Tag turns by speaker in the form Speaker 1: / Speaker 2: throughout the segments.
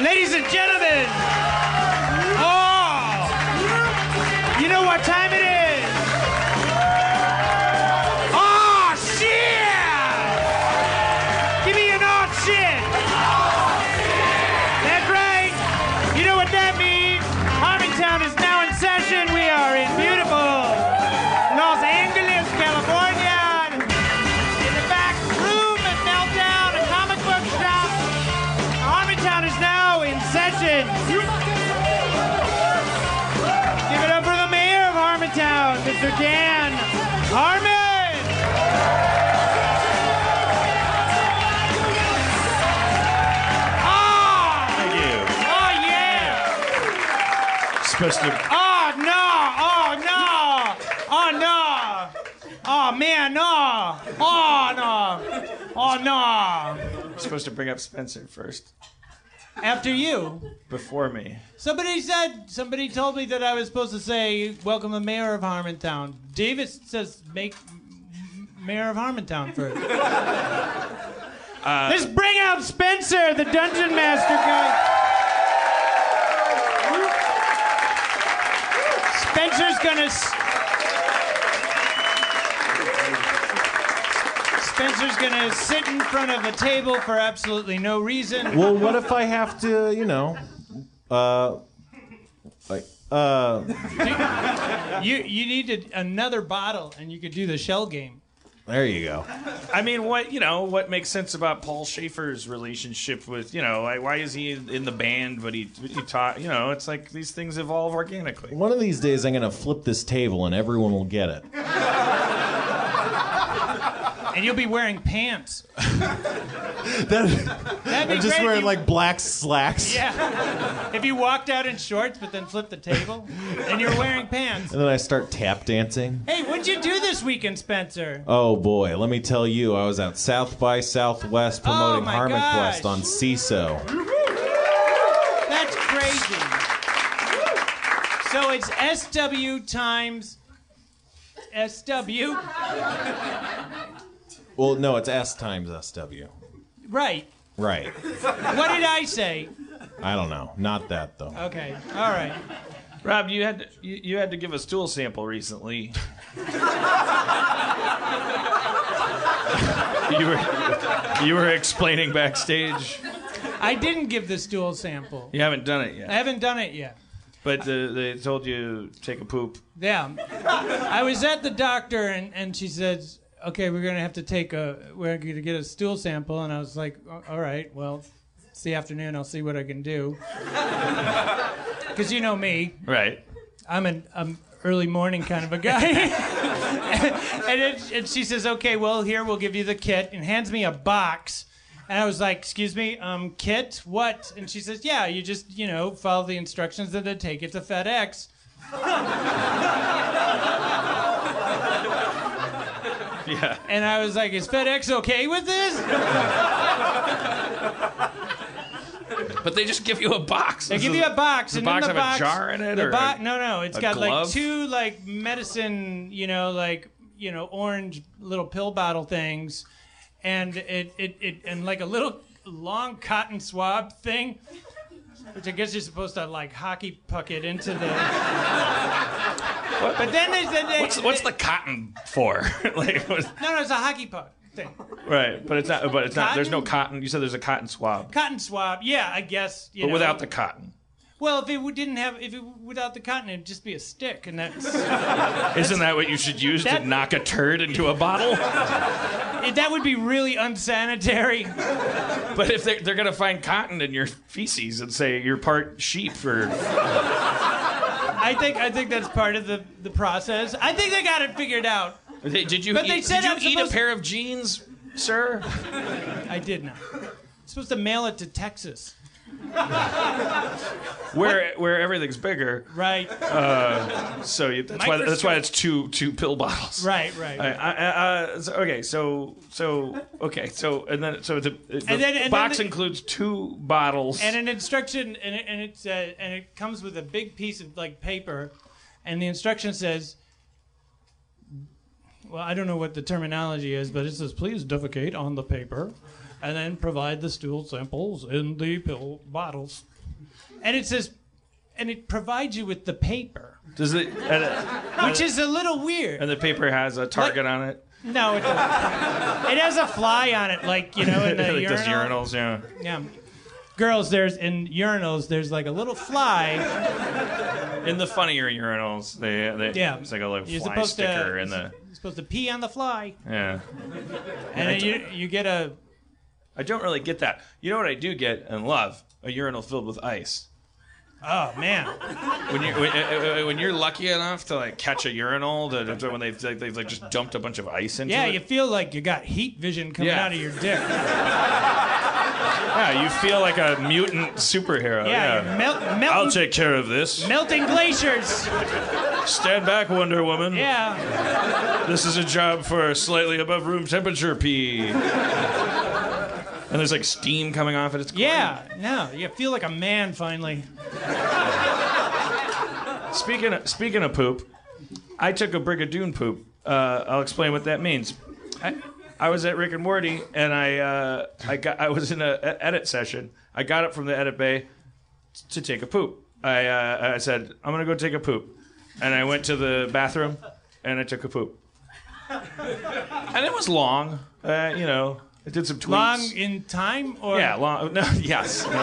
Speaker 1: Ladies and gentlemen, oh, you know what time it is? Oh, shit! Give me an oh, shit! That's right. You know what that means? Harmontown is now in session. We are in beautiful Los Angeles, California. And In the back room at Meltdown, a comic book shop. Harmontown is now in session. Give it up for the mayor of Harmontown, Mr. Dan Harmon. Ah,
Speaker 2: Thank you.
Speaker 1: oh yeah.
Speaker 2: Supposed to.
Speaker 1: Oh no! Oh no! Oh no! Oh man, no! Oh no! Oh no!
Speaker 2: Supposed to bring up Spencer first
Speaker 1: After you.
Speaker 2: before me.
Speaker 1: Somebody said, somebody told me that I was supposed to say, Welcome the mayor of Harmontown. Davis says, Make m- mayor of Harmontown first. Let's bring out Spencer, the dungeon master guy. Spencer's gonna. s- Spencer's gonna sit in front of a table for absolutely no reason.
Speaker 3: Well, what if I have to, you know, uh, like, uh,
Speaker 1: You you needed another bottle, and you could do the shell game.
Speaker 3: there you go.
Speaker 2: I mean, what you know, what makes sense about Paul Schaefer's relationship with you know, like why is he in in the band, but he he taught you know, it's like these things evolve organically.
Speaker 3: One of these days, I'm gonna flip this table and everyone will get it.
Speaker 1: And you'll be wearing pants.
Speaker 3: That,
Speaker 1: That'd be
Speaker 3: I'm just
Speaker 1: great if
Speaker 3: wearing
Speaker 1: you-
Speaker 3: like black slacks,
Speaker 1: If you walked out in shorts but then flipped the table and you're wearing pants.
Speaker 3: and then I start tap dancing.
Speaker 1: Hey, what'd you do this weekend, Spencer?
Speaker 3: Oh boy, let me tell you, I was out South by Southwest promoting
Speaker 1: Oh my
Speaker 3: Harmon
Speaker 1: gosh.
Speaker 3: Quest on CISO.
Speaker 1: That's crazy. So it's SW times SW.
Speaker 3: Well, no, it's S times SW.
Speaker 1: Right.
Speaker 3: Right.
Speaker 1: What did I say?
Speaker 3: I don't know. Not that though.
Speaker 1: Okay. All right.
Speaker 2: Rob, you had to, you, you had to give a stool sample recently. you were you were explaining backstage.
Speaker 1: I didn't give the stool sample.
Speaker 2: You haven't done it yet,
Speaker 1: I haven't done it yet.
Speaker 2: but the, they told you take a poop.
Speaker 1: Yeah. I was at the doctor and, and she says, okay, we're going to have to take a, we're going to get a stool sample. And I was like, "A- all right, well, it's the afternoon. I'll see what I can do. Because you know me,
Speaker 2: Right.
Speaker 1: I'm an I'm early morning kind of a guy. and, it, and she says, okay, well, here, we'll give you the kit. And hands me a box. And I was like, excuse me, um, kit, what? And she says, yeah, you just, you know, follow the instructions and then take it to FedEx.
Speaker 2: Yeah.
Speaker 1: And I was like, is FedEx okay with this?
Speaker 2: But they just give you a box.
Speaker 1: They give you a box, and
Speaker 2: box
Speaker 1: in the
Speaker 2: have a
Speaker 1: box,
Speaker 2: jar in it
Speaker 1: the
Speaker 2: or
Speaker 1: bo-
Speaker 2: a-
Speaker 1: no, no, it's
Speaker 2: a
Speaker 1: got like
Speaker 2: glove?
Speaker 1: two like medicine, you know, like you know, orange little pill bottle things, and it it, it and like a little long cotton swab thing, which I guess you're supposed to like hockey puck it into the. But then there's the
Speaker 2: What's, what's the cotton for? like, what,
Speaker 1: no, no, it's a hockey puck thing.
Speaker 2: right? But it's not. But it's not. There's no
Speaker 1: Cotton?
Speaker 2: cotton. You said there's a cotton swab,
Speaker 1: Cotton swab, yeah, I guess. You
Speaker 2: but
Speaker 1: know.
Speaker 2: without the cotton.
Speaker 1: well, if it w- didn't have, if it without the cotton, it'd just be a stick, and that's.
Speaker 2: Isn't that what you should use
Speaker 1: that-
Speaker 2: to knock a turd into a bottle?
Speaker 1: It- that would be really unsanitary.
Speaker 2: but if they're, they're gonna find cotton in your feces and say you're part sheep or
Speaker 1: I think I think that's part of the, the process. I think they got it figured out.
Speaker 2: They- Did you
Speaker 1: But
Speaker 2: eat,
Speaker 1: they said
Speaker 2: did you
Speaker 1: I'm
Speaker 2: eat
Speaker 1: supposed-
Speaker 2: a pair of jeans, sir?
Speaker 1: I did not. I'm supposed to mail it to Texas,
Speaker 2: where where everything's bigger,
Speaker 1: right?
Speaker 2: so you, that's why that's why
Speaker 1: Microscope.
Speaker 2: it's two two pill bottles.
Speaker 1: Right, right.
Speaker 2: I, I, I, uh, so- okay, so so okay, so and then so the, the
Speaker 1: And then- and
Speaker 2: box
Speaker 1: then the-
Speaker 2: includes two bottles.
Speaker 1: and an instruction and it, and it says and it comes with a big piece of like paper and the instruction says well i don't know what the terminology is but it says please defecate on the paper and then provide the stool samples in the pill bottles and it says and it provides you with the paper
Speaker 2: Does it? And, it-
Speaker 1: which is a little weird
Speaker 2: and the paper has a target on it.
Speaker 1: no it doesn't it has a fly on it like you know in the
Speaker 2: like those
Speaker 1: urinal.
Speaker 2: urinals, yeah.
Speaker 1: Yeah. Girls, there's in urinals, there's like a little fly.
Speaker 2: In the funnier urinals, they, they
Speaker 1: Yeah.
Speaker 2: it's like a little
Speaker 1: You're
Speaker 2: fly
Speaker 1: supposed to-
Speaker 2: sticker in the
Speaker 1: You're supposed to pee on the fly,
Speaker 2: yeah.
Speaker 1: and then you you get a
Speaker 2: I don't really get that. You know what I do get and love a urinal filled with ice.
Speaker 1: oh man.
Speaker 2: When you when, uh, uh, when you're lucky enough to like catch a urinal that that when they've like, they've like just dumped a bunch of ice into
Speaker 1: Yeah,
Speaker 2: it.
Speaker 1: you feel like you got heat vision coming
Speaker 2: Yeah. Oh,
Speaker 1: out of your dick.
Speaker 2: yeah, you feel like a mutant superhero.
Speaker 1: Yeah, you're melt,
Speaker 2: I'll
Speaker 1: melting,
Speaker 2: take care of this.
Speaker 1: melting glaciers.
Speaker 2: Stand back, Wonder Woman.
Speaker 1: Yeah,
Speaker 2: This is a job for slightly above room temperature pee. and there's like steam coming off it. It's great.
Speaker 1: yeah. No, you feel like a man finally.
Speaker 2: Speaking of, speaking of poop, I took a brigadoon poop. Uh, I'll explain what that means. I, I was at Rick and Morty, and I uh, I got I was in a e- edit session. I got up from the edit bay to take a poop. I uh, I said I'm gonna go take a poop, and I went to the bathroom, and I took a poop. And it was long, uh, you know. I did some tweets.
Speaker 1: Long in time or
Speaker 2: Yeah, long. No, yes. um,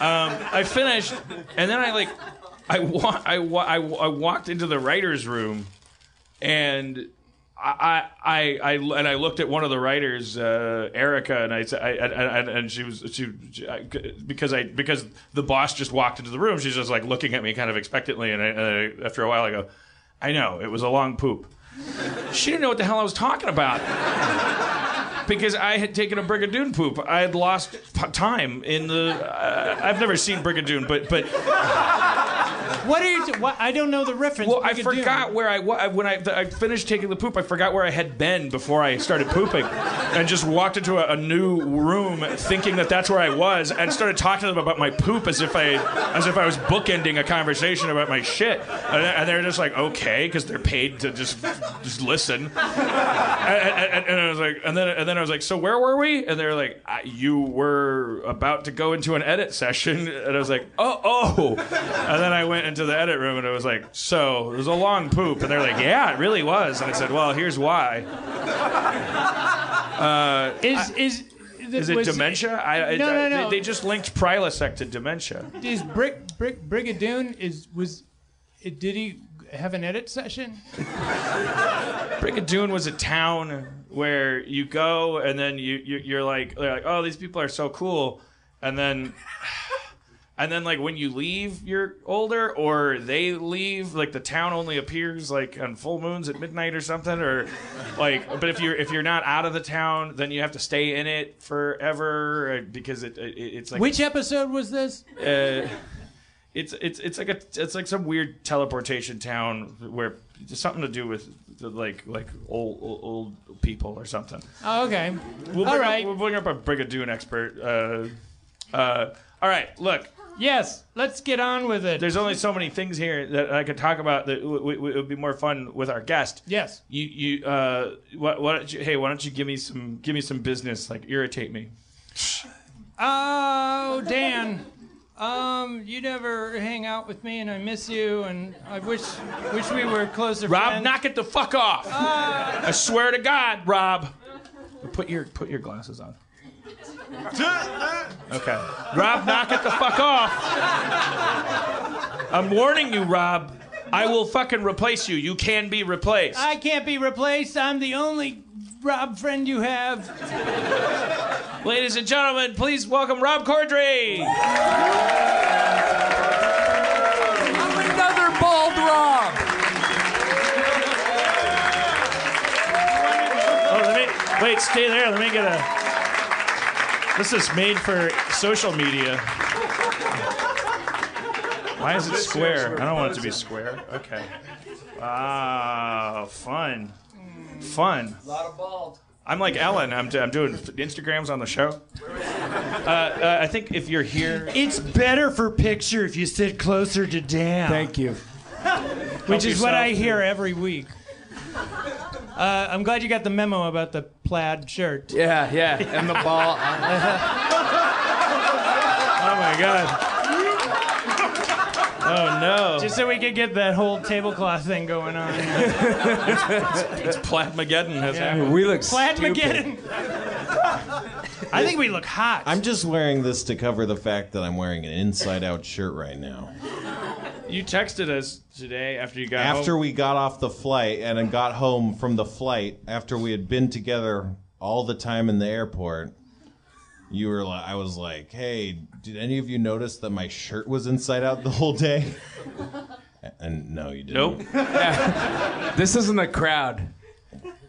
Speaker 2: I finished, and then I like, I wa- I, wa- I, wa- I walked into the writers' room, and I, I, I, I and I looked at one of the writers, uh, Erica, and I, said- I, I, I, and she was she, she I, because I because the boss just walked into the room. She's just like looking at me kind of expectantly, and I, and I, after a while, I go, I know it was a long poop. She didn't know what the hell I was talking about because I had taken a brigadoon poop. I had lost p- time in the. Uh, I've never seen brigadoon, but but
Speaker 1: What are you? What, I don't know the reference.
Speaker 2: well, I
Speaker 1: Brigadoon.
Speaker 2: forgot where I was when I, I finished taking the poop. I forgot where I had been before I started pooping, and just walked into a, a new room thinking that that's where I was, and started talking to them about my poop as if I as if I was bookending a conversation about my shit, and, and they're just like okay because they're paid to just just listen. and, and- and I was like, and then and then I was like, so where were we? And they were like, I, you were about to go into an edit session, and I was like, oh oh. And then I went into the edit room, and I was like, so it was a long poop, and they're like, yeah, it really was. And I said, well, here's why.
Speaker 1: Is is
Speaker 2: Is it
Speaker 1: was-
Speaker 2: dementia? I, I-
Speaker 1: No, no, no.
Speaker 2: They, they just linked Prilosec to dementia.
Speaker 1: Is Brick Brick Brigadoon is was? Did he have an edit session?
Speaker 2: Brigadoon was a town where you go, and then you, you you're like, they're like, oh, these people are so cool, and then and then like when you leave you're older or they leave like the town only appears like on full moons at midnight or something or like but if you're if you're not out of the town then you have to stay in it forever uh, because it, it it's like
Speaker 1: Which episode was this?
Speaker 2: uh, it's it's it's like a it's like some weird teleportation town where it's something to do with the, like like old, old old people or something.
Speaker 1: Oh, okay.
Speaker 2: We'll bring
Speaker 1: All
Speaker 2: up-
Speaker 1: right.
Speaker 2: we'll bring up a brigadoon expert. Uh, uh, all right, look.
Speaker 1: Yes, let's get on with it.
Speaker 2: There's only so many things here that I could talk about that w- w- w- would be more fun with our guest.
Speaker 1: yes.
Speaker 2: You you uh why, why don't you hey why don't you give me some give me some business like irritate me.
Speaker 1: Oh, Dan. Um, you never hang out with me, and I miss you, and I wish wish we were closer.
Speaker 2: Rob,
Speaker 1: friends.
Speaker 2: knock it the fuck off. I swear to God, Rob. Put your put your glasses on. Okay. Rob, knock it the fuck off. I'm warning you, Rob. I will fucking replace you. You can be replaced.
Speaker 1: I can't be replaced. I'm the only Rob friend you have.
Speaker 2: Ladies and gentlemen, please welcome Rob Cordry. Oh, Wait, stay there. Let me get a. This is made for social media. Why is it square? I don't want it to be square. Okay. Ah, fun. Fun.
Speaker 4: A lot of bald.
Speaker 2: I'm like Ellen. I'm, I'm doing Instagrams on the show. Uh, uh, I think if you're here,
Speaker 1: It's better for picture if you sit closer to Dan.
Speaker 5: Thank you.
Speaker 1: Which is
Speaker 2: yourself,
Speaker 1: what I hear every week. Uh, I'm glad you got the memo about the plaid shirt.
Speaker 5: Yeah, yeah. And the ball.
Speaker 2: oh my god. Oh no.
Speaker 1: Just so we could get that whole tablecloth thing going on.
Speaker 2: It's Platmageddon has happened.
Speaker 5: we look
Speaker 1: Plaid
Speaker 5: stupid.
Speaker 1: McGinnon. I think we look hot.
Speaker 3: I'm just wearing this to cover the fact that I'm wearing an inside out shirt right now.
Speaker 2: You texted us today after you got
Speaker 3: After
Speaker 2: home.
Speaker 3: we got off the flight and I got home from the flight, after we had been together all the time in the airport, you were like, I was like, hey, did any of you notice that my shirt was inside out the whole day? And no, you didn't.
Speaker 2: Nope.
Speaker 5: This isn't a crowd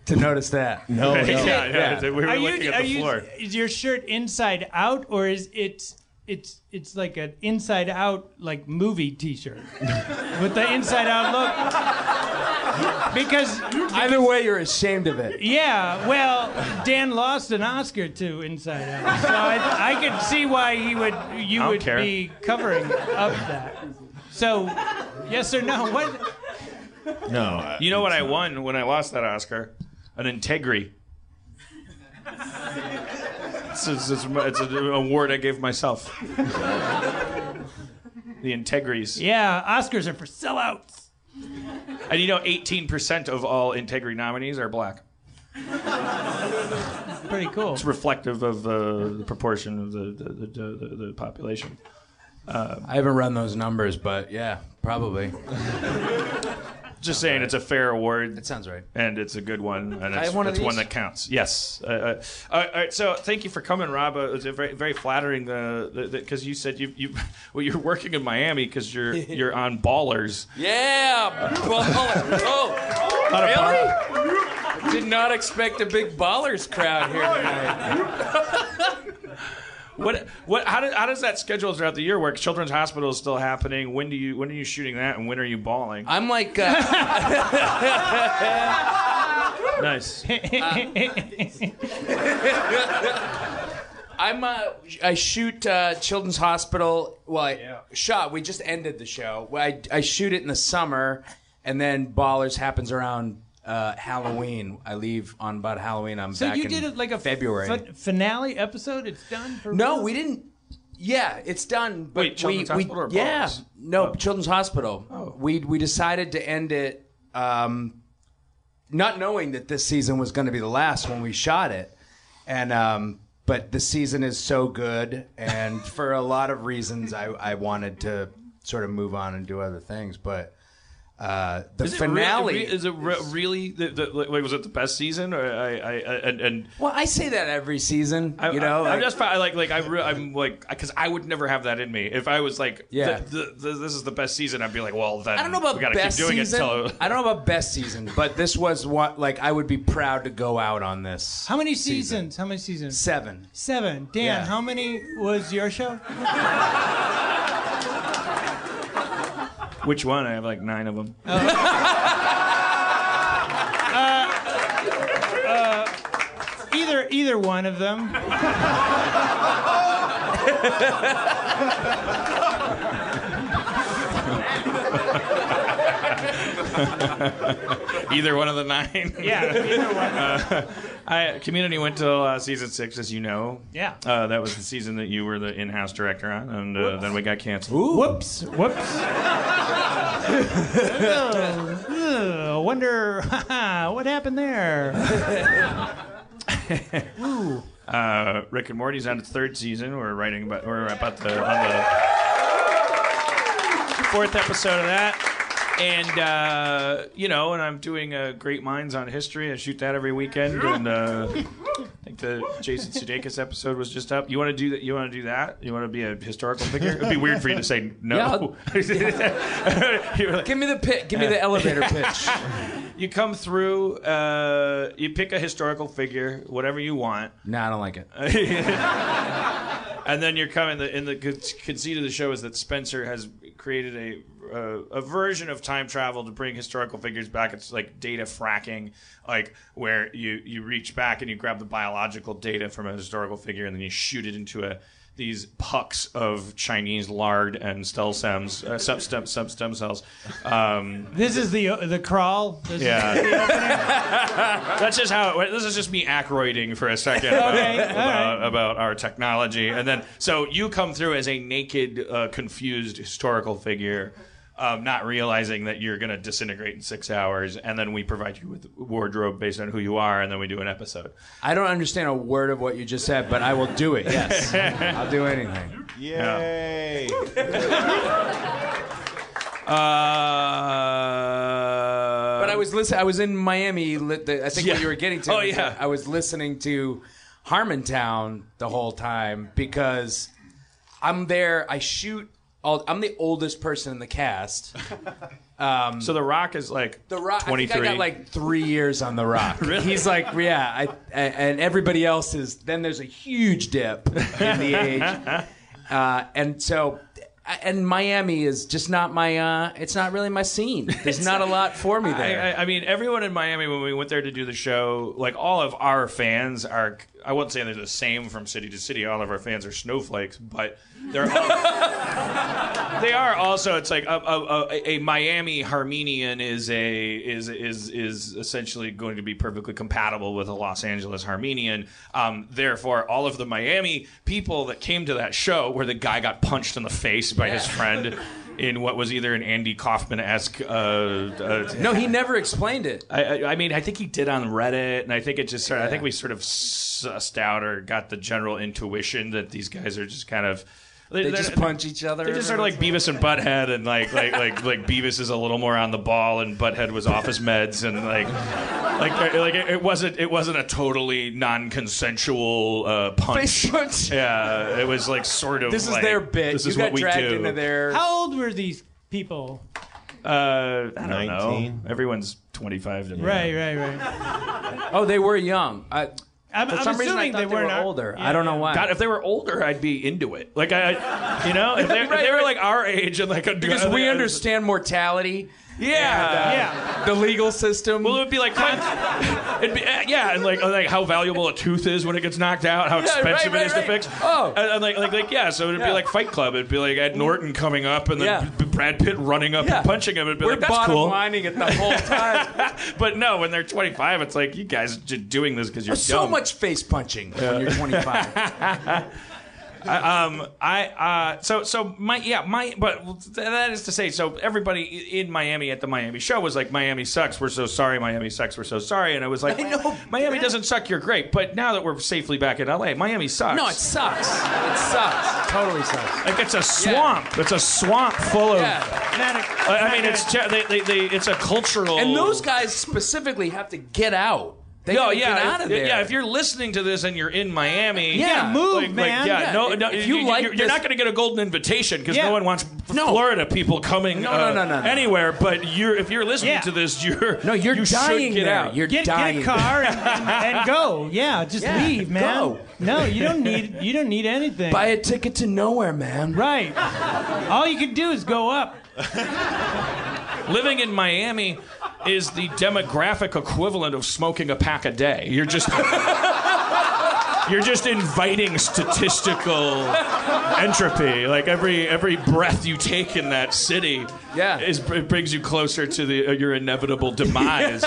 Speaker 5: to notice that.
Speaker 3: No, no.
Speaker 2: yeah, yeah,
Speaker 5: Yeah.
Speaker 2: We were
Speaker 1: are
Speaker 2: looking
Speaker 1: you,
Speaker 2: at
Speaker 1: are
Speaker 2: the
Speaker 1: you,
Speaker 2: floor.
Speaker 1: is your shirt inside out or is it it's it's like an inside out like movie t-shirt with the inside out look because
Speaker 5: Either way, you're ashamed of it.
Speaker 1: yeah well dan lost an oscar to inside out so i, I could see why he would you
Speaker 2: don't
Speaker 1: would
Speaker 2: care.
Speaker 1: be covering up that so yes or no what
Speaker 3: No, I-
Speaker 2: You know what I won when I lost that Oscar? An Integri. it's, it's- it's my- it's an award I gave myself. the Integris.
Speaker 1: yeah oscars are for sellouts
Speaker 2: And you know, 18% of all Integri nominees are black.
Speaker 1: pretty cool
Speaker 2: It's reflective of uh, the proportion of the, the, the, the, the population.
Speaker 5: I haven't run those numbers, but yeah, probably.
Speaker 2: Just saying, it's a fair award.
Speaker 5: That sounds right.
Speaker 2: and it's a good one, and it's,
Speaker 5: have one of
Speaker 2: it's one
Speaker 5: these?
Speaker 2: that counts. Yes. Uh, uh, all, right, all right. So thank you for coming, Rob. Uh, It was a very, very flattering. uh, The because you said you you well you're working in Miami because you're you're on Ballers.
Speaker 5: Yeah, baller. Oh,
Speaker 2: Not a
Speaker 5: really? Did not expect a big ballers crowd here tonight.
Speaker 2: What what how, do, how does that schedule throughout the year work? Children's Hospital is still happening. When do you when are you shooting that, and when are you balling?
Speaker 5: I'm like, uh,
Speaker 2: nice.
Speaker 5: I'm, uh, I shoot uh, Children's Hospital. Well, I shot. We just ended the show. I, I shoot it in the summer, and then Ballers happens around uh, Halloween. I leave on about Halloween. I'm
Speaker 1: so
Speaker 5: back.
Speaker 1: you
Speaker 5: in
Speaker 1: did it like a
Speaker 5: February.
Speaker 1: fin- finale episode it's done for
Speaker 5: No,
Speaker 1: real?
Speaker 5: we didn't. Yeah, it's done. But
Speaker 2: Wait, Children's
Speaker 5: we,
Speaker 2: Hospital or Oh.
Speaker 5: we, Yeah,
Speaker 2: Ballers?
Speaker 5: no, Children's Hospital. We we decided to end it, um, not knowing that this season was going to be the last when we shot it, and um, but the season is so good, and for a lot of reasons, I I wanted to sort of move on and do other things, but. Uh, the
Speaker 2: Is it re-
Speaker 5: finale
Speaker 2: re- is it re- really? The, the, like, was it the best season? Or I, I, I and, and
Speaker 5: well. I say that every season,
Speaker 2: I,
Speaker 5: you know.
Speaker 2: I, am
Speaker 5: like-
Speaker 2: just fi- like like I re- I'm like because I would never have that in me if I was like
Speaker 5: Yeah.
Speaker 2: th- th- th- this is the best season I'd be like well then
Speaker 5: I don't know about
Speaker 2: we gotta
Speaker 5: best
Speaker 2: keep doing
Speaker 5: season.
Speaker 2: it till
Speaker 5: I don't know about best season, but this was what like I would be proud to go out on this.
Speaker 1: How many
Speaker 5: season.
Speaker 1: seasons? How many seasons?
Speaker 5: Seven.
Speaker 1: Seven. Dan,
Speaker 5: Yeah.
Speaker 1: how many was your show?
Speaker 2: which one I have like nine of them
Speaker 5: Oh.
Speaker 1: Either either one of them.
Speaker 2: either one of the nine
Speaker 1: Yeah.
Speaker 2: I Community went till uh, season six as you know
Speaker 1: Yeah.
Speaker 2: uh, that was the season that you were the in-house director on and uh, then we got canceled
Speaker 1: Whoops. Whoops. Ugh, ugh, wonder what happened there.
Speaker 2: uh, Rick and Morty's on its third season we're writing about we're about the on the fourth episode of that. and uh, you know, and I'm doing uh, Great Minds on History. I shoot that every weekend, and uh, I think like the Jason Sudeikis episode was just up. You want to do that? You want to do that? You want to be a historical figure? It'd be weird for you to say no. You were like,
Speaker 5: Give me the pit. Give me the elevator pitch.
Speaker 2: you come through. Uh, you pick a historical figure, whatever you want.
Speaker 5: no, I don't like it.
Speaker 2: and then you're coming. The, in the con- conceit of the show is that Spencer has created a uh, a version of time travel to bring historical figures back. It's like data fracking, like where you you reach back and you grab the biological data from a historical figure and then you shoot it into a these pucks of Chinese lard and stem cells, uh, sub stem sub stem cells. Um,
Speaker 1: This is the the crawl. This is-
Speaker 2: yeah. That's just how it went. This is just me acroiding for a second about,
Speaker 1: Okay, all
Speaker 2: about, about our technology. And then, so you come through as a naked, uh, confused historical figure, um, not realizing that you're going to disintegrate in six hours. And then we provide you with wardrobe based on who you are. And then we do an episode.
Speaker 5: I don't understand a word of what you just said, but I will do it. Yes, I'll do anything.
Speaker 3: Yay!
Speaker 2: Uh,
Speaker 5: But I was listening. I was in Miami. Li- the, I think
Speaker 2: Yeah.
Speaker 5: what you were getting to.
Speaker 2: Oh,
Speaker 5: was
Speaker 2: yeah.
Speaker 5: that I was listening to Harmontown the whole time because I'm there. I shoot. All, I'm the oldest person in the cast.
Speaker 2: so The Rock is like
Speaker 5: The Rock. I think
Speaker 2: 23.
Speaker 5: I got like three years on The Rock.
Speaker 2: Really?
Speaker 5: He's like, yeah, I, a- and everybody else is. Then there's a huge dip in the age, uh, and so. And Miami is just not my. Uh, it's not really my scene. There's not a lot for me there.
Speaker 2: I, I, I mean, everyone in Miami when we went there to do the show, like all of our fans are. I wouldn't say they're the same from city to city. All of our fans are snowflakes, but they're all, they are also. It's like a, a, a, a Miami Armenian is a is is is essentially going to be perfectly compatible with a Los Angeles Armenian. Um, therefore, all of the Miami people that came to that show, where the guy got punched in the face by his friend. In what was either an Andy Kaufman esque uh, uh,
Speaker 5: no, he never explained it.
Speaker 2: I, I- I mean, I think he did on Reddit, and I think it just sort of, I think we sort of sussed out or got the general intuition that these guys are just kind of.
Speaker 5: They
Speaker 2: they're-
Speaker 5: just punch each other.
Speaker 2: They just sort of like Beavis and Butthead, and like like like like Beavis is a little more on the ball, and Butthead was office meds, and like like like it, it wasn't it wasn't a totally non-consensual uh, punch.
Speaker 5: Face punch.
Speaker 2: Yeah, it was like sort of.
Speaker 5: This is
Speaker 2: like,
Speaker 5: their bit.
Speaker 2: This
Speaker 5: you
Speaker 2: is
Speaker 5: got
Speaker 2: what we
Speaker 5: dragged
Speaker 2: do.
Speaker 5: into their.
Speaker 1: How old were these people?
Speaker 2: Uh, I don't know.
Speaker 3: 19.
Speaker 2: Everyone's twenty-five to me.
Speaker 1: Right, right, right.
Speaker 5: Oh, they were young. I,
Speaker 1: I'm,
Speaker 5: for
Speaker 1: I'm
Speaker 5: some reason, I
Speaker 1: assuming
Speaker 5: thought
Speaker 1: they, weren't our-
Speaker 5: older.
Speaker 1: Yeah,
Speaker 5: I don't know
Speaker 1: yeah.
Speaker 5: why.
Speaker 2: God, if they were older, I'd be into it. Like I, I- you know, if they, if they were like our age and like a,
Speaker 5: because we understand mortality, uh,
Speaker 2: Yeah,
Speaker 1: Yeah.
Speaker 5: the legal system.
Speaker 2: Well, it would be like, fun- it'd be, uh, yeah, and like, uh, like how valuable a tooth is when it gets knocked out, how
Speaker 5: right,
Speaker 2: expensive
Speaker 5: right,
Speaker 2: it is
Speaker 5: right.
Speaker 2: to fix.
Speaker 5: Oh.
Speaker 2: and, and like, like, like, yeah. So it'd
Speaker 5: Yeah.
Speaker 2: be like Fight Club. It'd be like Ed Norton coming up and then
Speaker 5: Yeah.
Speaker 2: B- Brad Pitt running up
Speaker 5: Yeah.
Speaker 2: and punching him. It'd be
Speaker 5: we're
Speaker 2: like that's
Speaker 5: bottom
Speaker 2: cool.
Speaker 5: lining it the whole time.
Speaker 2: but no, when they're 25, it's like you guys are just doing this because you're
Speaker 5: There's so
Speaker 2: dumb.
Speaker 5: much face punching when you're 25.
Speaker 2: um, I uh, so so my yeah my but th- that is to say so everybody i- in Miami at the Miami show was like Miami sucks we're so sorry Miami sucks we're so sorry and I was like
Speaker 5: I know.
Speaker 2: Miami doesn't suck you're great but now that we're safely back in LA Miami sucks
Speaker 5: no, it sucks. It sucks. It totally sucks.
Speaker 2: like it's a swamp it's a swamp full of
Speaker 5: Yeah.
Speaker 2: I, I mean it's ju- they, they, they, it's a cultural
Speaker 5: And those guys specifically have to get out. They
Speaker 2: no,
Speaker 5: gotta
Speaker 2: yeah,
Speaker 5: get out of
Speaker 2: if-
Speaker 5: there.
Speaker 2: Yeah, if you're listening to this and you're in Miami,
Speaker 5: Yeah, Yeah,
Speaker 1: move,
Speaker 2: like,
Speaker 1: man.
Speaker 2: Like, yeah,
Speaker 5: Yeah,
Speaker 2: no, no,
Speaker 5: if
Speaker 2: you,
Speaker 5: you like
Speaker 2: are you're
Speaker 5: this-
Speaker 2: not going to get a golden invitation because
Speaker 1: Yeah.
Speaker 2: no one wants
Speaker 5: No.
Speaker 2: Florida people coming
Speaker 5: No,
Speaker 2: uh,
Speaker 5: no, no, no, no.
Speaker 2: anywhere. But you're if you're listening
Speaker 1: Yeah.
Speaker 2: to this, you're
Speaker 5: no, you're
Speaker 2: you should
Speaker 5: dying
Speaker 2: get
Speaker 5: there.
Speaker 2: out.
Speaker 5: You're
Speaker 1: Get,
Speaker 5: dying.
Speaker 1: get a car and, and go. Yeah, just
Speaker 5: Yeah,
Speaker 1: leave, man.
Speaker 5: go.
Speaker 1: No, you don't need you don't need anything.
Speaker 5: Buy a ticket to nowhere, man.
Speaker 1: right. All you can do is go up.
Speaker 2: living in Miami is the demographic equivalent of smoking a pack a day. You're just You're just inviting statistical entropy. Like every every breath you take in that city,
Speaker 5: Yeah.
Speaker 2: is, it brings you closer to the uh, your inevitable demise.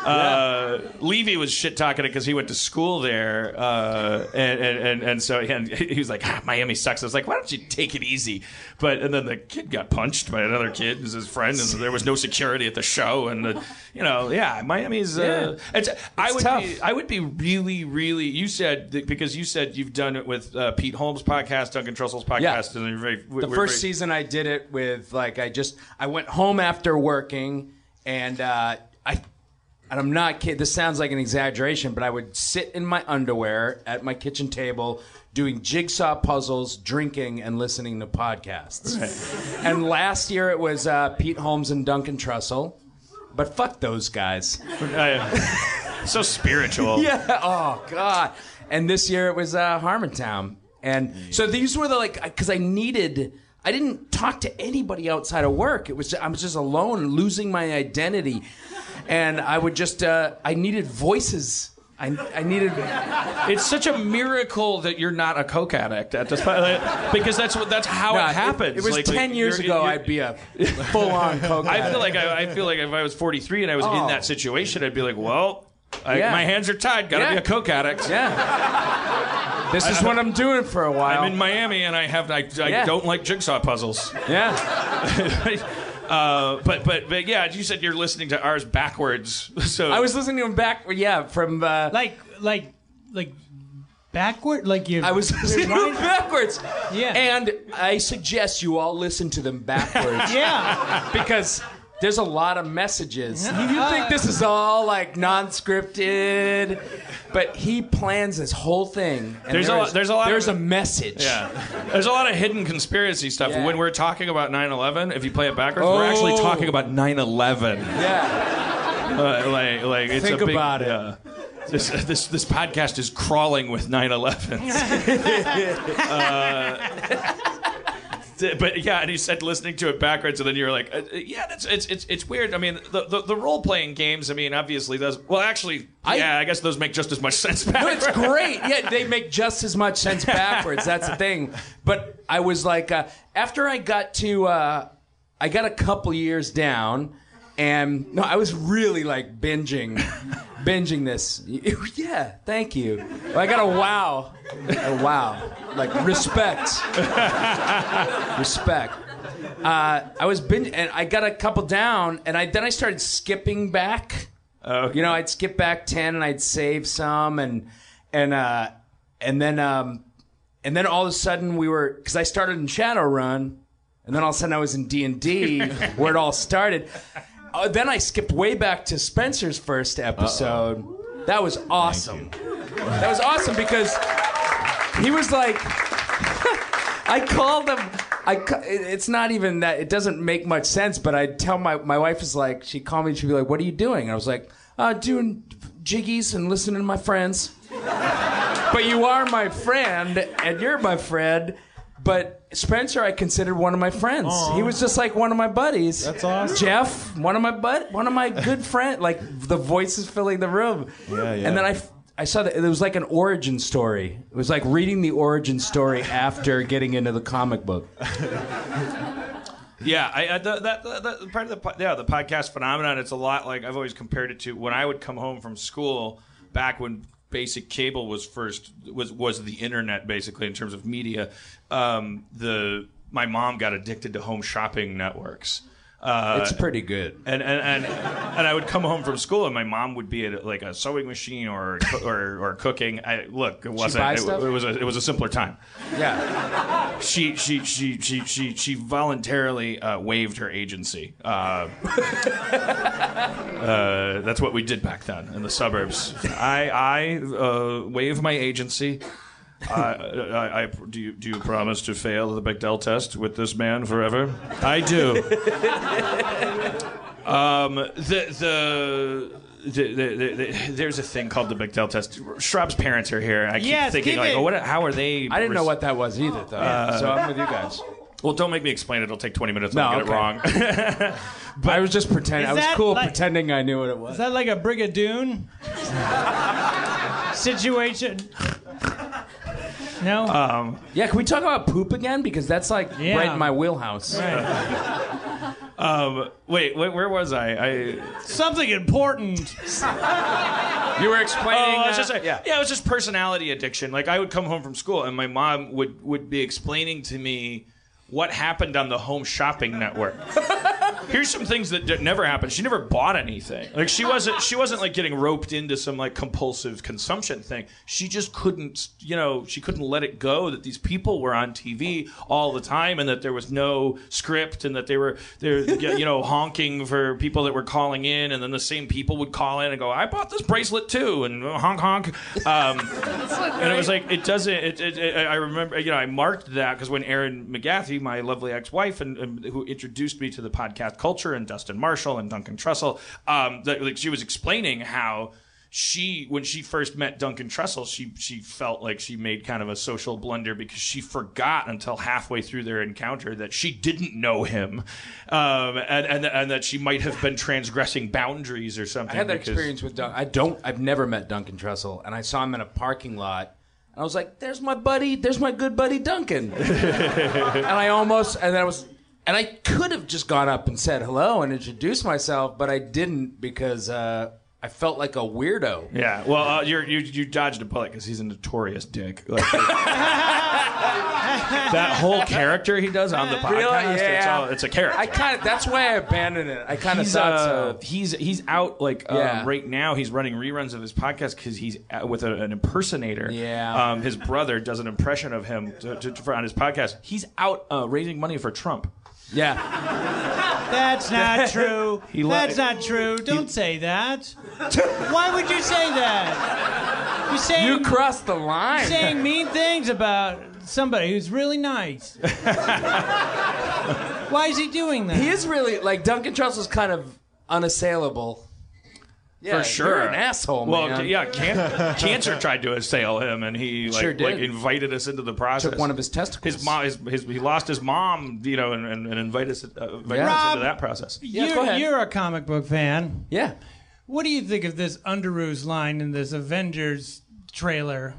Speaker 2: Uh, Levy was shit talking it because he went to school there, uh, and, and, and and so and he was like, ah, "Miami sucks." I was like, "Why don't you take it easy?" But and then the kid got punched by another kid who's his friend, and so there was no security at the show, and uh, you know, yeah, Miami's. Uh, It's, I would
Speaker 5: tough.
Speaker 2: be I would be really, really. You said that- because you said you've done it with uh, Pete Holmes' podcast, Duncan Trussell's podcast,
Speaker 5: Yeah.
Speaker 2: and you're very,
Speaker 5: the first season I did it with like I just I went home after working and uh, I and I'm not kidding. This sounds like an exaggeration, but I would sit in my underwear at my kitchen table doing jigsaw puzzles, drinking, and listening to podcasts. And last year it was uh, Pete Holmes and Duncan Trussell. But fuck those guys.
Speaker 2: I- so spiritual.
Speaker 5: Yeah. Oh God. And this year it was uh, Harmontown, and so these were the like because I needed. I didn't talk to anybody outside of work. It was I was just alone, losing my identity, and I would just uh, I needed voices. I, I needed.
Speaker 2: It's such a miracle that you're not a coke addict at this point, like, because that's what that's how
Speaker 5: No,
Speaker 2: it happens.
Speaker 5: It, was
Speaker 2: Like, like,
Speaker 5: ten years
Speaker 2: you're-
Speaker 5: ago.
Speaker 2: you're-
Speaker 5: I'd be a full on coke.
Speaker 2: I feel
Speaker 5: addict.
Speaker 2: like I, I feel like if I was 43 and I was in
Speaker 5: Oh.
Speaker 2: that situation, I'd be like, well, I,
Speaker 5: Yeah.
Speaker 2: my hands are tied. Got to
Speaker 5: Yeah.
Speaker 2: be a coke addict.
Speaker 5: yeah. This is what I'm doing for a while.
Speaker 2: I'm in Miami and I have I, I
Speaker 5: Yeah.
Speaker 2: don't like jigsaw puzzles.
Speaker 5: yeah.
Speaker 2: uh, but but but yeah, you said you're listening to ours backwards. So
Speaker 5: I was listening to him back. Yeah, from uh,
Speaker 1: Like, like, like backward? Like you.
Speaker 5: I was listening to them
Speaker 1: rewind?
Speaker 5: backwards.
Speaker 1: Yeah.
Speaker 5: And I suggest you all listen to them backwards
Speaker 1: Yeah.
Speaker 5: because there's a lot of messages. You, you think
Speaker 1: Uh.
Speaker 5: this is all like non-scripted, but he plans this whole thing. and
Speaker 2: There's a
Speaker 5: there
Speaker 2: lot-
Speaker 5: is-
Speaker 2: there's a lot of-
Speaker 5: There's a message.
Speaker 2: Yeah. There's a lot of hidden conspiracy stuff.
Speaker 5: Yeah.
Speaker 2: When we're talking about 9 11, if you play it backwards, we're actually
Speaker 5: Oh.
Speaker 2: talking about 9 11.
Speaker 5: Yeah.
Speaker 2: like, like, it's
Speaker 5: Think
Speaker 2: a big,
Speaker 5: about it.
Speaker 2: yeah. This, this, this podcast is crawling with 9 11. Uh, But yeah, and you said listening to it backwards, and then you were like, uh, uh, yeah, that's it's it's it's weird. I mean, the the, the role playing games. I mean, obviously those. Well, actually,
Speaker 5: I-
Speaker 2: yeah, I guess those make just as much sense.
Speaker 5: No,
Speaker 2: Backwards.
Speaker 5: it's great. Yeah, they make just as much sense backwards. That's the thing. But I was like, uh, after I got to, uh, I got a couple years down, and no, I was really like binging, binging this. yeah, thank you. I got a wow, a wow, like respect, respect. Uh, I was binge, and I got a couple down, and I then I started skipping back. You know, I'd skip back ten and I'd save some and and uh and then um and then all of a sudden we were because I started in Shadowrun and then all of a sudden I was in D and D where it all started. Uh, then I skipped way back to Spencer's first episode. That was awesome. That was awesome because he was like. I called him. I ca- it- it's not even that. It doesn't make much sense. But I tell my my wife is like she called me. and She'd be like, "What are you doing?" And I was like, uh, "Doing jiggies and listening to my friends." but you are my friend, and you're my friend. But Spencer, I considered one of my friends. He was just like one of my buddies.
Speaker 6: That's awesome.
Speaker 5: Jeff, one of my bud, one of my good friend. Like the voices filling the room.
Speaker 6: Yeah, yeah.
Speaker 5: And then I f- I saw that it was like an origin story. It was like reading the origin story after getting into the comic book.
Speaker 2: Yeah, I, I the, that, that, that part of the po- yeah the podcast phenomenon. It's a lot like I've always compared it to when I would come home from school back when basic cable was first was was the internet basically in terms of media. Um, the my mom got addicted to home shopping networks. Uh,
Speaker 5: It's pretty good.
Speaker 2: and and, and and I would come home from school, and my mom would be at like a sewing machine or or, or cooking. I, look, it wasn't.
Speaker 5: buy
Speaker 2: It,
Speaker 5: stuff?
Speaker 2: it was a, it was a simpler time.
Speaker 5: Yeah.
Speaker 2: She she she she she she voluntarily uh, waived her agency. Uh, uh, that's what we did back then in the suburbs. I I uh, waive my agency. I, I, I do you do you promise to fail the Bechdel test with this man forever? I do. Um, the the, the, the, the there's a thing called the Bechdel test. Schraub's parents are here. I keep
Speaker 1: Yes,
Speaker 2: thinking
Speaker 1: give
Speaker 2: like,
Speaker 1: it.
Speaker 2: oh, what? How are they?
Speaker 5: I didn't know what that was either, though.
Speaker 1: Uh,
Speaker 5: so I'm with you guys.
Speaker 2: Well, don't make me explain it. It'll take 20 minutes.
Speaker 5: No,
Speaker 2: I'll get
Speaker 5: okay.
Speaker 2: it wrong.
Speaker 5: But I was just pretending.
Speaker 1: Is
Speaker 5: I was
Speaker 1: that
Speaker 5: cool
Speaker 1: like-
Speaker 5: pretending I knew what it was.
Speaker 1: Is that like a Brigadoon situation? No?
Speaker 2: Uh,
Speaker 5: yeah, can we talk about poop again? Because that's like
Speaker 1: Yeah.
Speaker 5: right in my wheelhouse.
Speaker 1: Right.
Speaker 2: um, wait, wait, where was I? I
Speaker 1: Something important.
Speaker 5: You were explaining.
Speaker 2: Oh, I was
Speaker 5: uh,
Speaker 2: just like-
Speaker 5: yeah.
Speaker 2: yeah. it was just personality addiction. Like I would come home from school and my mom would would be explaining to me what happened on the home shopping network. here's some things that, that never happened. She never bought anything. Like she wasn't she wasn't like getting roped into some like compulsive consumption thing. She just couldn't, you know, she couldn't let it go that these people were on TV all the time and that there was no script and that they were they're you know honking for people that were calling in and then the same people would call in and go, "I bought this bracelet too." and honk honk. Um, and it was like it doesn't. It, it, it, I remember, you know, I marked that because when Erin McGathy, my lovely ex-wife, and, and who introduced me to the podcast culture, and Dustin Marshall and Duncan Trussell, um, that, like she was explaining how she when she first met Duncan Trussell, she she felt like she made kind of a social blunder because she forgot until halfway through their encounter that she didn't know him, um, and, and and that she might have been transgressing boundaries or something.
Speaker 5: I had that
Speaker 2: because-
Speaker 5: experience with Duncan. I don't. I've never met Duncan Trussell, and I saw him in a parking lot, and I was like, "There's my buddy. There's my good buddy Duncan." and I almost, and I was, and I could have just gone up and said hello and introduced myself, but I didn't because uh, I felt like a weirdo.
Speaker 2: Yeah, well, uh, you're, you you dodged a bullet because he's a notorious dick. Like, that whole character he does on the podcast, it's, all, it's a character.
Speaker 5: I kind of. That's why I abandoned it. I kind of
Speaker 2: he's,
Speaker 5: thought
Speaker 2: uh,
Speaker 5: so.
Speaker 2: he's he's out like
Speaker 5: Yeah.
Speaker 2: um, right now. He's running reruns of his podcast because he's at, with a, an impersonator.
Speaker 5: Yeah.
Speaker 2: um, his brother does an impression of him to, to, for, on his podcast. He's out uh, raising money for Trump.
Speaker 5: Yeah.
Speaker 1: That's not true.
Speaker 2: He li-
Speaker 1: That's not true. Don't say that. Why would you say that? You're saying,
Speaker 5: You crossed the line.
Speaker 1: saying mean things about somebody who's really nice. Why is he doing that?
Speaker 5: He is really like Duncan Trussell's kind of unassailable. Yeah,
Speaker 2: for sure.
Speaker 5: You're an asshole,
Speaker 2: Well,
Speaker 5: man.
Speaker 2: ca- yeah, can- cancer tried to assail him, and he like,
Speaker 5: Sure did.
Speaker 2: like invited us into the process.
Speaker 5: Took one of his testicles.
Speaker 2: His mom, his, his, he lost his mom, you know, and, and, and invited us, uh, invited
Speaker 5: Yeah.
Speaker 2: us
Speaker 1: Rob-
Speaker 2: into that process.
Speaker 5: Yeah,
Speaker 1: you're,
Speaker 5: go ahead.
Speaker 1: you're a comic book fan.
Speaker 5: Yeah.
Speaker 1: What do you think of this Underoos line in this Avengers trailer?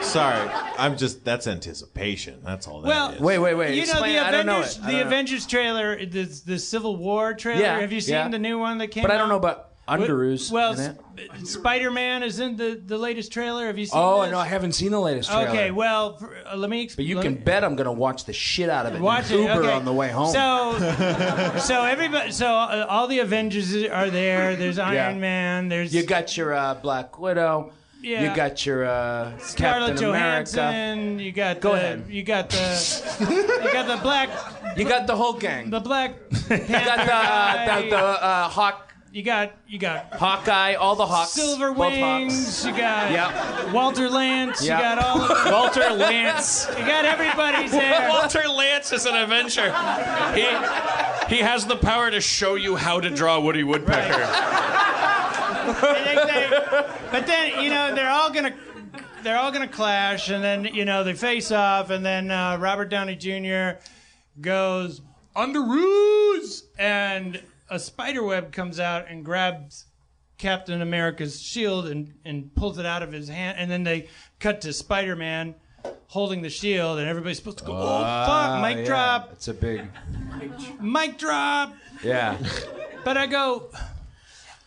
Speaker 3: Sorry, I'm just that's anticipation. That's all that
Speaker 1: Well,
Speaker 3: is.
Speaker 5: Wait, wait, wait.
Speaker 1: You know
Speaker 5: Explain-
Speaker 1: the
Speaker 5: I don't know
Speaker 1: Avengers,
Speaker 5: it. I
Speaker 1: the
Speaker 5: don't know.
Speaker 1: Avengers trailer, the, the Civil War trailer.
Speaker 5: Yeah,
Speaker 1: Have you seen
Speaker 5: yeah.
Speaker 1: the new one that came?
Speaker 5: But I don't
Speaker 1: out?
Speaker 5: know about Underoos.
Speaker 1: Well,
Speaker 5: in it.
Speaker 1: Spider Man is in the, the latest trailer. Have you seen?
Speaker 5: oh
Speaker 1: this?
Speaker 5: no, I haven't seen the latest trailer.
Speaker 1: Okay, well, for, uh, let me explain.
Speaker 5: but you can bet I'm gonna watch the shit out of it. in
Speaker 1: Watch it.
Speaker 5: Uber
Speaker 1: okay.
Speaker 5: on the way home.
Speaker 1: So, so everybody, so uh, all the Avengers are there. There's Iron
Speaker 5: Yeah.
Speaker 1: Man. There's
Speaker 5: you got your uh, Black Widow.
Speaker 1: Yeah.
Speaker 5: You got your uh,
Speaker 1: Scarlett
Speaker 5: Captain
Speaker 1: Johansson.
Speaker 5: America.
Speaker 1: You got
Speaker 5: Go
Speaker 1: the,
Speaker 5: ahead.
Speaker 1: You got the you got the black
Speaker 5: You got the whole gang.
Speaker 1: the black. Panther
Speaker 5: you got the uh,
Speaker 1: guy.
Speaker 5: the, the uh, Hawk,
Speaker 1: you got you got
Speaker 5: Hawkeye, all the Hawks.
Speaker 1: Silver
Speaker 5: both Hawks.
Speaker 1: Wings. You got
Speaker 5: Yep.
Speaker 1: Walter Lance.
Speaker 5: Yep.
Speaker 1: You got all. Of them.
Speaker 2: Walter Lance.
Speaker 1: You got everybody's there.
Speaker 2: Walter Lance is an adventurer. He he has the power to show you how to draw Woody Woodpecker.
Speaker 1: And they- they- but then you know they're all gonna they're all gonna clash, and then you know they face off, and then uh, Robert Downey Jr. goes under ruse, and a spider web comes out and grabs Captain America's shield and and pulls it out of his hand, and then they cut to Spider Man. Holding the shield, and everybody's supposed to go, "Oh fuck!"
Speaker 5: Ah,
Speaker 1: Mic
Speaker 5: Yeah,
Speaker 1: drop,
Speaker 5: It's a big.
Speaker 1: mic drop.
Speaker 5: Yeah.
Speaker 1: But I go,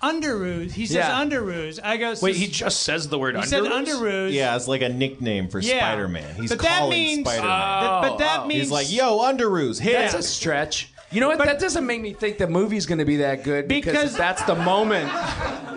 Speaker 1: under ruse. He says
Speaker 5: Yeah.
Speaker 1: under ruse. I go,
Speaker 2: Wait, he just says the word
Speaker 1: He said
Speaker 2: underoos?
Speaker 1: under ruse.
Speaker 3: Yeah, it's like a nickname for
Speaker 1: Yeah.
Speaker 3: Spider-Man. He's
Speaker 1: But that
Speaker 3: calling
Speaker 1: means-
Speaker 3: Spider-Man.
Speaker 1: That- but that means
Speaker 3: He's like, "Yo, Underoos, hit
Speaker 5: That's
Speaker 3: it."
Speaker 5: a stretch. You know what?
Speaker 1: But-
Speaker 5: that doesn't make me think the movie's going to be that good because,
Speaker 1: Because-
Speaker 5: that's the moment.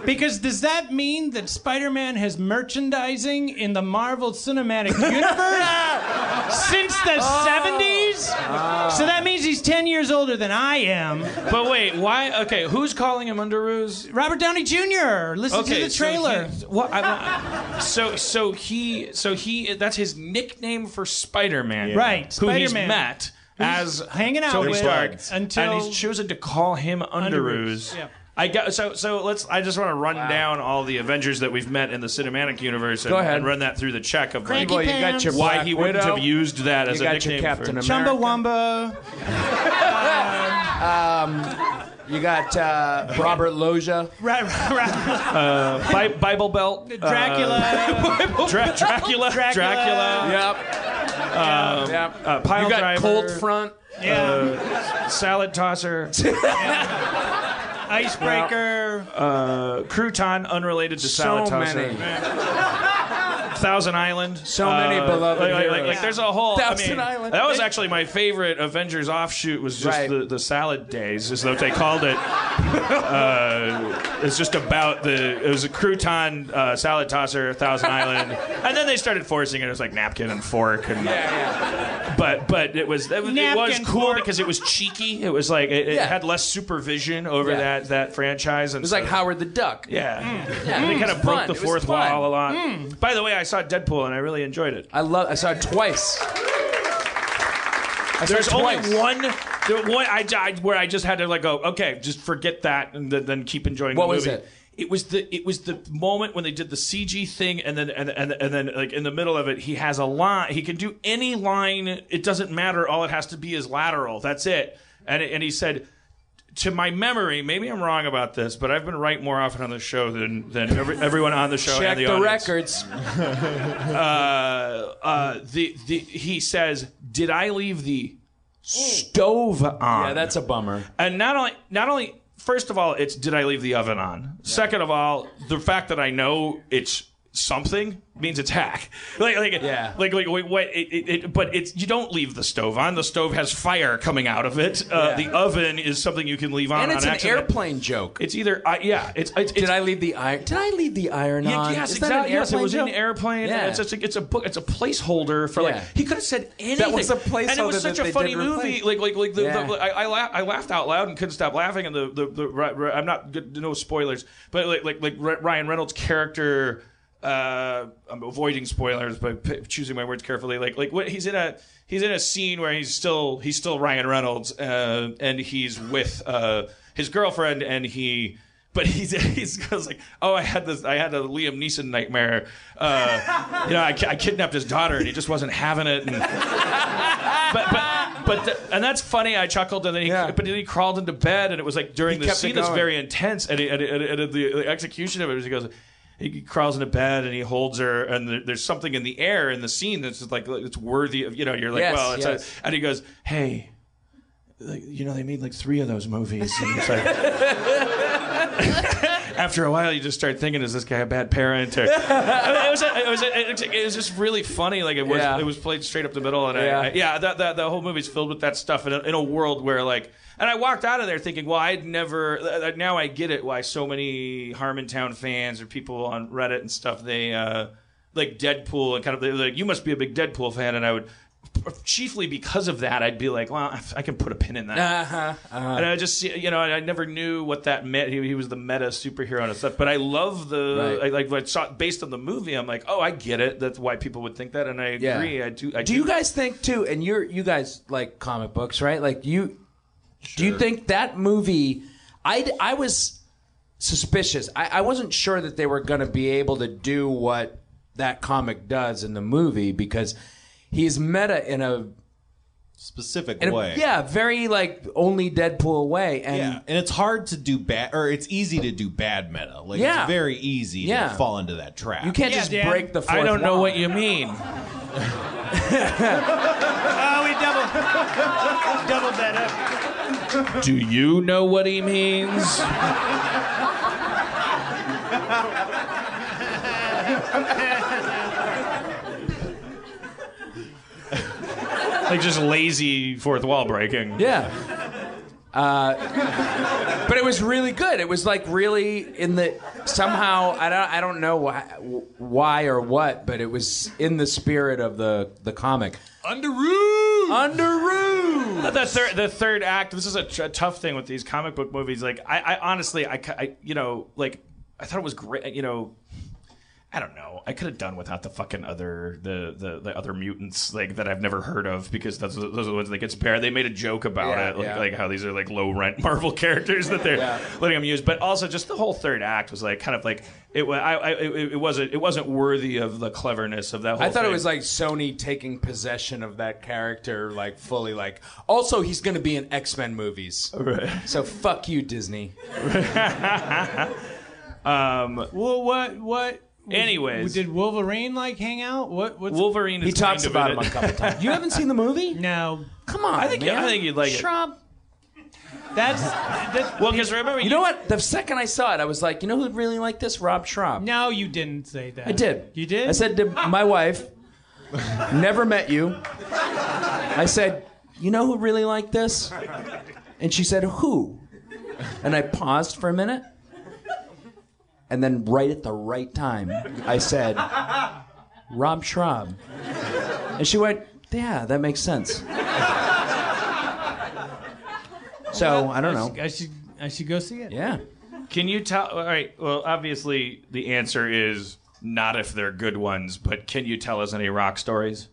Speaker 1: because does that mean that Spider-Man has merchandising in the Marvel Cinematic Universe since the seventies? So that means he's ten years older than I am.
Speaker 2: But wait, why? Okay, who's calling him underoos?
Speaker 1: Robert Downey Jr. Listen
Speaker 2: Okay,
Speaker 1: to the trailer.
Speaker 2: So, he, what, I, so so he so he that's his nickname for Spider-Man,
Speaker 1: Right,
Speaker 2: Who he's
Speaker 1: Spider-Man.
Speaker 2: met as
Speaker 1: hanging out
Speaker 2: Tony
Speaker 1: with
Speaker 2: Stark
Speaker 1: until-
Speaker 2: and he's chosen to call him Underoos.
Speaker 1: Underoos, yeah.
Speaker 2: I got, so so let's. I just want to run down all the Avengers that we've met in the cinematic universe and,
Speaker 5: Go ahead.
Speaker 2: and run that through the check of
Speaker 5: Well,
Speaker 2: like,
Speaker 5: you got your
Speaker 2: why
Speaker 5: Black
Speaker 2: he wouldn't
Speaker 5: Widow.
Speaker 2: have used that
Speaker 5: You
Speaker 2: as a
Speaker 5: got your
Speaker 2: nickname
Speaker 5: Captain
Speaker 2: for.
Speaker 5: America.
Speaker 1: Chumbawamba.
Speaker 5: You got uh, Robert Loja.
Speaker 1: Right, right, right.
Speaker 2: Bi- Bible Belt,
Speaker 1: Dracula.
Speaker 2: uh, Dra- Dracula, Dracula,
Speaker 1: Dracula.
Speaker 5: Yep. yep.
Speaker 2: uh, pile
Speaker 5: you got
Speaker 2: driver,
Speaker 5: Cold Front.
Speaker 1: yeah.
Speaker 2: salad tosser.
Speaker 1: Icebreaker.
Speaker 2: crouton unrelated to
Speaker 5: uh, So
Speaker 2: salad
Speaker 5: many.
Speaker 2: tosser. Thousand Island. Uh,
Speaker 5: So many beloved
Speaker 2: Like, like, like,
Speaker 5: heroes.
Speaker 2: like, there's a whole. I
Speaker 5: Thousand
Speaker 2: mean,
Speaker 5: Island.
Speaker 2: That was actually my favorite Avengers offshoot. Was just
Speaker 5: Right.
Speaker 2: the, the salad days, is what they called it. Uh, it's just about the. It was a crouton uh, salad tosser, Thousand Island, and then they started forcing it. It was like napkin and fork and. But but it was it, was- it was
Speaker 7: Napkin,
Speaker 2: cool
Speaker 7: fork.
Speaker 2: because it was cheeky. It was like it, it
Speaker 5: Yeah.
Speaker 2: had less supervision over
Speaker 5: Yeah.
Speaker 2: that that franchise. And
Speaker 5: It was like Howard the Duck.
Speaker 2: yeah.
Speaker 5: Yeah,
Speaker 2: They
Speaker 5: it
Speaker 2: kind
Speaker 5: was
Speaker 2: of
Speaker 5: fun.
Speaker 2: broke the
Speaker 5: It was
Speaker 2: fourth
Speaker 5: fun. Mm.
Speaker 2: wall a lot. By the way, I saw Deadpool and I really enjoyed it.
Speaker 5: I love. I saw it twice. I saw
Speaker 2: There's
Speaker 5: it
Speaker 2: only
Speaker 5: twice.
Speaker 2: one, the one I, I where I just had to like go. Okay, just forget that and then, then keep enjoying.
Speaker 5: What
Speaker 2: the
Speaker 5: was
Speaker 2: movie.
Speaker 5: it?
Speaker 2: It was the it was the moment when they did the CG thing and then and, and and then like in the middle of it he has a line he can do any line it doesn't matter all it has to be is lateral that's it and and he said to my memory maybe I'm wrong about this but I've been right more often on the show than than every, everyone on the show
Speaker 5: Check
Speaker 2: and the,
Speaker 5: the
Speaker 2: audience
Speaker 5: records.
Speaker 2: uh, the, the he says, "Did I leave the stove on?"
Speaker 8: Yeah, that's a bummer.
Speaker 2: and not only not only first of all, it's did I leave the oven on? Second of all, the fact that I know it's something means it's hack. Like like
Speaker 5: Yeah.
Speaker 2: like like wait, what it, it, it, but it's you don't leave the stove on. The stove has fire coming out of it. Uh,
Speaker 5: Yeah.
Speaker 2: The oven is something you can leave on.
Speaker 5: And it's
Speaker 2: on
Speaker 5: an
Speaker 2: accident.
Speaker 5: airplane joke.
Speaker 2: It's either I yeah. It's it's,
Speaker 5: Did
Speaker 2: it's
Speaker 5: I leave the iron? Did I leave the iron
Speaker 2: yeah,
Speaker 5: on?
Speaker 2: yes,
Speaker 5: Is that an
Speaker 2: exactly. yes, it
Speaker 5: airplane
Speaker 2: was an
Speaker 5: joke?
Speaker 2: airplane.
Speaker 5: Yeah.
Speaker 2: It's, it's, a, it's a book. It's a placeholder for
Speaker 5: Yeah.
Speaker 2: like he could have said anything.
Speaker 5: was a
Speaker 2: And it
Speaker 5: placeholder
Speaker 2: was such
Speaker 5: that
Speaker 2: a
Speaker 5: they
Speaker 2: funny
Speaker 5: did
Speaker 2: movie.
Speaker 5: replace.
Speaker 2: Like like like the,
Speaker 5: Yeah.
Speaker 2: the, I I, laugh, I laughed out loud and couldn't stop laughing. And the the, the Ri- Ri- I'm not good. No spoilers, but like like like Ri- Ryan Reynolds' character. Uh, I'm avoiding spoilers by p- choosing my words carefully. Like like what he's in a. He's in a scene where he's still he's still Ryan Reynolds, uh, and he's with uh, his girlfriend, and he but he's he's goes like, oh, I had this, I had a Liam Neeson nightmare. Uh, you know, I, ki- I kidnapped his daughter, and he just wasn't having it. And, but but but th- and that's funny. I chuckled, and then he
Speaker 5: Yeah.
Speaker 2: but then he crawled into bed, and it was like during
Speaker 5: He
Speaker 2: the
Speaker 5: kept
Speaker 2: scene
Speaker 5: it
Speaker 2: that's
Speaker 5: going.
Speaker 2: very intense, and, he, and, and, and the, the execution of it is he goes. He crawls into bed and he holds her, and there, there's something in the air in the scene that's just like it's worthy of you know. You're like,
Speaker 5: Yes,
Speaker 2: well, it's
Speaker 5: yes.
Speaker 2: a, and he goes, hey, like, you know, they made like three of those movies. And it's like, after a while, you just start thinking, is this guy a bad parent? Or, I mean, it, was, it, was, it was just really funny. Like it was,
Speaker 5: Yeah.
Speaker 2: it was played straight up the middle, and
Speaker 5: Yeah.
Speaker 2: I, I, yeah, that, that the whole movie's filled with that stuff in a, in a world where like. And I walked out of there thinking, well, I'd never. uh, uh, Now I get it why so many Harmontown fans or people on Reddit and stuff they uh, like Deadpool and kind of they're like you must be a big Deadpool fan, and I would chiefly because of that I'd be like, well, I I can put a pin in that.
Speaker 5: Uh-huh. Uh-huh.
Speaker 2: And I just, see- you know, I I never knew what that meant. He, he was the meta superhero and stuff. But I love the,
Speaker 5: Right.
Speaker 2: I, like, when I saw based on the movie, I'm like, oh, I get it. That's why people would think that, and I
Speaker 5: Yeah.
Speaker 2: agree. I do. I
Speaker 5: Do you guys think too? And you're you guys like comic books, right? Like you, do you think that movie? I I was suspicious. I, I wasn't sure that they were going to be able to do what that comic does in the movie because he's meta in a,
Speaker 3: Specific
Speaker 5: in a-
Speaker 3: way.
Speaker 5: yeah very like only Deadpool way and.
Speaker 3: Yeah, and it's hard to do bad, or it's easy to do bad meta. Like
Speaker 5: Yeah.
Speaker 3: it's very easy
Speaker 5: Yeah.
Speaker 3: to fall into that trap.
Speaker 5: You can't
Speaker 7: Yeah,
Speaker 5: just
Speaker 7: Dan.
Speaker 5: break the fourth
Speaker 2: I don't know
Speaker 5: wall.
Speaker 2: what you mean.
Speaker 7: Oh, we doubled, doubled that up.
Speaker 2: do you know what he means? like just lazy fourth wall breaking.
Speaker 5: Yeah. Uh, but it was really good. It was like really in the somehow I don't I don't know why why or what, but it was in the spirit of the the comic.
Speaker 8: Underoos!
Speaker 5: Underoos.
Speaker 2: the third the third act this is a, tr- a tough thing with these comic book movies like i, I honestly I, ca- I you know like i thought it was great you know i don't know i could have done without the fucking other the, the the other mutants like that i've never heard of because that's those are the ones that get spared they made a joke about
Speaker 5: Yeah,
Speaker 2: it like,
Speaker 5: yeah.
Speaker 2: like how these are like low rent marvel characters that they're letting them use but also just the whole third act was like kind of like it wa- I, I it, it wasn't it wasn't worthy of the cleverness of that whole
Speaker 5: I thought it
Speaker 2: thing.
Speaker 5: was like Sony taking possession of that character, like fully. Like, also he's going to be in X Men movies. So fuck you, Disney.
Speaker 2: um
Speaker 7: Well, what, what?
Speaker 2: Anyways.
Speaker 7: did Wolverine like hang out? What? What's
Speaker 2: wolverine is
Speaker 5: He talks
Speaker 2: kind of
Speaker 5: about him
Speaker 2: in
Speaker 5: a
Speaker 2: it.
Speaker 5: couple times. You haven't seen the movie?
Speaker 7: no?
Speaker 5: Come on,
Speaker 2: I think-
Speaker 5: man.
Speaker 2: I think you'd like it.
Speaker 5: Shrub.
Speaker 1: That's, that's
Speaker 2: Well, because remember,
Speaker 5: You know what? The second I saw it, I was like, you know who'd really like this? Rob Schraub.
Speaker 1: No, you didn't say that.
Speaker 5: I did.
Speaker 1: You did?
Speaker 5: I said to my wife, never met you. I said, you know who really liked this? And she said, who? And I paused for a minute. And then, right at the right time, I said, Rob Schraub. And she went, yeah, that makes sense. So, I don't know.
Speaker 1: I should, I should go see it.
Speaker 5: Yeah.
Speaker 2: Can you tell? All right. Well, obviously, the answer is not if they're good ones, but can you tell us any rock stories?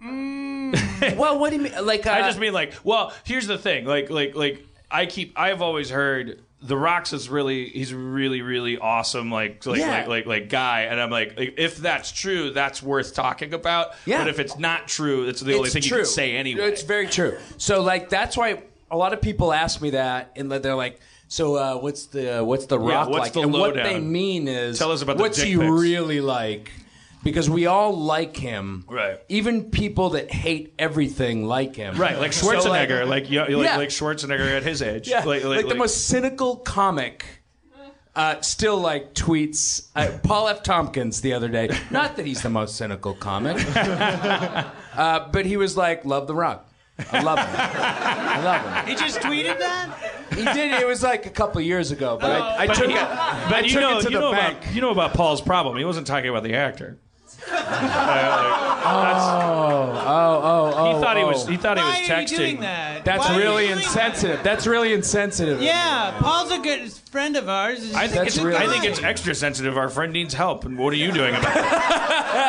Speaker 5: Well, what do you mean? Like, uh,
Speaker 2: I just mean like, well, here's the thing. Like, like, like, I keep. I've always heard the Rocks is really. He's really, really awesome. Like, like,
Speaker 5: Yeah.
Speaker 2: like, like, like, guy. And I'm like, like, if that's true, that's worth talking about.
Speaker 5: Yeah.
Speaker 2: But if it's not true, that's the only thing you can say anyway.
Speaker 5: It's very true. So like that's why a lot of people ask me that, and they're like, "So uh, what's the what's the rock
Speaker 2: what's
Speaker 5: like?"
Speaker 2: the
Speaker 5: and what
Speaker 2: lowdown?
Speaker 5: they mean is,
Speaker 2: Tell us about the
Speaker 5: what's
Speaker 2: dick
Speaker 5: he
Speaker 2: pics."
Speaker 5: really like? Because we all like him,
Speaker 2: Right.
Speaker 5: Even people that hate everything like him,
Speaker 2: Right, like
Speaker 5: So,
Speaker 2: Schwarzenegger, like yo- like,
Speaker 5: Yeah.
Speaker 2: like Schwarzenegger at his age,
Speaker 5: yeah, like, the most cynical comic. Uh, still like tweets uh, Paul F. Tompkins the other day. Not that he's the most cynical comic, uh, but he was like, "Love the Rock, I love him, I love
Speaker 1: He just tweeted that?
Speaker 5: him." He did. It was like a couple years ago, but I, I
Speaker 2: But,
Speaker 5: took
Speaker 2: you-
Speaker 5: it.
Speaker 2: but
Speaker 5: I
Speaker 2: you
Speaker 5: took
Speaker 2: know,
Speaker 5: it to
Speaker 2: you
Speaker 5: the
Speaker 2: know
Speaker 5: bank.
Speaker 2: about you know about Paul's problem. He wasn't talking about the actor.
Speaker 5: oh, oh, oh!
Speaker 2: He thought he was.
Speaker 5: oh.
Speaker 2: He thought
Speaker 1: Why
Speaker 2: he was
Speaker 1: are
Speaker 2: texting.
Speaker 1: you doing that?
Speaker 5: That's
Speaker 1: Why are you
Speaker 5: really
Speaker 1: doing
Speaker 5: insensitive. That's really insensitive.
Speaker 1: that? Yeah, Paul's a good friend of ours.
Speaker 2: I think,
Speaker 5: That's
Speaker 2: it's,
Speaker 5: really-
Speaker 2: I think it's extra sensitive. Our friend needs help, and what are you doing about it?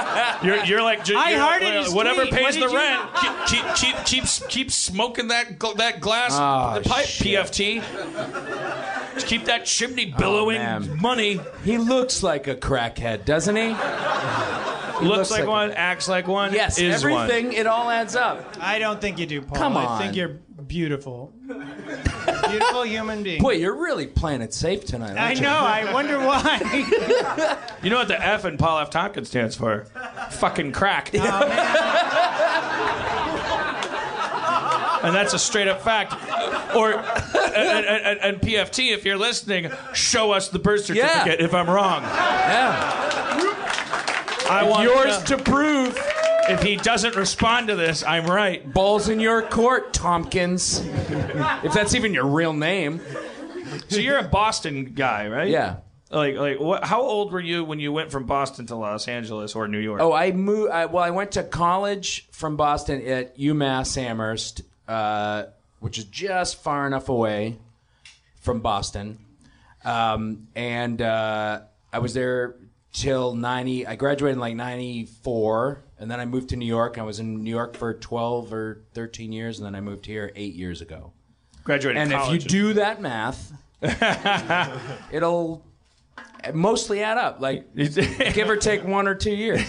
Speaker 2: You're, you're like, j-
Speaker 1: I
Speaker 2: you're-
Speaker 1: hearted his
Speaker 2: whatever
Speaker 1: tweet. What
Speaker 2: pays
Speaker 1: did
Speaker 2: the
Speaker 1: you-
Speaker 2: rent. Keep, keep, keep, keep, s- keep smoking that gl- that glass
Speaker 5: Ah,
Speaker 2: the pipe
Speaker 5: shit.
Speaker 2: PFT. Just keep that chimney billowing
Speaker 5: man.
Speaker 2: money.
Speaker 5: He looks like a crackhead, doesn't he?
Speaker 2: Looks, like,
Speaker 5: like
Speaker 2: one, acts like one.
Speaker 5: Yes,
Speaker 2: is one.
Speaker 5: everything. It all adds up.
Speaker 1: I don't think you do, Paul.
Speaker 5: Come
Speaker 1: I think
Speaker 5: on.
Speaker 1: you're beautiful. beautiful human being.
Speaker 5: Boy, you're really playing it safe tonight.
Speaker 1: I
Speaker 5: aren't you?
Speaker 1: know. I wonder why.
Speaker 2: You know what the F in Paul F. Tompkins stands for? Fucking crack.
Speaker 5: Oh,
Speaker 2: and that's a straight up fact. Or and, and- and- and PFT, if you're listening, show us the birth
Speaker 5: Yeah.
Speaker 2: certificate if I'm wrong.
Speaker 5: Yeah.
Speaker 2: I want
Speaker 5: Yours
Speaker 2: to
Speaker 5: to prove.
Speaker 2: know if he doesn't respond to this, I'm right.
Speaker 5: Balls in your court, Tompkins. if that's even your real name.
Speaker 2: So you're a Boston guy, right?
Speaker 5: Yeah.
Speaker 2: Like like what how old were you when you went from Boston to Los Angeles or New York?
Speaker 5: Oh, I moved. I, well, I went to college from Boston at UMass Amherst, uh, which is just far enough away from Boston. Um, and uh, I was there till 90. I graduated in like 94. And then I moved to New York. I was in New York for 12 or 13 years. And then I moved here eight years ago.
Speaker 2: Graduated
Speaker 5: And if
Speaker 2: college.
Speaker 5: you do that math, it'll mostly add up, like give or take one or two years.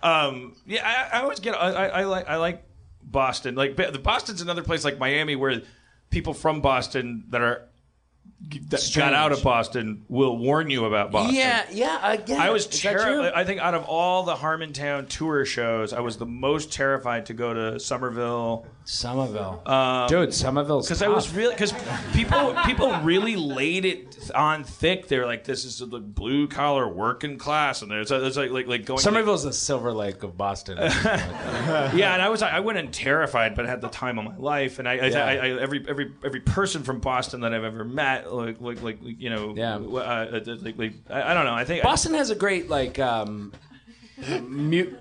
Speaker 2: Um, yeah, I, I always get. I, I, I like. I like Boston. Like Ba- the Boston's another place like Miami where people from Boston that are that got
Speaker 5: Strange.
Speaker 2: out of Boston will warn you about Boston.
Speaker 5: Yeah, yeah, uh, yeah.
Speaker 2: I was
Speaker 5: Is that true? Uh,
Speaker 2: terrified. I think out of all the Harmontown tour shows, I was the most terrified to go to Somerville
Speaker 5: Somerville, dude. Somerville's
Speaker 2: because I was really because people people really laid it on thick. They're like, this is the blue collar working class, and there's it's like like like going.
Speaker 5: Somerville's the Silver Lake of Boston.
Speaker 2: Yeah, and I was I went in terrified, but had the time of my life. And I, I, I, I every every every person from Boston that I've ever met, like like like you know,
Speaker 5: Yeah.
Speaker 2: uh, uh, like, like I, I don't know. I think
Speaker 5: Boston has a great like um, mu-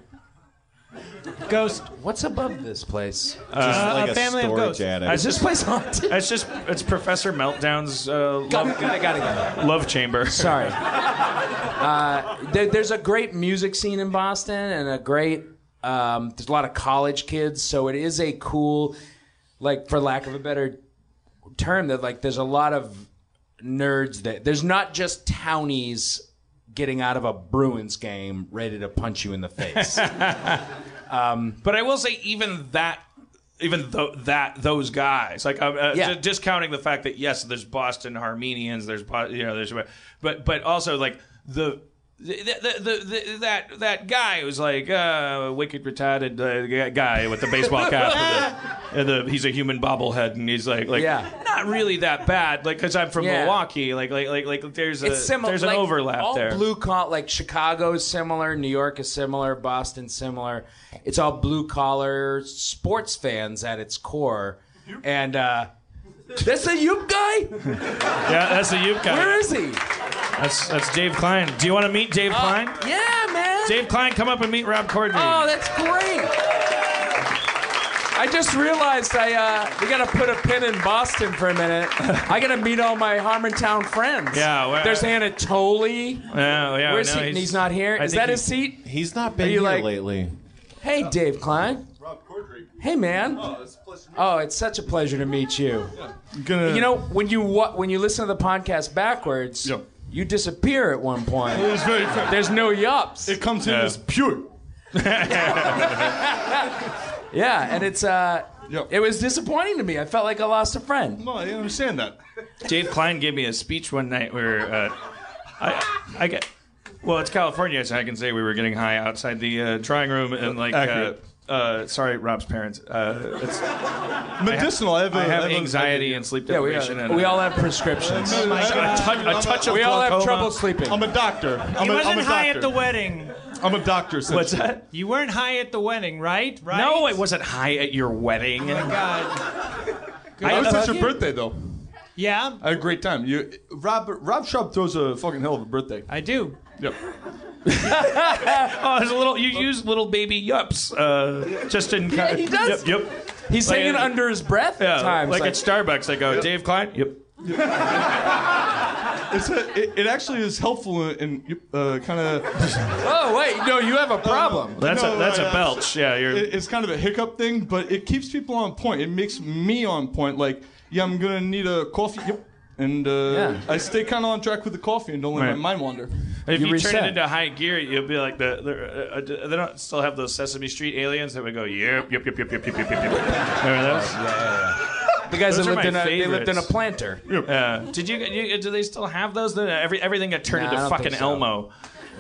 Speaker 1: Ghost.
Speaker 5: What's above this place?
Speaker 3: Just like
Speaker 1: a
Speaker 3: a,
Speaker 1: family of
Speaker 3: storage
Speaker 1: ghosts.
Speaker 3: attic.
Speaker 5: Is
Speaker 2: As-
Speaker 5: this place haunted?
Speaker 2: it's just it's Professor Meltdown's uh, love,
Speaker 5: gotta, gotta go.
Speaker 2: love chamber.
Speaker 5: Sorry. Uh, there, there's a great music scene in Boston, and a great um, there's a lot of college kids, so it is a cool, like for lack of a better term, that like there's a lot of nerds that there's not just townies getting out of a Bruins game ready to punch you in the face.
Speaker 2: But I will say, even that. Even though that those guys, like I'm uh,
Speaker 5: Yeah.
Speaker 2: ju- discounting the fact that yes, there's Boston Armenians, there's Bo- you know, there's but but also like the the, the, the, the, that that guy who's like uh, wicked retarded uh, guy with the baseball cap and, the, and the he's a human bobblehead and he's like like
Speaker 5: Yeah.
Speaker 2: not really that bad like because I'm from
Speaker 5: Yeah.
Speaker 2: Milwaukee like like like like there's a
Speaker 5: it's similar.
Speaker 2: there's an
Speaker 5: like,
Speaker 2: overlap
Speaker 5: all
Speaker 2: there
Speaker 5: blue collar, like Chicago's similar, New York is similar, Boston's similar. It's all blue collar sports fans at its core. And uh, that's the Yoop guy.
Speaker 2: yeah that's the Yuke guy
Speaker 5: Where is Oh. he?
Speaker 2: that's that's Dave Klein do you want to meet Dave Klein
Speaker 5: Yeah, man.
Speaker 2: Dave Klein come up and meet Rob Corddry
Speaker 5: Oh, that's great. I just realized I uh, we gotta put a pin in Boston for a minute. I gotta meet all my Harmontown friends.
Speaker 2: Yeah, well-
Speaker 5: there's Anatoly.
Speaker 2: yeah, Oh, yeah,
Speaker 5: Where's
Speaker 2: no,
Speaker 5: he? He's, not here.
Speaker 2: I
Speaker 5: Is
Speaker 2: think
Speaker 5: that
Speaker 2: he-
Speaker 5: his seat?
Speaker 3: He's not been
Speaker 5: Are you
Speaker 3: here
Speaker 5: like-
Speaker 3: lately.
Speaker 5: Hey, Dave Klein.
Speaker 9: Rob Cordry.
Speaker 5: Hey, man.
Speaker 9: Oh, it's a pleasure. to meet
Speaker 5: Oh, it's such a pleasure to meet you.
Speaker 2: Gonna-
Speaker 5: You know, when you wa- when you listen to the podcast backwards,
Speaker 9: Yep.
Speaker 5: you disappear at one
Speaker 9: you.
Speaker 5: point.
Speaker 9: It's very fair.
Speaker 5: There's no yups.
Speaker 9: It comes in
Speaker 2: Yeah.
Speaker 9: as pure.
Speaker 5: Yeah, and it's uh,
Speaker 9: Yep.
Speaker 5: it was disappointing to me. I felt like I lost a friend.
Speaker 9: No, I understand that.
Speaker 2: Dave Klein gave me a speech one night where uh, I, I get, well, it's California, so I can say we were getting high outside the uh, drawing room and like, uh,
Speaker 9: Accurate.
Speaker 2: uh, sorry, Rob's parents. Uh, it's,
Speaker 9: Medicinal. I have, a-
Speaker 2: I have
Speaker 9: a-
Speaker 2: anxiety and sleep
Speaker 5: Yeah, we,
Speaker 2: deprivation.
Speaker 5: uh,
Speaker 2: and,
Speaker 5: we all have prescriptions.
Speaker 9: I'm a-
Speaker 2: a touch, a touch of
Speaker 5: We all have
Speaker 2: glaucoma.
Speaker 5: trouble sleeping.
Speaker 9: I'm a doctor. I'm
Speaker 1: You
Speaker 9: a,
Speaker 1: wasn't
Speaker 9: I'm a
Speaker 1: high
Speaker 9: doctor.
Speaker 1: at the wedding.
Speaker 9: I'm a doctor. Since
Speaker 2: What's that?
Speaker 1: You weren't high at the wedding, right? Right?
Speaker 2: No, I wasn't high at your wedding.
Speaker 1: Oh my God.
Speaker 9: I was
Speaker 2: I-
Speaker 9: at your birthday though.
Speaker 1: Yeah,
Speaker 9: I had a great time. You, Rob, Rob Shrub throws a fucking hell of a birthday.
Speaker 1: I do.
Speaker 9: Yep.
Speaker 2: oh, there's a little. You use little baby yups, uh, just in. Yeah,
Speaker 5: he does.
Speaker 2: Yep, yep.
Speaker 5: He's
Speaker 2: Like,
Speaker 5: singing
Speaker 2: uh,
Speaker 5: under his breath
Speaker 2: Yeah,
Speaker 5: at times.
Speaker 2: like, at Starbucks, I go, Dave Klein. Yep.
Speaker 9: It's a, it, it actually is helpful in, in uh, kind of.
Speaker 5: oh wait, no, you have a problem.
Speaker 2: That's
Speaker 9: No,
Speaker 2: a that's
Speaker 9: no,
Speaker 2: a
Speaker 9: no.
Speaker 2: belch. Yeah, you're.
Speaker 9: uh, it- it's kind of a hiccup thing, but it keeps people on point. It makes me on point. Like, yeah, I'm gonna need a coffee. Yep. And uh,
Speaker 5: Yeah.
Speaker 9: I stay kind of on track with the coffee and don't let
Speaker 2: Right.
Speaker 9: my mind wander.
Speaker 2: If you,
Speaker 5: You
Speaker 2: turn
Speaker 5: reset.
Speaker 2: it into high gear, you'll be like the, the uh, uh, they don't still have those Sesame Street aliens that would go yep yep yep yep yep yep yep yep. yep. Remember those?
Speaker 5: The guys
Speaker 2: Those
Speaker 5: that
Speaker 2: are
Speaker 5: lived in
Speaker 2: my
Speaker 5: a they lived in a
Speaker 2: favorites.
Speaker 5: planter.
Speaker 2: Yeah. Did you, you do they still have those? Then every everything got turned
Speaker 5: Nah, I
Speaker 2: into
Speaker 5: don't
Speaker 2: fucking
Speaker 5: think so.
Speaker 2: Elmo.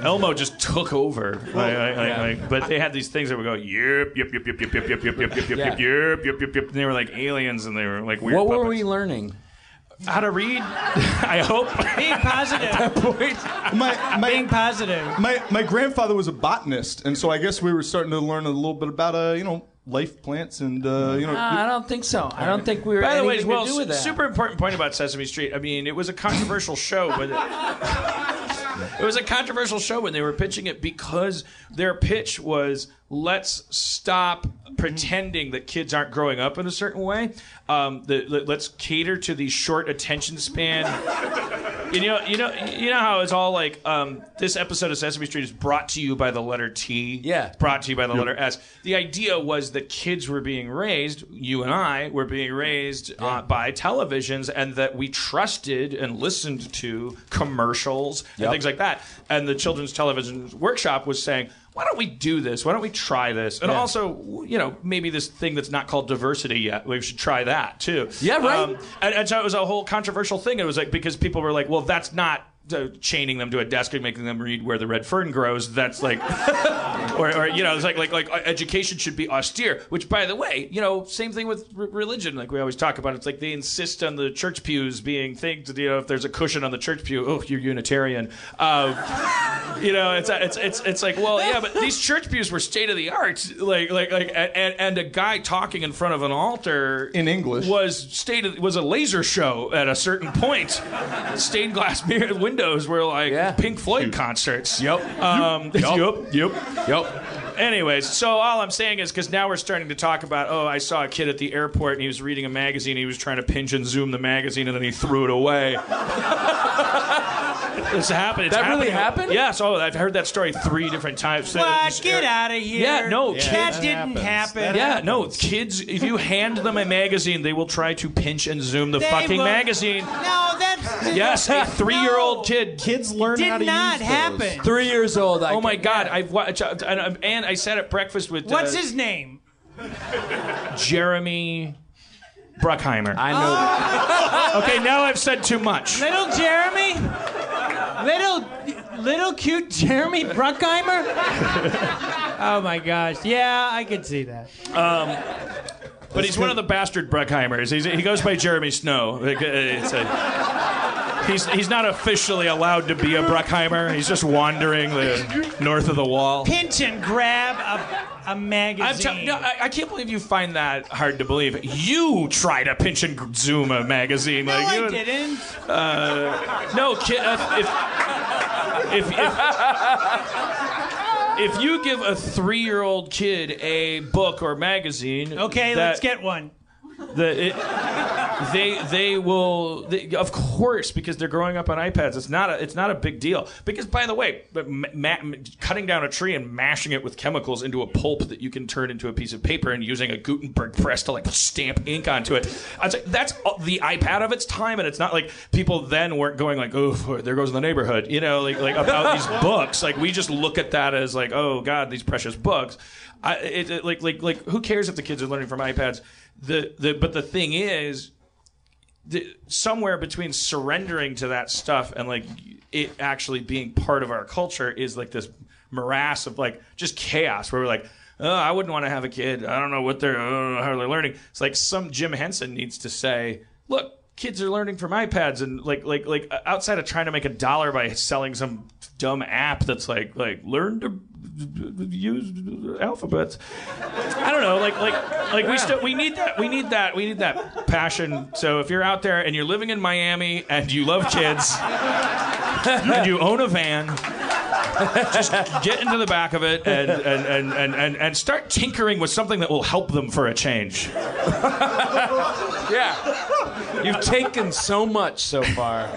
Speaker 2: Elmo just took over. Like, like, like, like, but they had these things that would go yep yep yep yep yep yep yep yep yep yep
Speaker 5: Yeah.
Speaker 2: yep yep yep yep yep yep. And they were like aliens, and they were like weird.
Speaker 5: What were
Speaker 2: puppets.
Speaker 5: we learning?
Speaker 2: How to read? I hope.
Speaker 1: Being positive.
Speaker 9: My my
Speaker 1: Being positive.
Speaker 9: my, my grandfather was a botanist, and so I guess we were starting to learn a little bit about uh, you know life plants and uh, you know.
Speaker 5: Uh, I don't think so. I don't think we were
Speaker 2: By the way,
Speaker 5: anything
Speaker 2: well,
Speaker 5: to do with that.
Speaker 2: super important point about Sesame Street. I mean, it was a controversial show, but it, it was a controversial show when they were pitching it because their pitch was let's stop pretending that kids aren't growing up in a certain way. Um, the, let- let's cater to the short attention span. And you know, you know, you know how it's all like um, this episode of Sesame Street is brought to you by the letter T.
Speaker 5: Yeah.
Speaker 2: Brought to you by the letter S. The idea was that kids were being raised, you and I were being raised uh, by televisions, and that we trusted and listened to commercials and
Speaker 5: Yep.
Speaker 2: things like that. And the Children's Television Workshop was saying, why don't we do this? Why don't we try this? And also, you know, maybe this thing that's not called diversity yet, we should try that too. Um,
Speaker 5: Yeah, right.
Speaker 2: and, and so it was a whole controversial thing. It was like because people were like, well, that's not. uh, chaining them to a desk and making them read where the red fern grows that's like or, or you know, it's like like like uh, education should be austere. Which, by the way, you know, same thing with r- religion. Like we always talk about, it's like they insist on the church pews being things. You know, if there's a cushion on the church pew, oh, you're Unitarian. Uh, you know, it's it's it's it's like, well, yeah, but these church pews were state of the art. Like like like, and, and and a guy talking in front of an altar
Speaker 9: In English.
Speaker 2: was state of, was a laser show at a certain point. Stained glass mirror windows were like
Speaker 5: Yeah.
Speaker 2: Pink Floyd concerts.
Speaker 5: Yep.
Speaker 2: Um, yep. Yep.
Speaker 5: Yep.
Speaker 2: Anyways, so all I'm saying is because now we're starting to talk about, oh, I saw a kid at the airport and he was reading a magazine. he was trying to pinch and zoom the magazine and then he threw it away. it's happened. It's
Speaker 5: That really
Speaker 2: happening.
Speaker 5: happened?
Speaker 2: Yes. Oh, I've heard that story three different times.
Speaker 1: What? Get out of here.
Speaker 2: Yeah, no,
Speaker 1: That
Speaker 2: Yeah,
Speaker 3: that
Speaker 1: didn't
Speaker 3: happens.
Speaker 1: happen.
Speaker 2: Yeah, no, kids, if you hand them a magazine, they will try to pinch and zoom the
Speaker 1: They
Speaker 2: fucking
Speaker 1: will-
Speaker 2: magazine.
Speaker 1: No, that's.
Speaker 2: Yes, a three year old kid
Speaker 3: Kids learn how to
Speaker 1: Did not
Speaker 3: use Those.
Speaker 1: happen.
Speaker 5: Three years old. I
Speaker 2: Oh my
Speaker 5: can-
Speaker 2: God! I've watched, and, and I sat at breakfast with uh,
Speaker 1: What's his name?
Speaker 2: Jeremy Bruckheimer.
Speaker 5: I know.
Speaker 2: Okay, now I've said too much.
Speaker 1: Little Jeremy? Little little cute Jeremy Bruckheimer? oh my gosh. Yeah, I could see that.
Speaker 2: But he's one of the bastard Breckheimers. He's, he goes by Jeremy Snow. Like, uh, it's a- he's, he's not officially allowed to be a Breckheimer. He's just wandering the north of the wall.
Speaker 1: Pinch and grab a, a
Speaker 2: I'm
Speaker 1: magazine.
Speaker 2: tell- no, I, I can't believe you find that hard to believe. You try to pinch and gr- zoom a magazine.
Speaker 1: no,
Speaker 2: like,
Speaker 1: I
Speaker 2: you-
Speaker 1: didn't.
Speaker 2: No, ki- uh, if, if, if, if, if you give a three year old kid a book or magazine.
Speaker 1: Okay,
Speaker 2: that-
Speaker 1: let's get one.
Speaker 2: The, it, they they will they, of course because they're growing up on iPads. It's not a it's not a big deal because by the way, but ma- ma- cutting down a tree and mashing it with chemicals into a pulp that you can turn into a piece of paper and using a Gutenberg press to like stamp ink onto it. I'd say that's all- the iPad of its time, and it's not like people then weren't going like, oh, there goes the neighborhood, you know, like like about these books. Like we just look at that as like, oh God, these precious books. I, it, it- like like like who cares if the kids are learning from iPads? The, the but the thing is the, somewhere between surrendering to that stuff and like it actually being part of our culture is like this morass of like just chaos where we're like oh, i wouldn't want to have a kid i don't know what they're I don't know how they're learning it's like some jim henson needs to say look kids are learning from ipads and like like like uh, outside of trying to make a dollar by selling some dumb app that's like like learn to uh, use alphabets I don't know, like like like we still we need that we need that we need that passion. So if you're out there and you're living in Miami and you love kids and you own a van, just get into the back of it and and, and, and, and and start tinkering with something that will help them for a change.
Speaker 5: Yeah. You've taken so much so far.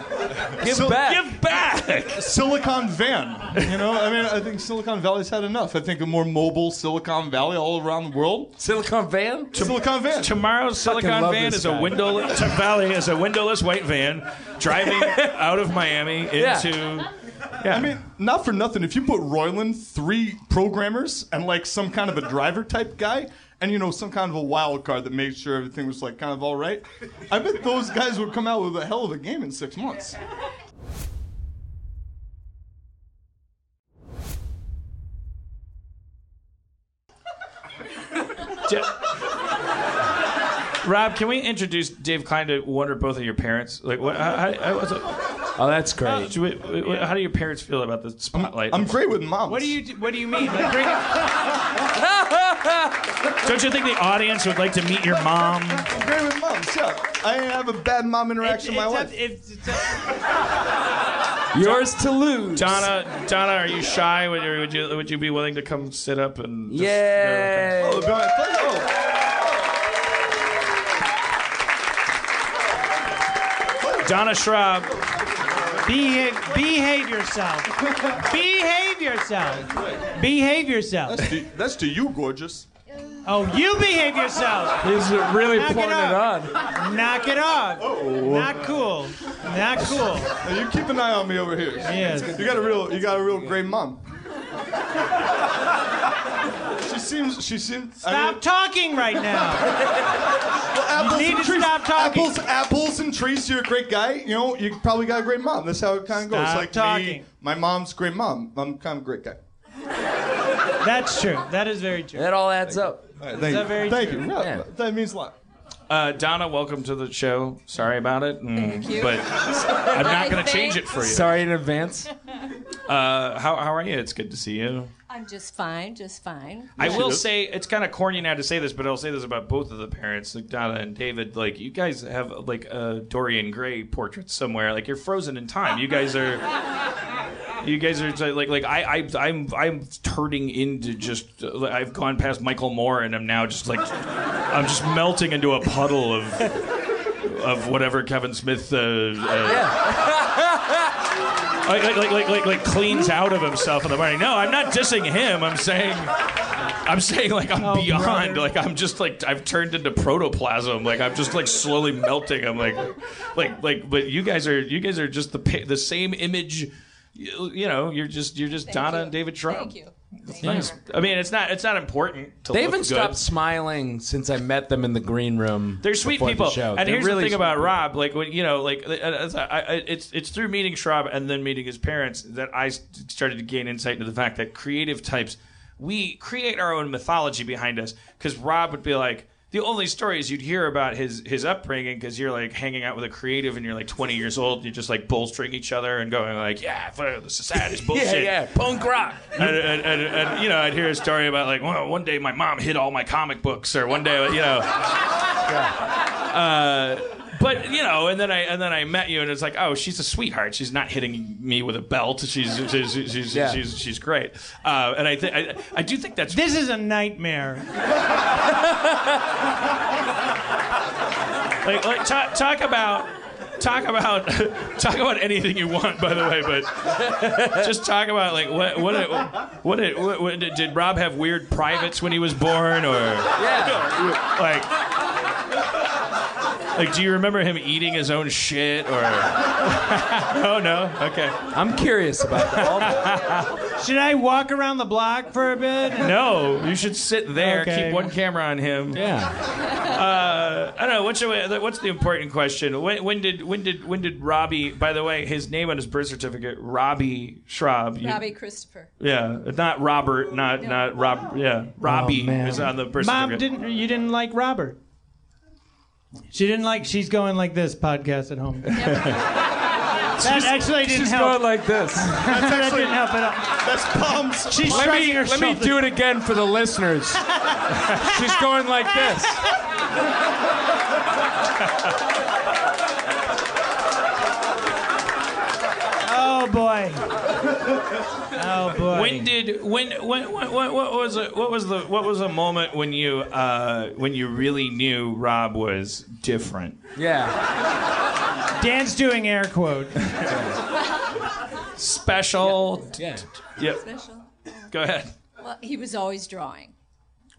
Speaker 5: Give back.
Speaker 2: Give back.
Speaker 9: Silicon Van. You know, I mean, I think Silicon Valley's had enough. I think a more mobile Silicon Valley all around the world.
Speaker 5: Silicon Van?
Speaker 9: Silicon Van.
Speaker 2: Tomorrow's Silicon
Speaker 5: love
Speaker 2: van
Speaker 5: this
Speaker 2: is
Speaker 5: guy.
Speaker 2: a windowless Valley is a windowless white van driving out of Miami
Speaker 5: Yeah.
Speaker 2: into
Speaker 9: I mean, not for nothing. If you put Royland, three programmers, and like some kind of a driver type guy, and you know some kind of a wild card that made sure everything was like kind of all right, I bet those guys would come out with a hell of a game in six months.
Speaker 2: Da- Rob, can we introduce Dave Klein to one or both of your parents? Like, what? How, how, how, was it-
Speaker 5: Oh, that's great.
Speaker 2: do we- we- we- how do your parents feel about the spotlight?
Speaker 9: I'm great with moms.
Speaker 1: What do you What do you mean? Like, bring it-
Speaker 2: Don't you think the audience would like to meet your mom?
Speaker 9: I'm great with moms. Yeah, I didn't have a bad mom interaction in my
Speaker 1: it's up-
Speaker 9: life.
Speaker 1: it's- it's up-
Speaker 5: Yours to lose.
Speaker 2: Donna, Donna, are you shy? Would you would you, would you be willing to come sit up and? just-
Speaker 5: Yay.
Speaker 9: Oh, it'd be my pleasure.
Speaker 2: Oh, Donna Schraub.
Speaker 1: behave, behave yourself. behave yourself. Behave yourself.
Speaker 9: That's Oh, to, that's to you, gorgeous.
Speaker 1: Oh, you behave yourself.
Speaker 5: He's really
Speaker 1: Knock it
Speaker 5: pouring it
Speaker 1: up.
Speaker 5: on.
Speaker 1: Knock it off. Not cool. Not cool.
Speaker 9: Now, you keep an eye on me over here.
Speaker 1: Yes.
Speaker 9: You got a real, you got a real great mom. she seems, she seems. I mean-
Speaker 1: Stop talking right now.
Speaker 9: apples
Speaker 1: need
Speaker 9: and
Speaker 1: to
Speaker 9: trees.
Speaker 1: stop talking.
Speaker 9: Apples, apples and trees. You're a great guy. You know, you probably got a great mom. That's how it kind of goes.
Speaker 1: Stop
Speaker 9: Like
Speaker 1: talking.
Speaker 9: me, my mom's great mom. I'm kind of a great guy.
Speaker 1: That's true. That is very true.
Speaker 5: That all adds up.
Speaker 9: All right, thank
Speaker 1: that
Speaker 9: you.
Speaker 1: very
Speaker 9: thank
Speaker 1: true?
Speaker 9: you. No,
Speaker 5: Yeah.
Speaker 9: That means a lot.
Speaker 2: Uh, Donna, welcome to the show. Sorry about it, mm,
Speaker 10: you.
Speaker 2: but I'm not going to change it for you.
Speaker 5: Sorry in advance.
Speaker 2: Uh, how how are you? It's good to see you.
Speaker 10: I'm just fine, just fine.
Speaker 2: I will say it's kind of corny now to say this, but I'll say this about both of the parents, like Donna and David. Like you guys have like a Dorian Gray portrait somewhere. Like you're frozen in time. You guys are, you guys are like like I, I I'm I'm turning into just uh, I've gone past Michael Moore and I'm now just like I'm just melting into a puddle of of whatever Kevin Smith. Uh, uh, Like, like, like, like, like, like cleans out of himself in the morning. No, I'm not dissing him. I'm saying, I'm saying like
Speaker 5: Oh,
Speaker 2: I'm beyond. Like I'm just like I've turned into protoplasm. Like I'm just like slowly melting. I'm like, like, like. But you guys are you guys are just the pa- the same image. You, you know, you're just you're just Donna
Speaker 10: you.
Speaker 2: and David Trump.
Speaker 10: Thank you.
Speaker 2: Nice. I mean, it's not it's not important. To
Speaker 5: They
Speaker 2: look
Speaker 5: haven't
Speaker 2: good.
Speaker 5: stopped smiling since I met them in the green room.
Speaker 2: They're sweet
Speaker 5: before the
Speaker 2: people.
Speaker 5: show.
Speaker 2: And
Speaker 5: They're
Speaker 2: here's
Speaker 5: really
Speaker 2: the
Speaker 5: sweet
Speaker 2: thing about
Speaker 5: people.
Speaker 2: Rob, like when, you know, like uh, as I, I, it's it's through meeting Schwab and then meeting his parents that I s- started to gain insight into the fact that creative types we create our own mythology behind us because Rob would be like. The only stories you'd hear about his his upbringing, because you're like hanging out with a creative and you're like 20 years old, and you're just like bolstering each other and going like, yeah, fuck, the society's
Speaker 5: Yeah,
Speaker 2: bullshit.
Speaker 5: yeah, punk rock.
Speaker 2: and, and, and, and you know, I'd hear a story about like, well, one day my mom hid all my comic books, or one day, you know. Uh, but you know, and then I and then I met you, and it's like, oh, she's a sweetheart. She's not hitting me with a belt. She's she's she's she's
Speaker 5: Yeah.
Speaker 2: she's, she's great. Uh, and I think I I do think that's
Speaker 1: This is a nightmare.
Speaker 2: like, like talk, talk about talk about talk about anything you want by the way but just talk about like what what it, what, it, what, what did, did rob have weird privates when he was born or yeah like like do you remember him eating his own shit or oh no okay
Speaker 5: I'm curious about that.
Speaker 1: Should I walk around the block for a bit?
Speaker 2: no you should sit there
Speaker 1: Okay.
Speaker 2: keep one camera on him
Speaker 5: Yeah.
Speaker 2: I don't know. What's the, what's the important question? When, when did when did when did Robbie? By the way, his name on his birth certificate, Robbie Schraub. You-
Speaker 10: Robbie Christopher.
Speaker 2: Yeah, not Robert. Not not Rob. Yeah, Robbie
Speaker 5: man.
Speaker 2: is on the birth
Speaker 1: Oh, Mom
Speaker 2: certificate.
Speaker 1: didn't. You didn't like Robert. She didn't like. She's going like this podcast at home. that actually didn't
Speaker 5: She's
Speaker 1: help.
Speaker 5: going like this.
Speaker 1: that didn't help at all.
Speaker 9: That's palms.
Speaker 1: She's
Speaker 5: Let
Speaker 1: striking
Speaker 5: me, let
Speaker 1: herself.
Speaker 5: me do it again for the listeners. She's going like this.
Speaker 1: Oh boy. Oh boy.
Speaker 2: When did when when what, what, what was it? What was the what was a moment when you uh, when you really knew Rob was different?
Speaker 5: Yeah.
Speaker 1: Dan's doing air quote.
Speaker 2: Special.
Speaker 5: Yeah.
Speaker 2: Yep.
Speaker 10: Special.
Speaker 2: Go ahead.
Speaker 10: Well, he was always drawing.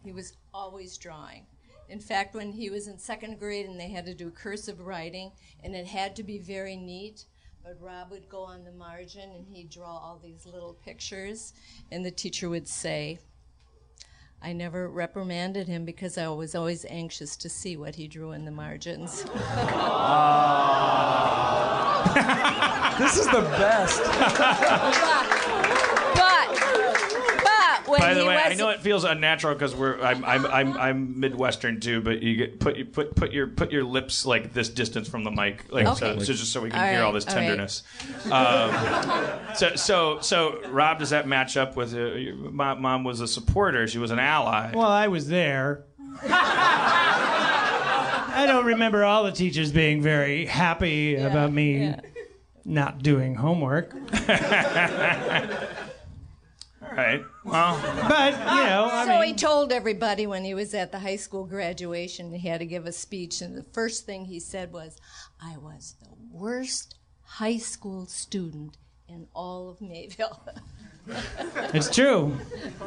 Speaker 10: He was always drawing. In fact, when he was in second grade and they had to do cursive writing, and it had to be very neat, but Rob would go on the margin and he'd draw all these little pictures, and the teacher would say, I never reprimanded him because I was always anxious to see what he drew in the margins.
Speaker 5: This is the best.
Speaker 10: But, but when
Speaker 2: By the
Speaker 10: he
Speaker 2: way,
Speaker 10: was
Speaker 2: I know it feels unnatural because we're I'm, I'm I'm I'm Midwestern too, but you get put you put put your put your lips like this distance from the mic, like so,
Speaker 10: Okay.
Speaker 2: so just so we can
Speaker 10: All
Speaker 2: hear
Speaker 10: right,
Speaker 2: all this
Speaker 10: all right.
Speaker 2: tenderness. Um, so so so Rob, does that match up with uh, your mom? Mom was a supporter; she was an ally.
Speaker 1: Well, I was there. I don't remember all the teachers being very happy about me
Speaker 10: yeah.
Speaker 1: not doing homework.
Speaker 2: all right. Well,
Speaker 1: But, you know, I
Speaker 10: So
Speaker 1: mean,
Speaker 10: he told everybody when he was at the high school graduation, he had to give a speech, and the first thing he said was, I was the worst high school student in all of Mayville.
Speaker 1: it's true.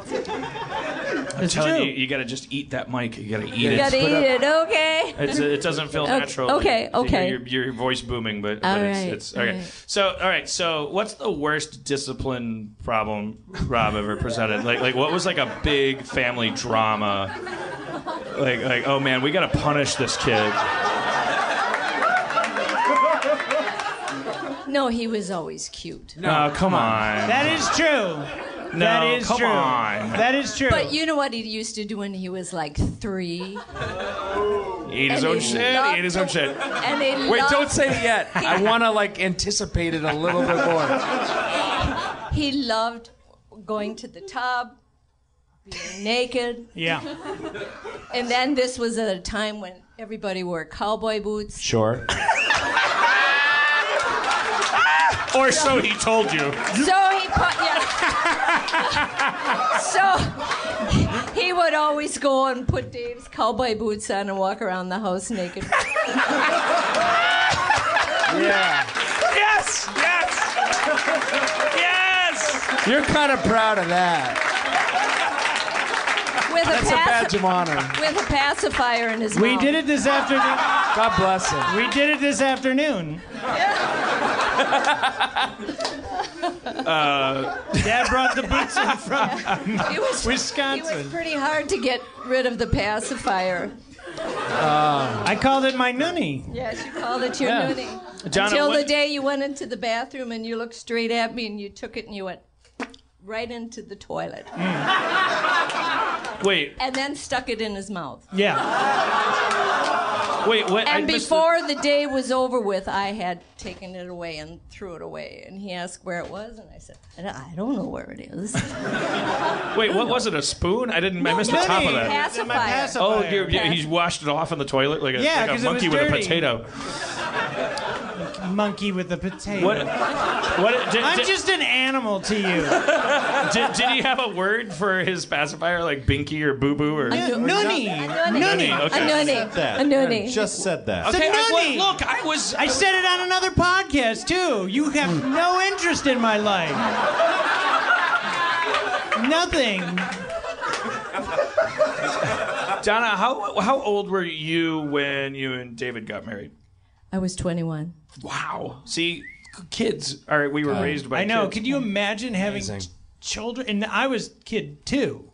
Speaker 1: It's
Speaker 2: telling
Speaker 1: true.
Speaker 2: you, you gotta just eat that mic. You gotta eat
Speaker 10: you
Speaker 2: it.
Speaker 10: gotta eat it, okay?
Speaker 2: It's, it doesn't feel
Speaker 10: Okay,
Speaker 2: natural.
Speaker 10: okay,
Speaker 2: to hear
Speaker 10: okay.
Speaker 2: Your, your voice booming, but, but
Speaker 10: All
Speaker 2: it's,
Speaker 10: right,
Speaker 2: it's
Speaker 10: all
Speaker 2: okay.
Speaker 10: right.
Speaker 2: So, all right. So, what's the worst discipline problem Rob ever presented? like, like what was like a big family drama? Like, like, oh man, we gotta punish this kid.
Speaker 10: No, he was always cute.
Speaker 2: No, Oh, come on.
Speaker 1: That is true.
Speaker 2: no,
Speaker 1: that is
Speaker 2: come
Speaker 1: true.
Speaker 2: on.
Speaker 1: That is true.
Speaker 10: But you know what he used to do when he was like three?
Speaker 2: Eat his
Speaker 10: And
Speaker 2: own
Speaker 10: he
Speaker 2: shit.
Speaker 10: loved
Speaker 2: Eat his own
Speaker 10: to-
Speaker 2: shit.
Speaker 10: And he
Speaker 5: Wait,
Speaker 10: loved,
Speaker 5: don't say it yet. I want to like anticipate it a little bit more.
Speaker 10: He loved going to the tub, being naked.
Speaker 1: yeah.
Speaker 10: And then this was at a time when everybody wore cowboy boots.
Speaker 5: Sure.
Speaker 2: Or so he told you.
Speaker 10: So he put, yeah. so he would always go and put Dave's cowboy boots on and walk around the house naked.
Speaker 2: Yes. Yes. Yes.
Speaker 5: You're kind of proud of that.
Speaker 10: With a,
Speaker 5: It's a badge
Speaker 10: paci-
Speaker 5: of honor.
Speaker 10: with a pacifier in his
Speaker 1: We
Speaker 10: mouth.
Speaker 1: did it this afternoon.
Speaker 5: God bless him.
Speaker 2: Uh,
Speaker 1: We did it this afternoon. Dad brought the boots in from.
Speaker 10: It was It
Speaker 1: Wisconsin.
Speaker 10: was pretty hard to get rid of the pacifier.
Speaker 1: I called it my noonie.
Speaker 10: Yes, you called it your
Speaker 1: Yeah.
Speaker 10: noonie.
Speaker 1: Donna,
Speaker 10: Until the
Speaker 1: what-
Speaker 10: day you went into the bathroom and you looked straight at me and you took it and you went right into the toilet
Speaker 2: Wait,
Speaker 10: and then stuck it in his mouth.
Speaker 1: Yeah.
Speaker 2: wait, what? I
Speaker 10: And
Speaker 2: missed the-
Speaker 10: before the day was over with, I had taken it away and threw it away. And he asked where it was, and I said, "I don't- I don't know where it is.
Speaker 2: wait, what was it? A spoon? I didn't. I missed the top of
Speaker 1: Noonie.
Speaker 2: that.
Speaker 10: Pacifier.
Speaker 1: My pacifier.
Speaker 2: Oh, you, you, he washed it off in the toilet like a,
Speaker 1: Yeah,
Speaker 2: like
Speaker 1: 'cause
Speaker 2: a
Speaker 1: it was
Speaker 2: monkey with a
Speaker 1: dirty.
Speaker 2: potato.
Speaker 1: Monkey with a potato.
Speaker 2: What? What? Did,
Speaker 1: I'm
Speaker 2: did,
Speaker 1: just an animal to you.
Speaker 2: did, did he have a word for his pacifier, like binky or boo boo or?
Speaker 10: A
Speaker 1: Noonie.
Speaker 10: noonie.
Speaker 2: Noonie, okay.
Speaker 10: A noonie.
Speaker 3: That.
Speaker 10: A noonie.
Speaker 3: Just said that.
Speaker 2: Okay, I- well,
Speaker 1: noonie.
Speaker 2: look, I was.
Speaker 1: I said it on another podcast too. You
Speaker 2: Hmm.
Speaker 1: have no interest in my life. Nothing.
Speaker 2: Donna, how how old were you when you and David got married?
Speaker 10: I was 21.
Speaker 2: Wow. Uh, See, c- kids. All right, we were raised by.
Speaker 1: I know.
Speaker 2: Kids.
Speaker 1: Could you imagine having ch- children? And I was kid too.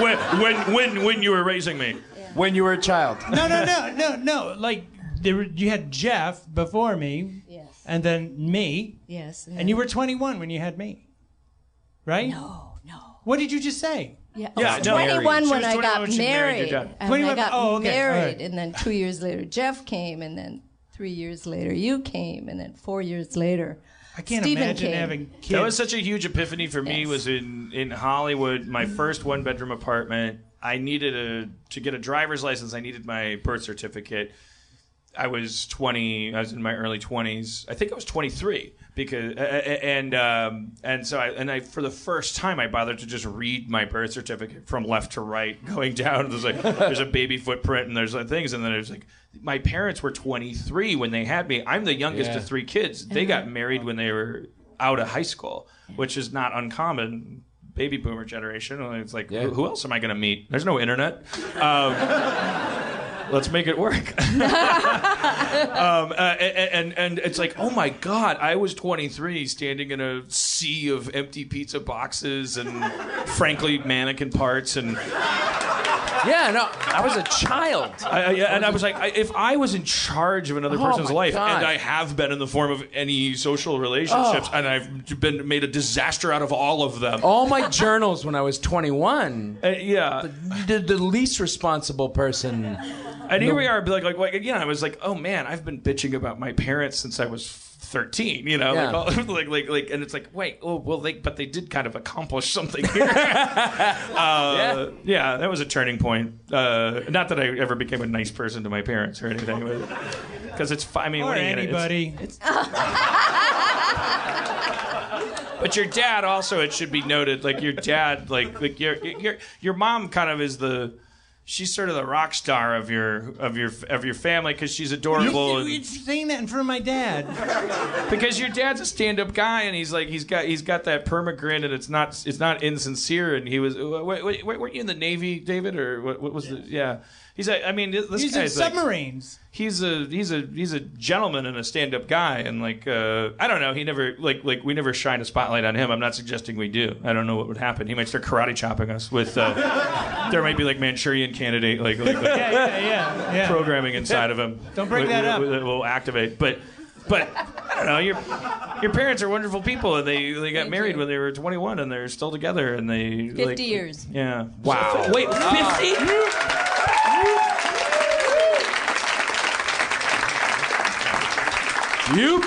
Speaker 2: When, when when when you were raising me?
Speaker 5: When you were a child.
Speaker 1: No, no, no, no, no. Like there, were, you had Jeff before me,
Speaker 10: Yes.
Speaker 1: and then me,
Speaker 10: yes.
Speaker 1: and you were 21 when you had me, right?
Speaker 10: No, no.
Speaker 1: What did you just say?
Speaker 10: Yeah,
Speaker 2: Yeah,
Speaker 10: I was
Speaker 2: no,
Speaker 10: 21
Speaker 2: She
Speaker 10: when
Speaker 2: was
Speaker 10: I
Speaker 2: 21
Speaker 10: got
Speaker 2: when she
Speaker 10: married.
Speaker 2: married your dad.
Speaker 10: and
Speaker 1: 21
Speaker 10: I got
Speaker 1: oh, okay,
Speaker 10: married,
Speaker 1: alright.
Speaker 10: and then two years later Jeff came, and then three years later you came, and then four years later
Speaker 1: I can't
Speaker 10: Stephen
Speaker 1: imagine
Speaker 10: came.
Speaker 1: having kids.
Speaker 2: That was such a huge epiphany for me.
Speaker 10: Yes.
Speaker 2: Was in in Hollywood, my first one bedroom apartment. I needed a to get a driver's license. I needed my birth certificate. I was twenty. I was in my early twenties. I think I was twenty three because a- a- and um, and so I and I for the first time I bothered to just read my birth certificate from left to right, going down. There's like there's a baby footprint and there's like things and then it's like my parents were twenty three when they had me. I'm the youngest
Speaker 5: Yeah.
Speaker 2: of three kids. They got married when they were out of high school, which is not uncommon. Baby boomer generation. And It's like, who who else am I going to meet? There's no internet. Um, let's make it work. um, uh, and, and and it's like, oh my god, I was 23, standing in a sea of empty pizza boxes and, frankly, mannequin parts, and
Speaker 5: Yeah, no, I was a child.
Speaker 2: I, I, and I was like, I, if I was in charge of another
Speaker 5: Oh
Speaker 2: person's
Speaker 5: my
Speaker 2: life,
Speaker 5: God. Oh.
Speaker 2: and I have been in the form of any social relationships, and I've been made a disaster out of all of them.
Speaker 5: All my journals when I was 21,
Speaker 2: Uh, yeah,
Speaker 5: the, the least responsible person.
Speaker 2: And here we are, like, like, like, again, I was like, oh man, I've been bitching about my parents since I was 13, you know,
Speaker 5: Yeah.
Speaker 2: like, all, like, like, like, and it's like, wait, oh, well, they, but they did kind of accomplish something here. uh, yeah. that was a turning point. Uh, not that I ever became a nice person to my parents or anything, because it's, fi- I mean,
Speaker 1: or
Speaker 2: what are you gonna- it's-
Speaker 1: anybody.
Speaker 2: But your dad also, it should be noted, like your dad, like like your your your mom kind of is the. She's sort of the rock star of your of your of your family because she's adorable.
Speaker 1: You-
Speaker 2: and-
Speaker 1: You're saying that in front of my dad.
Speaker 2: because your dad's a stand-up guy and he's like he's got he's got that perma grin and it's not it's not insincere and he was wait, wait, wait, weren't you in the navy david or what, what was the yeah he's like i mean this this
Speaker 1: He's in
Speaker 2: guy's like-
Speaker 1: submarines.
Speaker 2: he's a he's a he's a gentleman and a stand-up guy and like uh i don't know he never like like we never shine a spotlight on him i'm not suggesting we do i don't know what would happen he might start karate chopping us with uh there might be like manchurian candidate like, like, like
Speaker 1: yeah, yeah, yeah, yeah.
Speaker 2: programming inside of him.
Speaker 1: Don't bring
Speaker 2: We-
Speaker 1: that
Speaker 2: we-
Speaker 1: up.
Speaker 2: we- That will activate. But, but I don't know. Your your parents are wonderful people, and they they got
Speaker 10: Thank
Speaker 2: married
Speaker 10: you.
Speaker 2: when they were 21, and they're still together, and they
Speaker 10: 50
Speaker 2: like,
Speaker 10: years.
Speaker 2: Yeah. Wow. Wait, 50. You.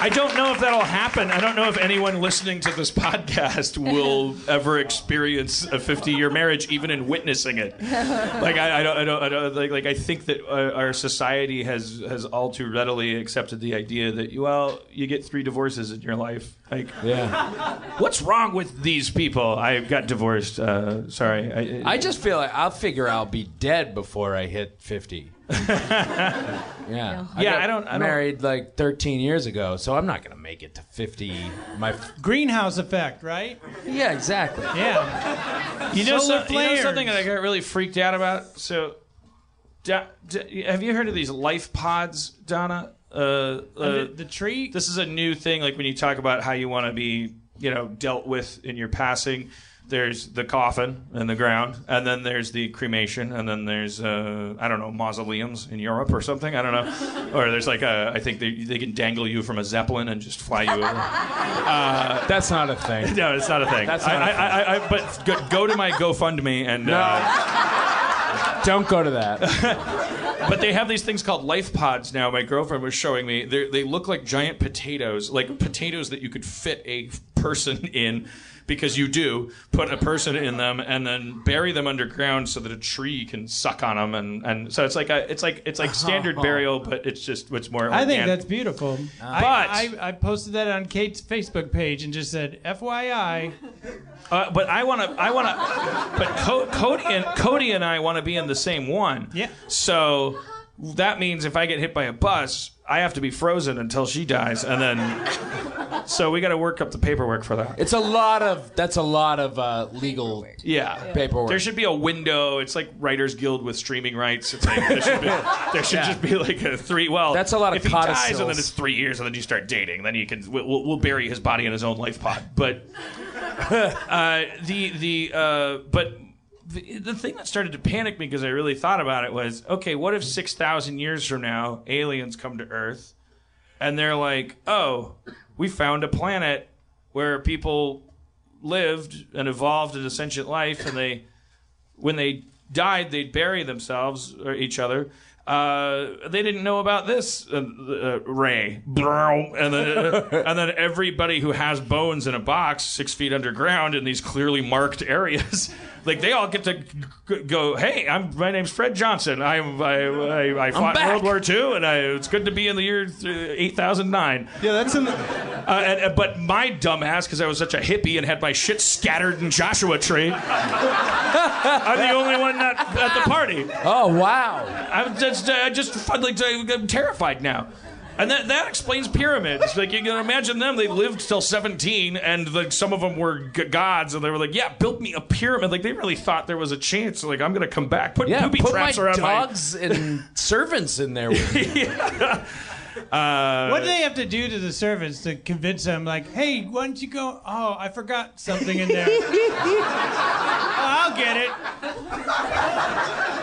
Speaker 2: I don't know if that'll happen. I don't know if anyone listening to this podcast will ever experience a 50-year marriage, even in witnessing it like I, I don't, I don't, I don't like, like I think that uh, our society has has all too readily accepted the idea that well, you get three divorces in your life. Like,
Speaker 5: Yeah.
Speaker 2: what's wrong with these people? I got divorced. Uh, sorry, I,
Speaker 5: I just feel like I'll figure I'll be dead before I hit 50. yeah.
Speaker 2: Yeah,
Speaker 5: got
Speaker 2: I don't- I don't-
Speaker 5: married like 13 years ago, so I'm not going to make it to 50. My f-
Speaker 1: Greenhouse effect, right?
Speaker 5: Yeah, exactly.
Speaker 1: Yeah.
Speaker 2: you know,
Speaker 1: solar
Speaker 2: some- you know
Speaker 1: flares.
Speaker 2: something that I got really freaked out about. So, da, da- have you heard of these life pods, Donna? Uh, uh,
Speaker 1: the, the tree.
Speaker 2: this is a new thing. Like when you talk about how you want to be, you know, dealt with in your passing. There's the coffin and the ground, and then there's the cremation, and then there's uh, I don't know mausoleums in Europe or something. I don't know, or there's like a, I think they they can dangle you from a zeppelin and just fly you. over.
Speaker 5: That's not a thing.
Speaker 2: No, it's not a thing.
Speaker 5: That's
Speaker 2: I,
Speaker 5: not a thing.
Speaker 2: I, I, I, but go, go to my GoFundMe and. Uh,
Speaker 5: Don't go to that.
Speaker 2: But they have these things called life pods now. My girlfriend was showing me. They're, they look like giant potatoes, like potatoes that you could fit a person in, because you do put a person in them and then bury them underground so that a tree can suck on them. And, and so it's like a, it's like it's like standard burial, but it's just what's more.
Speaker 1: I think
Speaker 2: organic.
Speaker 1: that's beautiful. I, I, I posted that on Kate's Facebook page and just said, FYI,
Speaker 2: Uh, but I want to. I want to. But Co- Cody and Cody and I want to be in the same one.
Speaker 1: Yeah.
Speaker 2: So that means if I get hit by a bus, I have to be frozen until she dies, and then. So we got to work up the paperwork for that.
Speaker 5: It's a lot of. That's a lot of uh, legal
Speaker 2: yeah.
Speaker 5: paperwork.
Speaker 2: There should be a window. It's like Writers Guild with streaming rights. It's like there should, be, there should just be like a three. Well,
Speaker 5: That's a lot of
Speaker 2: If he dies, and then
Speaker 5: codicils.
Speaker 2: it's three years, and then you start dating, then you can we'll, we'll- we'll bury his body in his own life pod. But uh, the the uh, but the, the thing that started to panic me because I really thought about it was okay. What if six thousand years from now aliens come to Earth, and they're like, oh, we found a planet where people lived and evolved into sentient life, and they when they died, they'd bury themselves or each other. Uh, they didn't know about this uh, uh, ray, and then and then everybody who has bones in a box six feet underground in these clearly marked areas, like they all get to g- go. Hey, I'm my name's Fred Johnson. I'm I I, I fought in
Speaker 5: back."
Speaker 2: World War II, and I, it's good to be in the year eight thousand nine.
Speaker 9: Yeah, that's in.
Speaker 2: Uh, and, uh, but my dumbass, because I was such a hippie and had my shit scattered in Joshua Tree, I'm the only one not at the party.
Speaker 5: Oh wow!
Speaker 2: I'm just, uh, I just fun- like I'm terrified now. And that, that explains pyramids. Like you can imagine them, they lived till 17, and like some of them were g- gods, and they were like, "Yeah, build me a pyramid." Like they really thought there was a chance. Like I'm gonna come back. Put
Speaker 5: Yeah,
Speaker 2: booby
Speaker 5: put
Speaker 2: traps
Speaker 5: my
Speaker 2: around
Speaker 5: dogs and servants in there. With me.
Speaker 1: what do they have to do to the servants to convince them, like, hey, why don't you go? Oh, I forgot something in there. oh, I'll get it.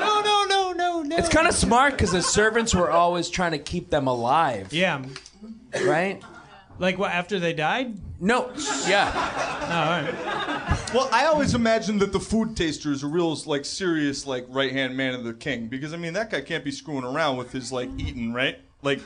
Speaker 1: No, no, no, no, no.
Speaker 5: It's kind of smart because the servants were always trying to keep them alive,
Speaker 1: Yeah.
Speaker 5: right?
Speaker 1: Like, what, after they died?
Speaker 5: No, yeah,
Speaker 9: Well, I always imagined that the food taster is a real, like, serious, like, right hand man of the king because I mean that guy can't be screwing around with his like eating, right? Like,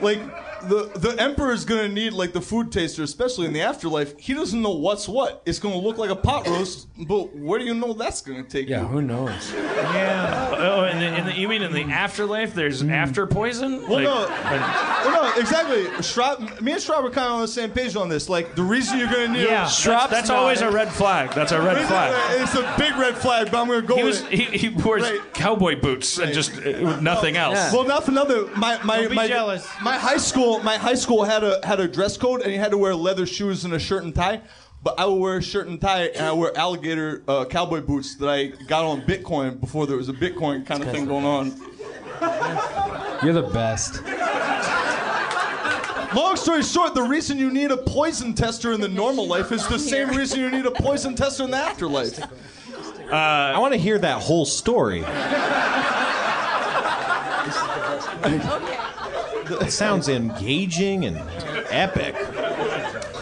Speaker 9: like the the emperor is gonna need like the food taster, especially in the afterlife. He doesn't know what's what. It's gonna look like a pot roast, but where do you know that's gonna take
Speaker 5: yeah.
Speaker 9: you?
Speaker 5: Who knows?
Speaker 1: Yeah.
Speaker 2: my. Oh, and the, in the, you mean in
Speaker 5: Mm.
Speaker 2: the afterlife, there's after poison?
Speaker 9: Well, no, well, no, exactly. Schraub, me and Schraub are kind of on the same page on this. Like, the reason you're gonna need
Speaker 1: Yeah.
Speaker 2: That's, that's always a red flag. That's a red flag.
Speaker 9: It's a big red flag, but I'm gonna go
Speaker 2: He
Speaker 9: with
Speaker 2: was
Speaker 9: it.
Speaker 2: he, he wears
Speaker 9: Right.
Speaker 2: cowboy boots and
Speaker 9: Right.
Speaker 2: just uh, nothing else.
Speaker 9: Well, not for nothing. My my
Speaker 1: be
Speaker 9: my,
Speaker 1: jealous.
Speaker 9: my high school my high school had a had a dress code and you had to wear leather shoes and a shirt and tie. But I would wear a shirt and tie and I wear alligator uh, cowboy boots that I got on Bitcoin before there was a Bitcoin kind of thing going on.
Speaker 5: You're the best.
Speaker 9: Long story short, the reason you need a poison tester in the normal life is the same reason you need a poison tester in the afterlife.
Speaker 3: I want to hear that whole story. It sounds engaging and epic.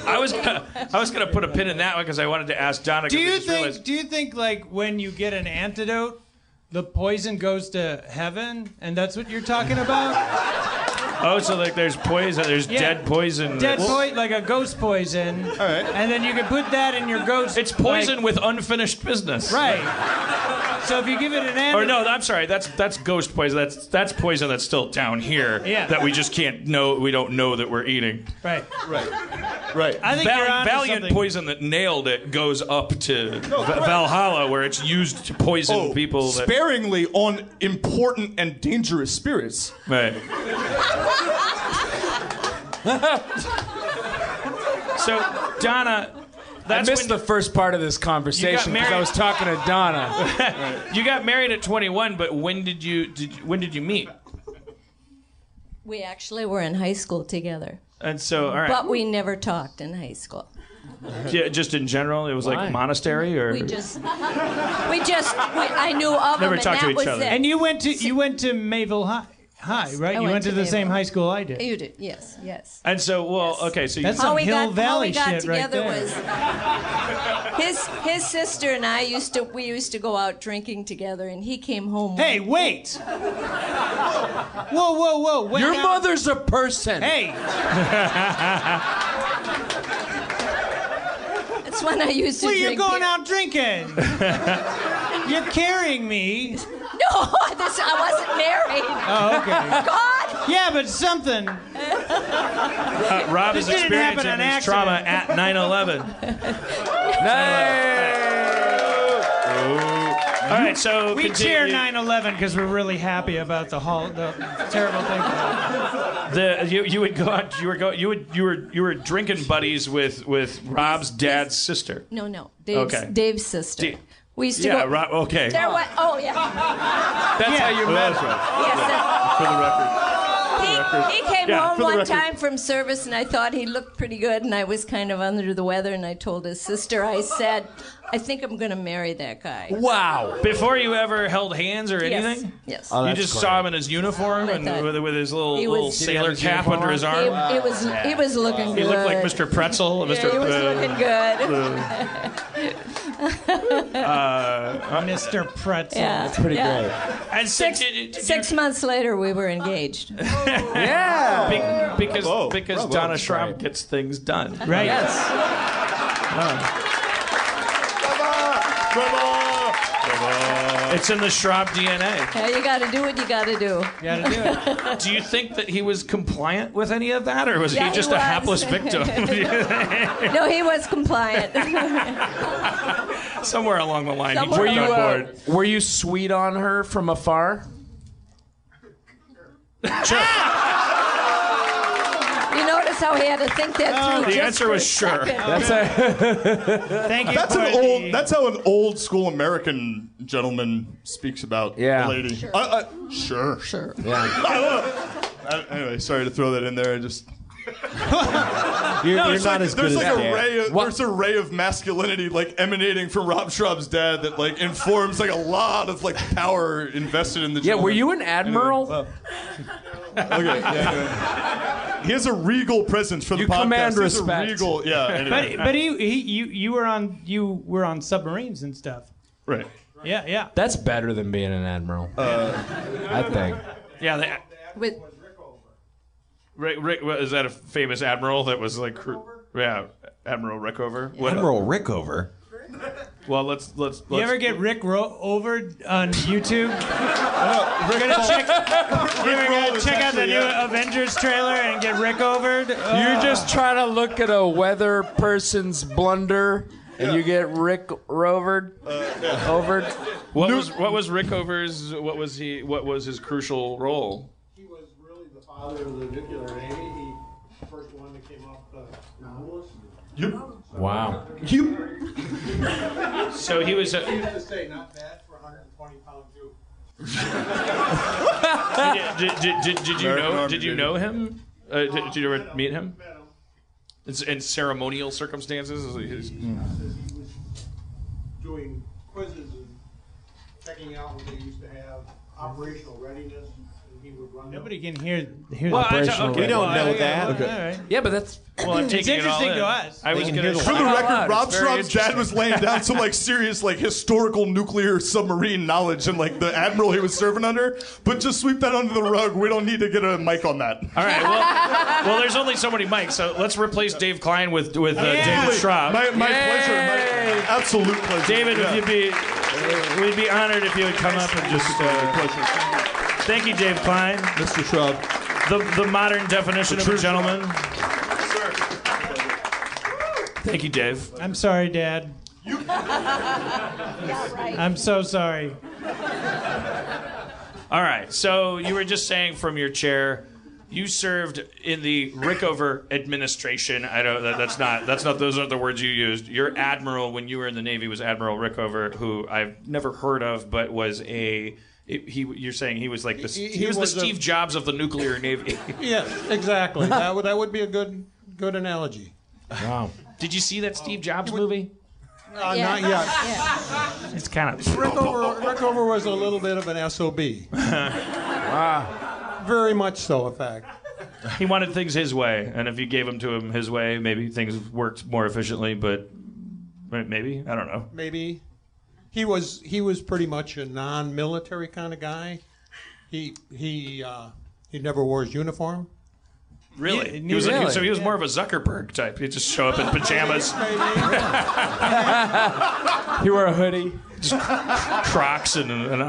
Speaker 2: I was gonna, I was gonna put a pin in that one because I wanted to ask Donna.
Speaker 1: Do you think? Do you think like when you get an antidote, the poison goes to heaven, and that's what you're talking about?
Speaker 2: oh, so like there's poison, there's
Speaker 1: Yeah.
Speaker 2: dead poison.
Speaker 1: Dead
Speaker 2: that's-
Speaker 1: poison, like a ghost poison. All
Speaker 9: right.
Speaker 1: And then you can put that in your ghost.
Speaker 2: It's poison with unfinished business.
Speaker 1: like- right. So if you give it an antidote,
Speaker 2: Or no, I'm sorry. That's that's ghost poison. That's that's poison that's still down here.
Speaker 1: Yeah.
Speaker 2: That we just can't know. We don't know that we're eating.
Speaker 1: right?
Speaker 9: Right, right.
Speaker 1: I think
Speaker 2: Val-
Speaker 1: you're onto
Speaker 2: Valiant
Speaker 1: something.
Speaker 2: poison that nailed it goes up to Va- Valhalla, where it's used to poison
Speaker 9: Oh,
Speaker 2: people. That,
Speaker 9: sparingly on important and dangerous spirits.
Speaker 2: Right. so, Donna,
Speaker 5: I
Speaker 2: that's
Speaker 5: missed
Speaker 2: when
Speaker 5: the first part of this conversation because I
Speaker 2: married-
Speaker 5: was talking to Donna.
Speaker 2: you got married at 21. But when did you did you- when did you meet?
Speaker 10: We actually were in high school together,
Speaker 2: And so, all right.
Speaker 10: but we never talked in high school.
Speaker 2: Yeah, just in general, it was
Speaker 5: Why?
Speaker 2: like monastery or
Speaker 10: We just, we just, we, I knew of
Speaker 2: Never
Speaker 10: him, and
Speaker 2: talked to
Speaker 10: that
Speaker 2: each
Speaker 10: was
Speaker 2: other.
Speaker 10: it.
Speaker 1: And you went to you went to Mayville High, High, right? you
Speaker 10: went
Speaker 1: went to,
Speaker 10: to
Speaker 1: the same
Speaker 10: Mayville.
Speaker 1: high school I did.
Speaker 10: You did, yes, yes.
Speaker 2: And so, well, okay, so you,
Speaker 1: That's
Speaker 10: how
Speaker 1: some
Speaker 10: we
Speaker 1: Hill
Speaker 10: got,
Speaker 1: Valley
Speaker 10: how we got
Speaker 1: shit right
Speaker 10: together
Speaker 1: there.
Speaker 10: was his his sister and I used to we used to go out drinking together, and he came home.
Speaker 1: Hey, wait! Whoa, whoa, whoa! Wait
Speaker 5: Your
Speaker 1: now.
Speaker 5: mother's a person.
Speaker 1: Hey,
Speaker 10: That's when I used to
Speaker 1: well, you're
Speaker 10: drink.
Speaker 1: going
Speaker 10: beer.
Speaker 1: out drinking. you're carrying me.
Speaker 10: No, this, I wasn't married.
Speaker 1: Oh, okay.
Speaker 10: God,
Speaker 1: Yeah, but something.
Speaker 2: uh, Rob is
Speaker 1: This didn't happen
Speaker 2: experiencing
Speaker 1: on
Speaker 2: his
Speaker 1: accident.
Speaker 2: trauma at 9/11. All right, so
Speaker 1: We cheer
Speaker 2: continue.
Speaker 1: 9/11 because we're really happy about the whole the terrible thing.
Speaker 2: The, you, you would go out. You were go. You would. You were. You were drinking buddies with with Rob's dad's sister.
Speaker 10: no, no, Dave's
Speaker 2: Okay.
Speaker 10: Dave's sister.
Speaker 2: Dave-
Speaker 10: we used to
Speaker 2: Yeah.
Speaker 10: go.
Speaker 2: Rob. Okay.
Speaker 10: There was, oh yeah,
Speaker 5: That's how you met her.
Speaker 10: yes. that-
Speaker 2: For the record.
Speaker 10: he, he came
Speaker 2: Yeah,
Speaker 10: home
Speaker 2: for the
Speaker 10: one
Speaker 2: record.
Speaker 10: time from service, and I thought he looked pretty good, and I was kind of under the weather, and I told his sister, I said, I think I'm going to marry that guy.
Speaker 5: Wow.
Speaker 2: Before you ever held hands or anything. Uh,
Speaker 10: Yes. yes.
Speaker 2: you just saw him in his uniform
Speaker 10: Like
Speaker 2: and
Speaker 10: that.
Speaker 2: with, with his little,
Speaker 10: He
Speaker 2: little
Speaker 10: was- Did
Speaker 5: he have
Speaker 2: sailor
Speaker 5: his
Speaker 2: cap
Speaker 5: uniform
Speaker 2: under
Speaker 5: on?
Speaker 2: his
Speaker 10: He,
Speaker 2: arm.
Speaker 10: he was he was looking good.
Speaker 2: He looked like Mr. Pretzel. Mr.
Speaker 10: Yeah, he was
Speaker 2: uh,
Speaker 10: looking good.
Speaker 1: Mr. Pretzel.
Speaker 10: Yeah. That's
Speaker 5: Pretty
Speaker 10: yeah.
Speaker 2: and six,
Speaker 10: Six months later, we were engaged.
Speaker 5: Yeah.
Speaker 2: Be- because
Speaker 3: Bravo,
Speaker 2: because
Speaker 3: bravo.
Speaker 2: Donna Schramm gets things done.
Speaker 1: Right.
Speaker 5: Yes.
Speaker 2: It's in the Schramm DNA.
Speaker 10: Yeah, you got to do what you got to do.
Speaker 1: Gotta do it.
Speaker 2: Do you think that he was compliant with any of that, or was
Speaker 10: Yeah,
Speaker 2: he
Speaker 10: he
Speaker 2: just a
Speaker 10: was.
Speaker 2: hapless victim?
Speaker 10: No, he was compliant.
Speaker 2: Somewhere along the line,
Speaker 10: Somewhere
Speaker 2: he
Speaker 5: Were you,
Speaker 2: jumped on
Speaker 5: uh,
Speaker 2: board.
Speaker 5: were you sweet on her from afar?
Speaker 10: you notice how he had to think that through.
Speaker 2: Oh, The
Speaker 10: just
Speaker 2: answer
Speaker 10: for
Speaker 2: was
Speaker 10: a
Speaker 2: sure. Uh,
Speaker 10: second.
Speaker 5: That's a,
Speaker 1: Thank you.
Speaker 9: That's
Speaker 1: for
Speaker 9: an
Speaker 1: the-
Speaker 9: old. That's how an old school American gentleman speaks about
Speaker 5: Yeah.
Speaker 9: a lady. Sure. I, I, sure. Sure. I- Uh, anyway, sorry to throw that in there. I just
Speaker 3: You're,
Speaker 9: No,
Speaker 3: you're
Speaker 9: it's
Speaker 3: not
Speaker 9: like-
Speaker 3: as good
Speaker 9: there's
Speaker 3: as
Speaker 9: like a
Speaker 3: Dan.
Speaker 9: ray of,
Speaker 5: What-
Speaker 9: there's a ray of masculinity like emanating from Rob Schraub's dad that like informs like a lot of like power invested in the
Speaker 5: yeah. Were
Speaker 9: gentleman.
Speaker 5: you an admiral?
Speaker 9: Anyway, well, okay. yeah, yeah. He has a regal presence for the
Speaker 5: You
Speaker 9: podcast.
Speaker 5: command
Speaker 9: He has
Speaker 5: respect.
Speaker 9: A regal, yeah. Anyway.
Speaker 1: But but he, he you you were on you were on submarines and stuff.
Speaker 9: right.
Speaker 1: Yeah, yeah.
Speaker 5: That's better than being an admiral. I think.
Speaker 2: Yeah, they,
Speaker 10: With,
Speaker 2: Rick, Rick, what, is that a famous admiral that was like, cru- yeah, Admiral Rickover? What-
Speaker 3: Admiral Rickover.
Speaker 2: Well, let's let's. let's
Speaker 1: You ever get Rick Ro- over on YouTube? We're gonna check. You ever
Speaker 9: Roll
Speaker 1: gonna
Speaker 9: is
Speaker 1: check out the
Speaker 9: actually,
Speaker 1: new
Speaker 2: uh,
Speaker 9: yeah.
Speaker 1: Avengers trailer and get Rick over?
Speaker 5: You're just trying to look at a weather person's blunder, and you get Rick Rovered. Overed.
Speaker 2: what was what was Rickover's? What was he? What was his crucial role?
Speaker 11: He was really the father of the nuclear Navy. He first one that came off the Nautilus.
Speaker 9: You,
Speaker 5: Wow.
Speaker 9: you
Speaker 2: So he was. A,
Speaker 11: I have to say, not bad for a 120 pound Jew.
Speaker 2: did, did, did, did you
Speaker 9: American
Speaker 2: know?
Speaker 9: Army
Speaker 2: Did you
Speaker 9: Navy.
Speaker 2: know him? Uh, did, did you ever meet him? It's in ceremonial circumstances. is he- is-
Speaker 11: Says he was doing quizzes and checking out what they used to have, operational readiness, and he would run them.
Speaker 1: Nobody can hear hear
Speaker 2: Well,
Speaker 1: the
Speaker 2: I-
Speaker 1: operational
Speaker 2: okay.
Speaker 3: We don't know that.
Speaker 1: All right.
Speaker 5: Yeah, but that's
Speaker 2: Well, I'm taking it all
Speaker 1: interesting
Speaker 2: in.
Speaker 1: to us.
Speaker 2: I
Speaker 3: They
Speaker 2: was
Speaker 3: can
Speaker 2: gonna.
Speaker 3: hear the
Speaker 9: for the
Speaker 5: Not
Speaker 9: record,
Speaker 5: allowed.
Speaker 9: Rob
Speaker 5: It's very
Speaker 9: Schraub's dad was laying down some like serious like historical nuclear submarine knowledge and like the admiral he was serving under. But just sweep that under the rug. We don't need to get a mic on that.
Speaker 2: All right. Well, well, there's only so many mics, so let's replace Dave Klein with with uh, David Schraub.
Speaker 9: My, my
Speaker 5: Yay.
Speaker 9: pleasure. My absolute pleasure.
Speaker 2: David,
Speaker 9: Yeah.
Speaker 2: if you'd be, uh, we'd be honored if you would come up and just. Uh, thank you, Dave Klein,
Speaker 9: Mr. Schraub.
Speaker 2: the the modern definition of a gentleman. Thank you, Dave.
Speaker 1: I'm sorry, Dad. I'm so sorry.
Speaker 2: All right. So you were just saying from your chair, you served in the Rickover administration. I don't. That, that's not. That's not. Those aren't the words you used. Your admiral when you were in the Navy was Admiral Rickover, who I've never heard of, but was a it, he, you're saying he was like the
Speaker 11: He-
Speaker 2: he,
Speaker 11: he
Speaker 2: was,
Speaker 11: was
Speaker 2: the
Speaker 11: a-
Speaker 2: Steve Jobs of the nuclear navy.
Speaker 11: Yes, exactly. that would that would be a good good analogy.
Speaker 2: Wow. Did you see that Steve Jobs movie?
Speaker 11: Uh, Not yet.
Speaker 10: Yeah.
Speaker 2: It's kind of
Speaker 11: Rickover, Rickover was a little bit of an sob. wow. Very much so, in fact.
Speaker 2: he wanted things his way, and if you gave them to him his way, maybe things worked more efficiently. But but maybe I don't know.
Speaker 11: Maybe he was he was pretty much a non-military kind of guy. He he uh, he never wore his uniform.
Speaker 2: Really,
Speaker 1: Yeah,
Speaker 2: he was
Speaker 1: really.
Speaker 2: so he was more of a Zuckerberg type. He'd just show up in pajamas,
Speaker 5: He wore a hoodie.
Speaker 2: Crocs, and an, an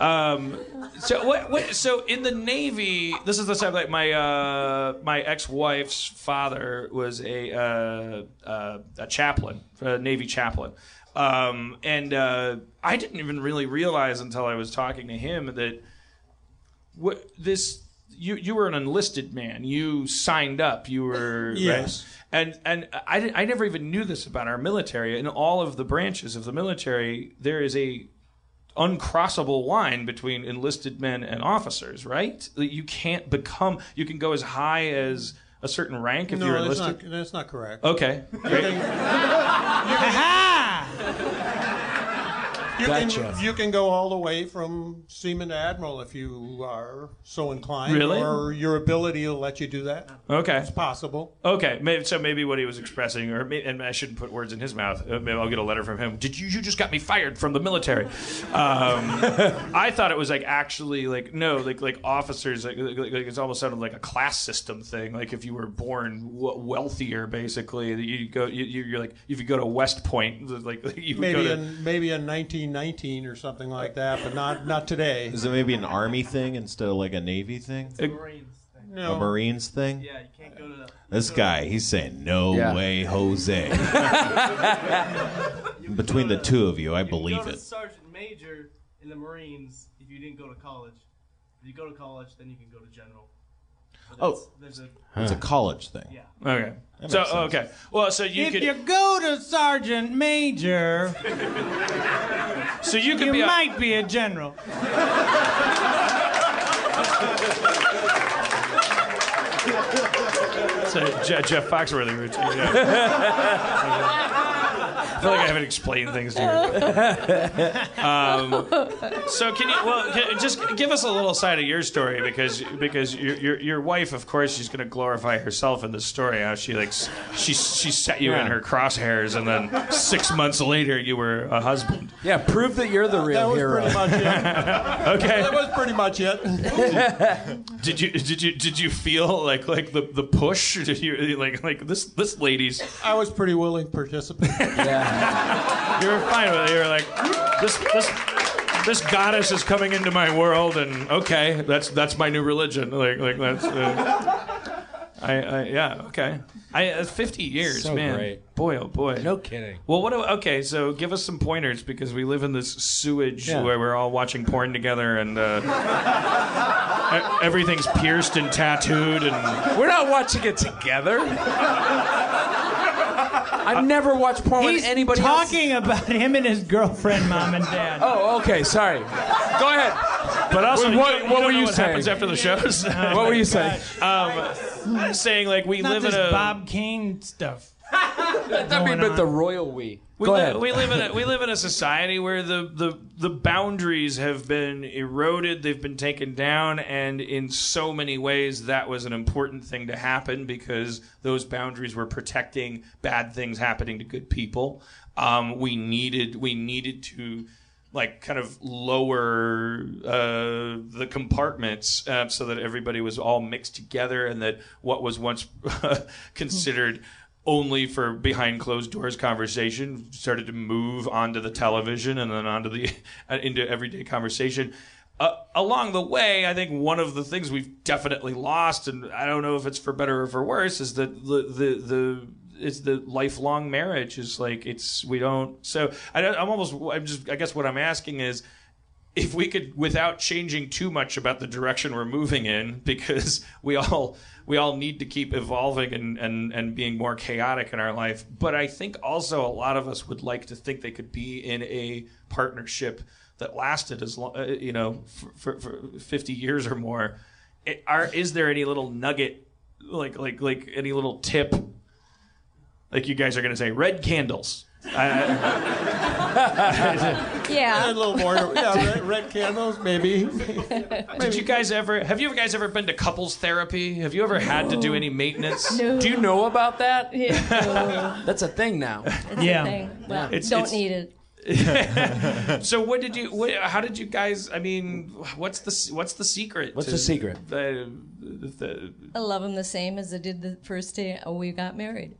Speaker 2: um, so what, what? So in the Navy, this is the type like my uh, my ex wife's father was a uh, uh, a chaplain, a Navy chaplain. Um, and uh, I didn't even really realize until I was talking to him that what this you you were an enlisted man. You signed up. You were
Speaker 11: Yes.
Speaker 2: right? And and I di- I never even knew this about our military. In all of the branches of the military, there is a uncrossable line between enlisted men and officers. Right? That you can't become. You can go as high as a certain rank if
Speaker 11: No,
Speaker 2: you're
Speaker 11: that's
Speaker 2: enlisted.
Speaker 11: not that's not Ah! correct.
Speaker 2: Okay. Great.
Speaker 11: You,
Speaker 5: Gotcha.
Speaker 11: can, you can go all the way from seaman to admiral if you are so inclined,
Speaker 2: Really?
Speaker 11: or your ability will let you do that.
Speaker 2: Okay.
Speaker 11: It's possible.
Speaker 2: Okay, maybe, so maybe what he was expressing, or maybe, and I shouldn't put words in his mouth. Uh, Maybe I'll get a letter from him. Did you? You just got me fired from the military. Um, I thought it was like actually like no, like like officers. Like, like, like it's almost sounded like a class system thing. Like if you were born w- wealthier, basically, that you go. You, you- you're like if you go to West Point, like you would go
Speaker 11: Maybe
Speaker 2: to.
Speaker 11: in maybe in 1919 or something like that, but not not today.
Speaker 3: Is it maybe an army thing instead of like a navy thing? A
Speaker 11: No.
Speaker 3: Marines thing?
Speaker 12: Yeah, you can't go to the.
Speaker 3: This guy, he's saying, "No
Speaker 5: Yeah.
Speaker 3: way, Jose." Between the two of you, I
Speaker 12: You
Speaker 3: believe
Speaker 12: go to
Speaker 3: it.
Speaker 12: sergeant major in the Marines if you didn't go to college. If you go to college, then you can go to general. But
Speaker 3: Oh.
Speaker 12: that's- there's a
Speaker 3: It's a college thing.
Speaker 12: yeah.
Speaker 2: Okay. So okay. Well, so you
Speaker 1: If
Speaker 2: could.
Speaker 1: you go to sergeant major,
Speaker 2: so you could
Speaker 1: you
Speaker 2: be. a-
Speaker 1: might be a general.
Speaker 2: It's a Je- Jeff Foxworthy routine. Yeah. I feel like I haven't explained things to you. Um, so can you well can, just give us a little side of your story because because your your, your wife of course she's going to glorify herself in this story how she like s- she she set you in her crosshairs and then six months later you were a husband.
Speaker 5: Yeah, prove that you're the
Speaker 11: That
Speaker 5: real
Speaker 11: was
Speaker 5: hero.
Speaker 11: pretty much it.
Speaker 2: Okay.
Speaker 11: That was pretty much it.
Speaker 2: Did you did you did you feel like like the the push? Did you like like this this lady's
Speaker 11: I was pretty willing participant.
Speaker 2: You were fine with it. You were like, this, this, this goddess is coming into my world, and okay, that's that's my new religion. Like, like that's. Uh, I, I yeah okay. I uh, fifty years,
Speaker 5: So
Speaker 2: man.
Speaker 5: great.
Speaker 2: Boy, oh boy.
Speaker 5: No kidding.
Speaker 2: Well, what? do- Okay, so give us some pointers because we live in this sewage
Speaker 5: Yeah.
Speaker 2: where we're all watching porn together, and uh, e- everything's pierced and tattooed, and
Speaker 5: We're not watching it together. I've never watched porn with
Speaker 1: He's
Speaker 5: anybody else.
Speaker 1: talking about him and his girlfriend, mom and dad.
Speaker 5: Oh, okay. Sorry. Go ahead.
Speaker 2: but also
Speaker 5: Wait,
Speaker 2: you
Speaker 5: what-
Speaker 2: don't- you
Speaker 5: what
Speaker 2: don't
Speaker 5: were
Speaker 2: know
Speaker 5: you
Speaker 2: what happens
Speaker 5: saying?
Speaker 2: after the shows.
Speaker 5: What were you saying?
Speaker 2: um, saying like we
Speaker 1: Not
Speaker 2: live
Speaker 1: this
Speaker 2: in a
Speaker 1: Bob Kane stuff.
Speaker 5: That'd be about the royal we.
Speaker 2: We,
Speaker 5: Go
Speaker 2: li-
Speaker 5: ahead.
Speaker 2: we live in a, we live in a society where the, the the boundaries have been eroded, they've been taken down, and in so many ways that was an important thing to happen because those boundaries were protecting bad things happening to good people. Um, we needed we needed to like kind of lower uh, the compartments uh, so that everybody was all mixed together and that what was once considered only for behind closed doors conversation started to move onto the television and then onto the uh, into everyday conversation uh, along the way, I think one of the things we've definitely lost, and I don't know if it's for better or for worse, is that the the the it's the lifelong marriage is like it's we don't. So I don't, I'm almost I'm just I guess what I'm asking is if we could without changing too much about the direction we're moving in because we all we all need to keep evolving and and and being more chaotic in our life but i think also a lot of us would like to think they could be in a partnership that lasted as long, uh, you know, for, for, for 50 years or more. It, are is there any little nugget, like like like any little tip, like you guys are gonna say red candles? I,
Speaker 11: A
Speaker 10: Yeah.
Speaker 11: little more, yeah, red, red candles, maybe.
Speaker 2: I- did you guys ever? Have you guys ever been to couples therapy? Have you ever had to do any maintenance?
Speaker 5: Do you know about that?
Speaker 10: Yeah.
Speaker 5: That's a thing now.
Speaker 1: yeah.
Speaker 10: Thing. Well,
Speaker 2: It's-
Speaker 10: don't
Speaker 2: it's-
Speaker 10: need it.
Speaker 2: So what did you? What, how did you guys? I mean, what's the what's the secret?
Speaker 5: What's
Speaker 2: to
Speaker 5: the secret?
Speaker 2: The, the,
Speaker 10: I love him the same as I did the first day we got married.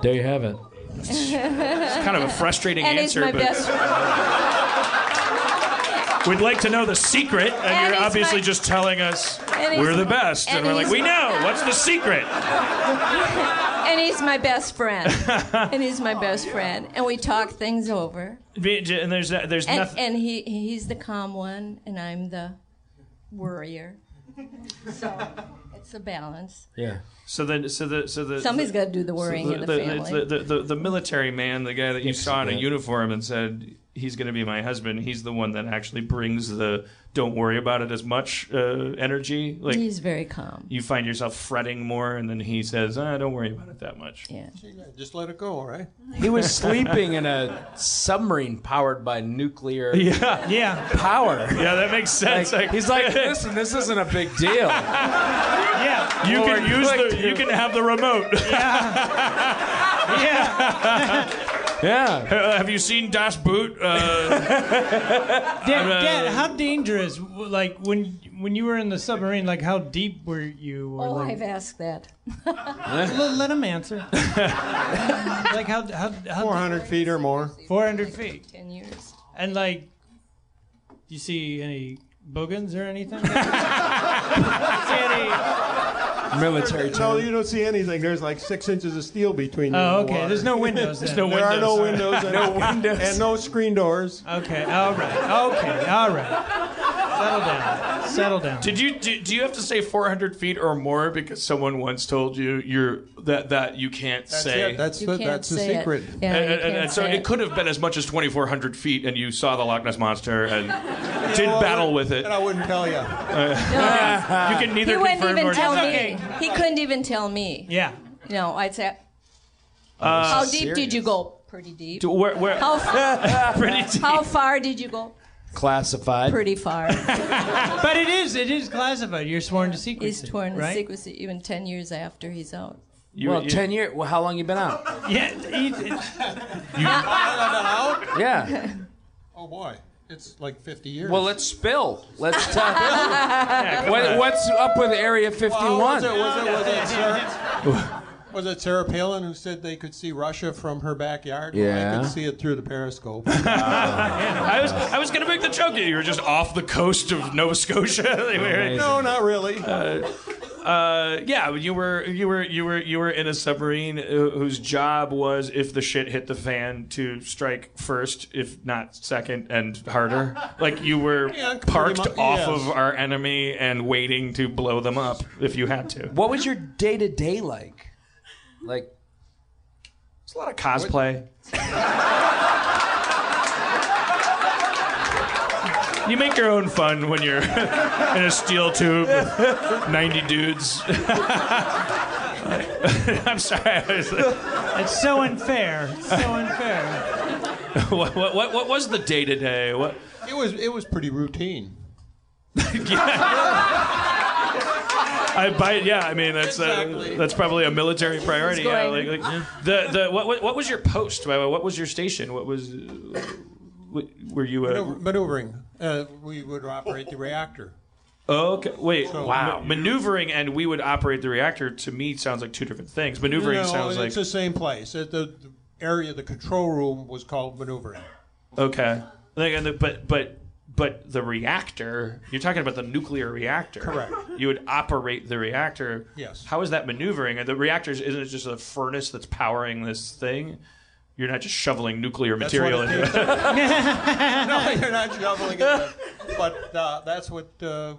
Speaker 5: There you have it.
Speaker 2: it's kind of a frustrating
Speaker 10: And he's
Speaker 2: answer,
Speaker 10: my
Speaker 2: but
Speaker 10: best
Speaker 2: we'd like to know the secret. And,
Speaker 10: And
Speaker 2: you're
Speaker 10: he's
Speaker 2: obviously
Speaker 10: my-
Speaker 2: just telling us
Speaker 10: And he's
Speaker 2: we're the
Speaker 10: my-
Speaker 2: best, and,
Speaker 10: and
Speaker 2: we're like,
Speaker 10: he's
Speaker 2: we
Speaker 10: my-
Speaker 2: know. What's the secret?
Speaker 10: and he's my best friend. and he's my best friend. And we talk things over.
Speaker 2: And there's there's
Speaker 10: And,
Speaker 2: nothing.
Speaker 10: and he he's the calm one, and I'm the worrier. So it's a balance.
Speaker 5: Yeah.
Speaker 2: So then, so the so the
Speaker 10: Somebody's
Speaker 2: the-
Speaker 10: got to do the worrying in the, family.
Speaker 2: the, the, the, the military man, the guy that you saw in a uniform and said he's going to be my husband. He's the one that actually brings the "don't worry about it" as much uh, energy. Like
Speaker 10: he's very calm.
Speaker 2: you find yourself fretting more, and then he says, ah, "Don't worry about it that much."
Speaker 10: Yeah.
Speaker 11: Just let it go, all right?
Speaker 5: He was sleeping in a submarine powered by nuclear
Speaker 2: Yeah,
Speaker 1: Yeah.
Speaker 5: power.
Speaker 2: yeah, that makes sense. Like,
Speaker 5: He's like, listen, this isn't a big deal.
Speaker 1: Yeah.
Speaker 2: you
Speaker 5: Lord,
Speaker 2: can use
Speaker 5: click
Speaker 2: the,
Speaker 5: to-
Speaker 2: you can have the remote.
Speaker 1: Yeah.
Speaker 5: Yeah.
Speaker 2: Have you seen Das Boot? Uh,
Speaker 1: Dan,
Speaker 2: uh,
Speaker 1: Dan, how dangerous? w- Like when when you were in the submarine, like how deep were you? Or
Speaker 10: Oh,
Speaker 1: like,
Speaker 10: I've asked that.
Speaker 1: Let, let him answer. like how how, how
Speaker 11: 400 feet or more.
Speaker 1: four hundred feet,
Speaker 10: Ten years.
Speaker 1: and like, do you see any bogans or anything?
Speaker 5: Military term.
Speaker 11: No, you don't see anything. There's like six inches of steel between you.
Speaker 1: oh,
Speaker 11: and the
Speaker 1: okay.
Speaker 11: water.
Speaker 1: There's no windows. There's
Speaker 11: There are no windows. Uh, And uh, no
Speaker 5: windows.
Speaker 11: And no screen doors.
Speaker 1: Okay. All right. Okay. All right. Settle down. Settle down.
Speaker 2: did you do, do you have to say 400 feet or more because someone once told you you're that that you can't
Speaker 11: That's
Speaker 2: say?
Speaker 11: it. That's
Speaker 10: You
Speaker 11: the,
Speaker 10: can't
Speaker 11: that's the
Speaker 10: say it.
Speaker 11: secret.
Speaker 10: Yeah,
Speaker 2: And,
Speaker 10: you
Speaker 2: and-
Speaker 10: can't
Speaker 2: and so
Speaker 10: say
Speaker 2: it could have been as much as 2,400 feet, and you saw the Loch Ness monster and did
Speaker 11: Well,
Speaker 2: battle with it.
Speaker 11: And I wouldn't tell you.
Speaker 2: You can
Speaker 10: He
Speaker 2: neither
Speaker 10: wouldn't
Speaker 2: confirm
Speaker 10: even
Speaker 2: nor
Speaker 10: tell
Speaker 2: deny.
Speaker 10: me. He couldn't even tell me.
Speaker 1: Yeah.
Speaker 10: No, I'd say. Uh, how deep did you go? Pretty deep.
Speaker 2: To Where, where,
Speaker 10: How f-
Speaker 2: pretty deep.
Speaker 10: how far did you go?
Speaker 5: Classified.
Speaker 10: Pretty far.
Speaker 1: But it is it is classified. You're sworn to secrecy.
Speaker 10: He's torn the
Speaker 1: right?
Speaker 10: secrecy even ten years after he's out.
Speaker 2: You-
Speaker 5: well,
Speaker 2: you-
Speaker 5: ten years. Well, how long you been out?
Speaker 1: Yeah. he-
Speaker 5: Yeah.
Speaker 11: Oh, boy. It's like 50 years.
Speaker 5: Well, let's spill. Let's tell. what, what's up with Area
Speaker 11: Well,
Speaker 5: 51?
Speaker 11: Oh, Was it, was it, was it Sarah, was it Sarah Palin who said they could see Russia from her backyard? Well, I
Speaker 5: Yeah.
Speaker 11: could see it through the periscope.
Speaker 2: I was I was gonna make the joke that you were just off the coast of Nova Scotia. They were-
Speaker 11: no, not really.
Speaker 2: Uh, yeah, you were you were you were you were in a submarine uh, whose job was, if the shit hit the fan, to strike first, if not second, and harder. Like you were
Speaker 11: Yeah, pretty
Speaker 2: parked
Speaker 11: much,
Speaker 2: off
Speaker 11: yes.
Speaker 2: of our enemy and waiting to blow them up if you had to.
Speaker 5: What was your day to day like? Like,
Speaker 2: It's a lot of cosplay. you make your own fun when you're in a steel tube with 90 dudes. I'm sorry. I was like,
Speaker 1: It's so unfair. It's so unfair.
Speaker 2: what, what, what, what was the day to day? What?
Speaker 11: It was it was pretty routine.
Speaker 2: I buy it. Yeah, I mean that's
Speaker 11: Exactly.
Speaker 2: uh, that's probably a military priority. Yeah, like,
Speaker 10: going-
Speaker 2: like the the what, what what was your post? by the way? What was your station? What was uh, what- were you a?
Speaker 11: Maneuver- maneuvering. Uh, we would operate the reactor.
Speaker 2: Okay. Wait.
Speaker 11: Wow.
Speaker 2: ma- maneuvering and we would operate the reactor to me sounds like two different things. Maneuvering
Speaker 11: No,
Speaker 2: sounds
Speaker 11: it's
Speaker 2: like
Speaker 11: the same place. It, the, the area, the control room was called maneuvering.
Speaker 2: okay. Like, and the- but but but the reactor. You're talking about the nuclear reactor.
Speaker 11: Correct.
Speaker 2: You would operate the reactor.
Speaker 11: Yes.
Speaker 2: How is that maneuvering? And The reactors isn't it just a furnace that's powering this thing? You're not just shoveling nuclear
Speaker 11: That's
Speaker 2: material
Speaker 11: what
Speaker 2: into
Speaker 11: it
Speaker 2: it.
Speaker 11: means. no, you're not shoveling it. But uh, that's what uh,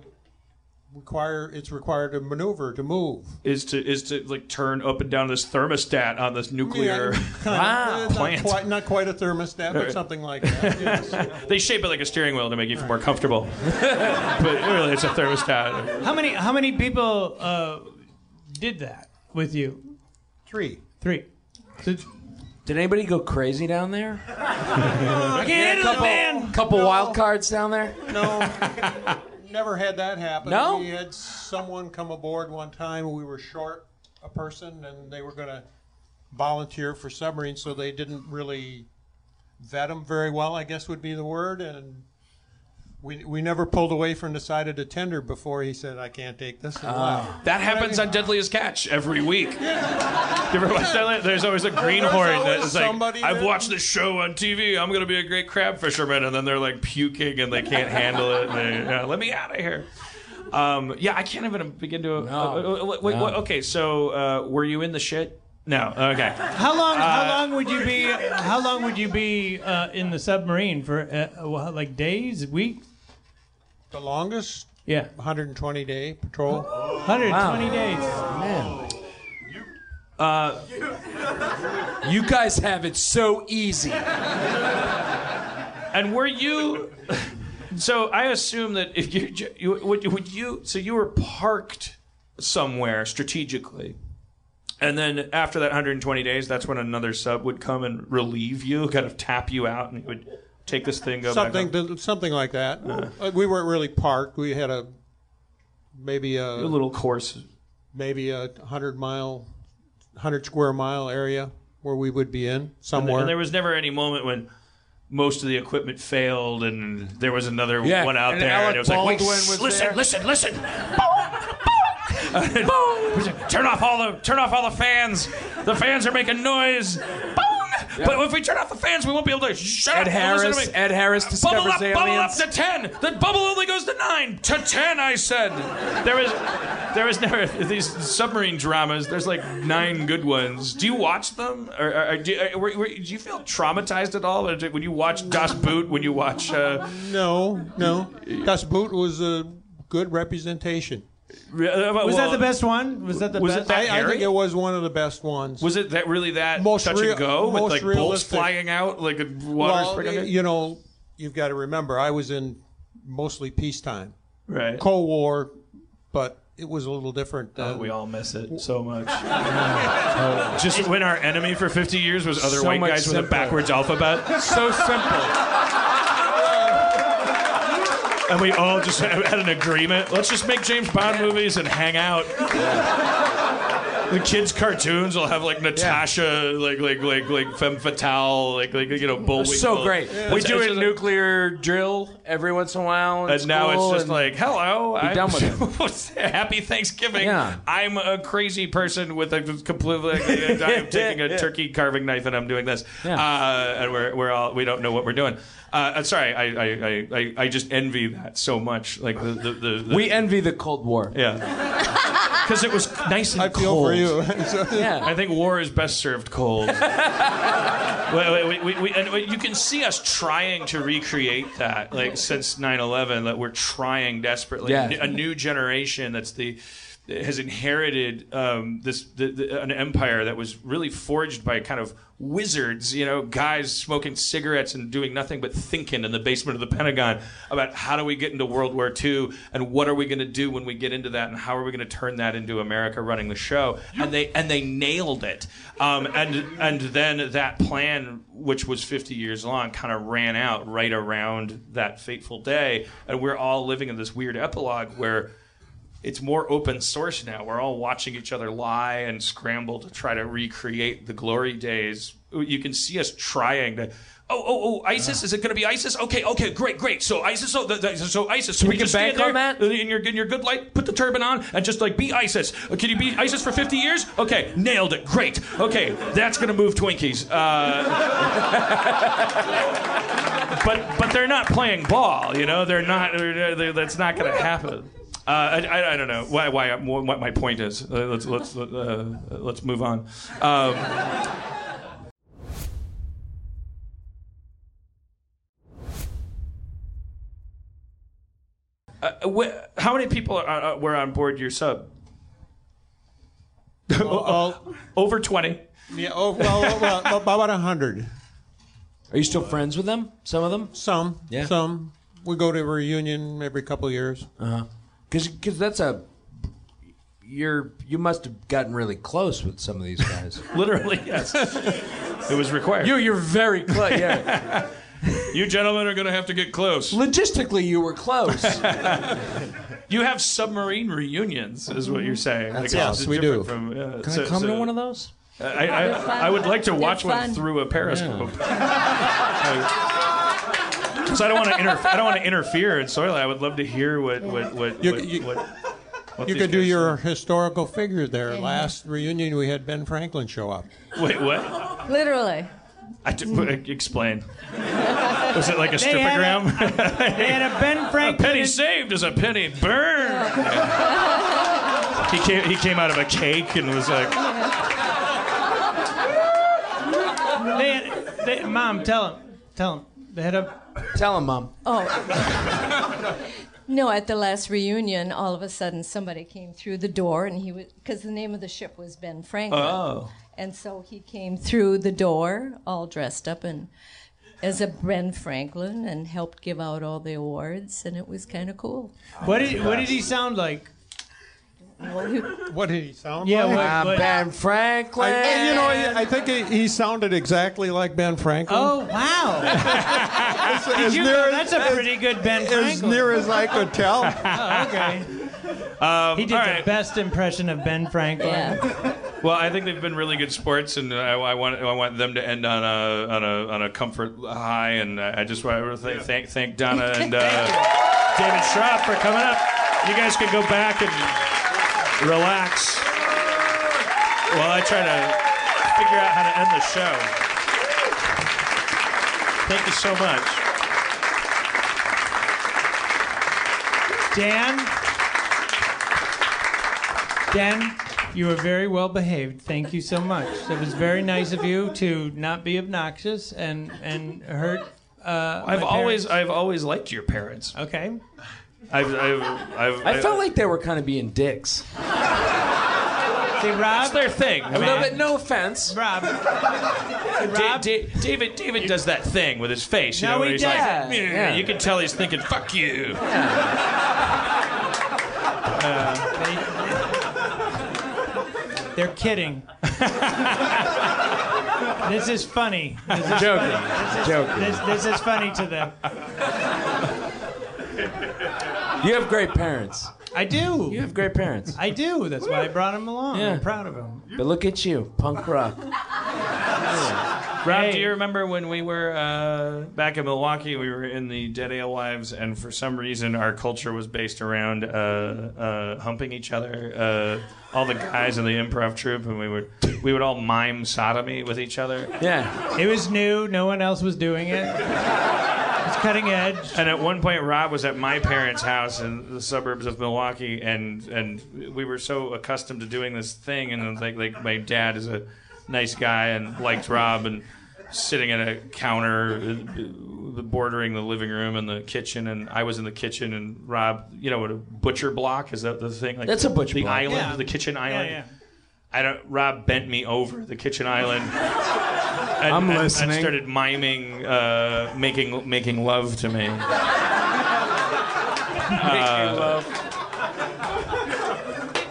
Speaker 11: require it's required to maneuver to move.
Speaker 2: Is to is to like turn up and down this thermostat on this nuclear.
Speaker 11: Yeah, kind of. It's
Speaker 2: Ah, Plant.
Speaker 11: Not quite, not quite a thermostat, but something like that. yes.
Speaker 2: They shape it like a steering wheel to make you feel more comfortable, but really it's a thermostat.
Speaker 1: How many how many people uh, did that with you?
Speaker 11: Three.
Speaker 1: Three. So,
Speaker 5: Did anybody go crazy down there? a couple, couple wild cards down there.
Speaker 11: No, never had that happen.
Speaker 5: No?
Speaker 11: We had someone come aboard one time. We were short a person, and they were going to volunteer for submarines, so they didn't really vet them very well. I guess would be the word. And we we never pulled away from decided to tender before he said, "I can't take this." and left."
Speaker 2: That happens on Deadliest Catch every week. You ever watch that? There's always a greenhorn that
Speaker 11: always
Speaker 2: is like,
Speaker 11: somebody
Speaker 2: I've
Speaker 11: there."
Speaker 2: watched this show on TV. I'm gonna be a great crab fisherman, and then they're like puking and they can't handle it. And they, yeah, let me out of here. Um, yeah, I can't even begin to. uh, uh, uh, wait, what- okay, so uh, were you in the shit? No. Okay.
Speaker 1: how long
Speaker 10: Uh,
Speaker 1: how long would you be how long would you be uh, in the submarine for uh, well, like days, weeks?
Speaker 11: The longest
Speaker 1: Yeah,
Speaker 11: 120 day patrol.
Speaker 1: 120 days.
Speaker 5: You guys have it so easy.
Speaker 2: And were you? So I assume that if you, ju- you would, would you so you were parked somewhere strategically, and then after that 120 days, that's when another sub would come and relieve you, kind of tap you out, and you would take this thing go
Speaker 11: something
Speaker 2: back. up.
Speaker 11: th- something like that. Uh, we weren't really parked. We had a maybe a,
Speaker 2: A little course.
Speaker 11: maybe a hundred mile, hundred square mile area where we would be in somewhere.
Speaker 2: And there was never any moment when most of the equipment failed, and there was another
Speaker 5: Yeah,
Speaker 2: one out
Speaker 5: and
Speaker 2: there,
Speaker 5: Alec
Speaker 2: and it was like, wait,
Speaker 5: Baldwin
Speaker 2: shh,
Speaker 5: was
Speaker 2: listen,
Speaker 5: there.
Speaker 2: listen, listen, turn off all the turn off all the fans. The fans are making noise. But if we turn off the fans, we won't be able to shut
Speaker 5: Ed
Speaker 2: up. and
Speaker 5: Harris.
Speaker 2: listen to me.
Speaker 5: Ed Harris
Speaker 2: Bubble
Speaker 5: discovers
Speaker 2: up,
Speaker 5: aliens.
Speaker 2: bubble up to ten. The bubble only goes to nine. To ten, I said. There was, there was never these submarine dramas. There's like nine good ones. Do you watch them, or, or- or do, or- were- were- do you feel traumatized at all? Or do- When you watch Das Boot, when you watch, uh,
Speaker 11: no, no. Das Boot was a good representation.
Speaker 2: re- uh,
Speaker 1: Was
Speaker 2: well,
Speaker 1: that the best one? Was that the
Speaker 2: Was it
Speaker 1: best?
Speaker 2: that
Speaker 11: I, I
Speaker 2: hairy?
Speaker 11: think it was one of the best ones.
Speaker 2: Was it that really that
Speaker 11: Most
Speaker 2: touch
Speaker 11: real-
Speaker 2: and go with
Speaker 11: most
Speaker 2: like bolts
Speaker 11: realistic.
Speaker 2: flying out, like a water
Speaker 11: well,
Speaker 2: spring? on it?
Speaker 11: you know, you've got to remember, I was in mostly peacetime,
Speaker 2: Right.
Speaker 11: Cold War, but it was a little different. Than,
Speaker 2: Oh, We all miss it so much. Just when our enemy for 50 years was other
Speaker 5: So
Speaker 2: white
Speaker 5: much
Speaker 2: guys with a
Speaker 5: simpler.
Speaker 2: backwards alphabet,
Speaker 5: So simple.
Speaker 2: and we all just had had an agreement. Let's just make James Bond movies and hang out. The kids' cartoons will have like Natasha, like like like like femme fatale, like like you know Bullwinkle.
Speaker 5: So great. We
Speaker 2: It's-
Speaker 5: do
Speaker 2: it's
Speaker 5: a
Speaker 2: just-
Speaker 5: nuclear drill every once in a while. in
Speaker 2: And now
Speaker 5: school,
Speaker 2: it's just
Speaker 5: and-
Speaker 2: like, hello, I'm
Speaker 5: done
Speaker 2: happy Thanksgiving.
Speaker 5: Yeah.
Speaker 2: I'm a crazy person with a completely. I'm taking a
Speaker 5: Yeah.
Speaker 2: turkey carving knife and I'm doing this,
Speaker 5: Yeah.
Speaker 2: uh, and we're we're all we don't know what we're doing. Uh, I'm sorry, I I, I- I I just envy that so much. Like the the, the, the
Speaker 5: we envy the Cold War.
Speaker 2: yeah, because it was nice and
Speaker 11: I feel
Speaker 2: cold.
Speaker 11: for you. So-
Speaker 2: I think war is best served cold. Well, we, we, we, and we- you can see us trying to recreate that, like since 9/11, that we're trying desperately.
Speaker 5: Yeah.
Speaker 2: A new generation that's the that has inherited um, this the, the, an empire that was really forged by kind of wizards, you know, guys smoking cigarettes and doing nothing but thinking in the basement of the Pentagon about how do we get into World War II and what are we going to do when we get into that and how are we going to turn that into America running the show? And they and they nailed it. Um, and and then that plan, which was 50 years long, kind of ran out right around that fateful day, and we're all living in this weird epilogue where it's more open source now. We're all watching each other lie and scramble to try to recreate the glory days. You can see us trying to. Oh, oh, oh! ISIS is it going to be ISIS? Okay, okay, great, great. So ISIS, so, th- th- so ISIS. So
Speaker 5: Can
Speaker 2: we
Speaker 5: we
Speaker 2: just
Speaker 5: get back
Speaker 2: stand there
Speaker 5: on that?
Speaker 2: in your in your good light, put the turban on, and just like be ISIS. Uh, Can you be ISIS for 50 years? Okay, nailed it. Great. Okay, that's going to move Twinkies. Uh, but but they're not playing ball. You know, they're not. They're, they're, that's not going to happen. Uh, I, I, I don't know why, why what my point is. Uh, let's let's uh, let's move on. Um, Uh, wh- How many people are, uh, were on board your sub?
Speaker 11: Well,
Speaker 2: Over 20.
Speaker 11: yeah, oh, well, well, well, about a hundred.
Speaker 5: Are you still friends with them? Some of them?
Speaker 11: Some,
Speaker 5: Yeah.
Speaker 11: some. We go to a reunion every couple of years.
Speaker 5: Because that's a you're you must have gotten really close with some of these guys.
Speaker 2: Literally, yes. it was required.
Speaker 5: you
Speaker 2: You,
Speaker 5: you're very close. Yeah.
Speaker 2: gentlemen are going to have to get close.
Speaker 5: Logistically, you were close.
Speaker 2: You have submarine reunions, is what you're saying. Like,
Speaker 11: yes,
Speaker 2: it's
Speaker 11: we
Speaker 2: different
Speaker 11: do.
Speaker 2: From, yeah,
Speaker 5: Can I come to one of those?
Speaker 2: I, I,
Speaker 10: They're fun.
Speaker 2: I would like to
Speaker 10: They're
Speaker 2: watch one
Speaker 10: fun.
Speaker 2: through a periscope. Like, so I don't want to interf- I don't want to interfere. And sorry, I would love to hear what what what
Speaker 11: You-
Speaker 2: what,
Speaker 11: you-
Speaker 2: what, what
Speaker 11: You
Speaker 2: these
Speaker 11: could do
Speaker 2: guys-
Speaker 11: your historical figure there. Last reunion, we had Ben Franklin show up.
Speaker 2: wait what?
Speaker 10: Literally.
Speaker 2: I d- w- explain. Was it like a
Speaker 1: had a-
Speaker 2: stripogram?
Speaker 1: They had a Ben Franklin.
Speaker 2: penny saved is a penny burned. he came he came out of a cake and was like.
Speaker 1: They had, they, Mom, tell him. Tell him. They had a.
Speaker 5: Tell them, mom.
Speaker 10: Oh. No, at the last reunion, all of a sudden somebody came through the door, and he was because the name of the ship was Ben Franklin.
Speaker 2: Oh.
Speaker 10: And so he came through the door, all dressed up and as a Ben Franklin, and helped give out all the awards, and it was kind of cool.
Speaker 1: What did what did he sound like?
Speaker 11: What did he sound
Speaker 1: Yeah,
Speaker 11: like?
Speaker 1: what, what-
Speaker 5: Ben Franklin.
Speaker 11: I, you know, I, I think he, he sounded exactly like Ben Franklin.
Speaker 1: Oh wow!
Speaker 11: as, as
Speaker 1: Did you
Speaker 11: near
Speaker 1: know
Speaker 11: as-
Speaker 1: that's a pretty good Ben
Speaker 11: as
Speaker 1: Franklin. Oh,
Speaker 11: near as I could tell.
Speaker 1: okay.
Speaker 11: Um,
Speaker 1: he did
Speaker 2: all
Speaker 1: the
Speaker 2: right.
Speaker 1: best impression of Ben Franklin.
Speaker 10: Yeah.
Speaker 2: Well, I think they've been really good sports, and I, I want I want them to end on a on a on a comfort high. And I I just want to thank thank, thank Donna and uh, David Schropp for coming up. You guys can go back and relax while I try to figure out how to end the show. Thank you so much.
Speaker 1: Dan, Dan, you were very well behaved. Thank you so much. That was very nice of you to not be obnoxious and and hurt. Uh,
Speaker 2: I've
Speaker 1: my
Speaker 2: always
Speaker 1: parents.
Speaker 2: I've always liked your parents.
Speaker 1: okay.
Speaker 2: I've I've, I've
Speaker 5: I felt like they were kind of being dicks.
Speaker 1: See,
Speaker 2: that's
Speaker 1: Rob,
Speaker 2: their thing.
Speaker 5: A
Speaker 2: man.
Speaker 5: little bit. No offense.
Speaker 1: Rob, See,
Speaker 2: Da-
Speaker 1: Rob.
Speaker 2: Da- David David does that thing with his face. You
Speaker 1: No,
Speaker 2: know, where
Speaker 1: he
Speaker 2: he's
Speaker 1: does.
Speaker 2: like,
Speaker 5: Yeah,
Speaker 2: "Meh."
Speaker 5: yeah.
Speaker 2: you can tell he's thinking, "Fuck you."
Speaker 1: They're kidding. this is funny. This is
Speaker 5: Joking.
Speaker 1: funny. This is,
Speaker 5: Joking.
Speaker 1: This, this is funny to them.
Speaker 5: You have great parents.
Speaker 1: I
Speaker 5: You
Speaker 1: do.
Speaker 5: have great parents.
Speaker 1: I do. That's why I brought him along.
Speaker 5: Yeah.
Speaker 1: I'm proud of him.
Speaker 5: But look at you, punk rock.
Speaker 2: Rob,
Speaker 1: Hey.
Speaker 2: do you remember when we were uh, back in Milwaukee? We were in the Dead Alewives, and for some reason, our culture was based around uh, uh, humping each other. Uh, all the guys in the improv troupe, and we would we would all mime sodomy with each other.
Speaker 5: Yeah.
Speaker 1: It was new. No one else was doing it. It's cutting edge.
Speaker 2: And at one point, Rob was at my parents' house in the suburbs of Milwaukee, and and we were so accustomed to doing this thing, and it was like like my dad is a nice guy and liked Rob, and sitting at a counter uh, bordering the living room and the kitchen, and I was in the kitchen, and Rob, you know, what a butcher block is that the thing? Like
Speaker 5: That's a butcher
Speaker 2: the
Speaker 5: block.
Speaker 2: island,
Speaker 1: Yeah.
Speaker 2: the kitchen
Speaker 1: Yeah,
Speaker 2: island.
Speaker 1: yeah.
Speaker 2: I don't. Rob bent me over the kitchen island. And,
Speaker 5: I'm
Speaker 2: and-
Speaker 5: listening.
Speaker 2: And started miming, uh, making making love to me.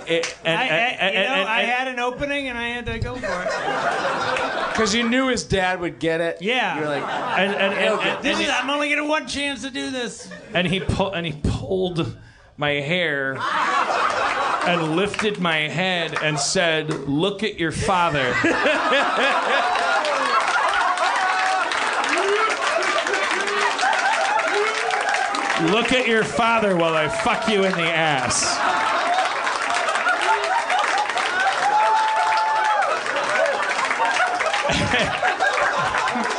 Speaker 2: It- and-
Speaker 1: I, I,
Speaker 2: and- and-
Speaker 1: you know,
Speaker 2: and-
Speaker 1: I
Speaker 2: and-
Speaker 1: had an opening and I had to go for it.
Speaker 5: Because you knew his dad would get it.
Speaker 1: Yeah.
Speaker 5: You're like,
Speaker 2: and, and, and, and,
Speaker 1: This is,
Speaker 2: he-
Speaker 1: I'm only getting one chance to do this.
Speaker 2: and he pulled and he pulled my hair and lifted my head and said, "Look at your father." Look at your father while I fuck you in the ass.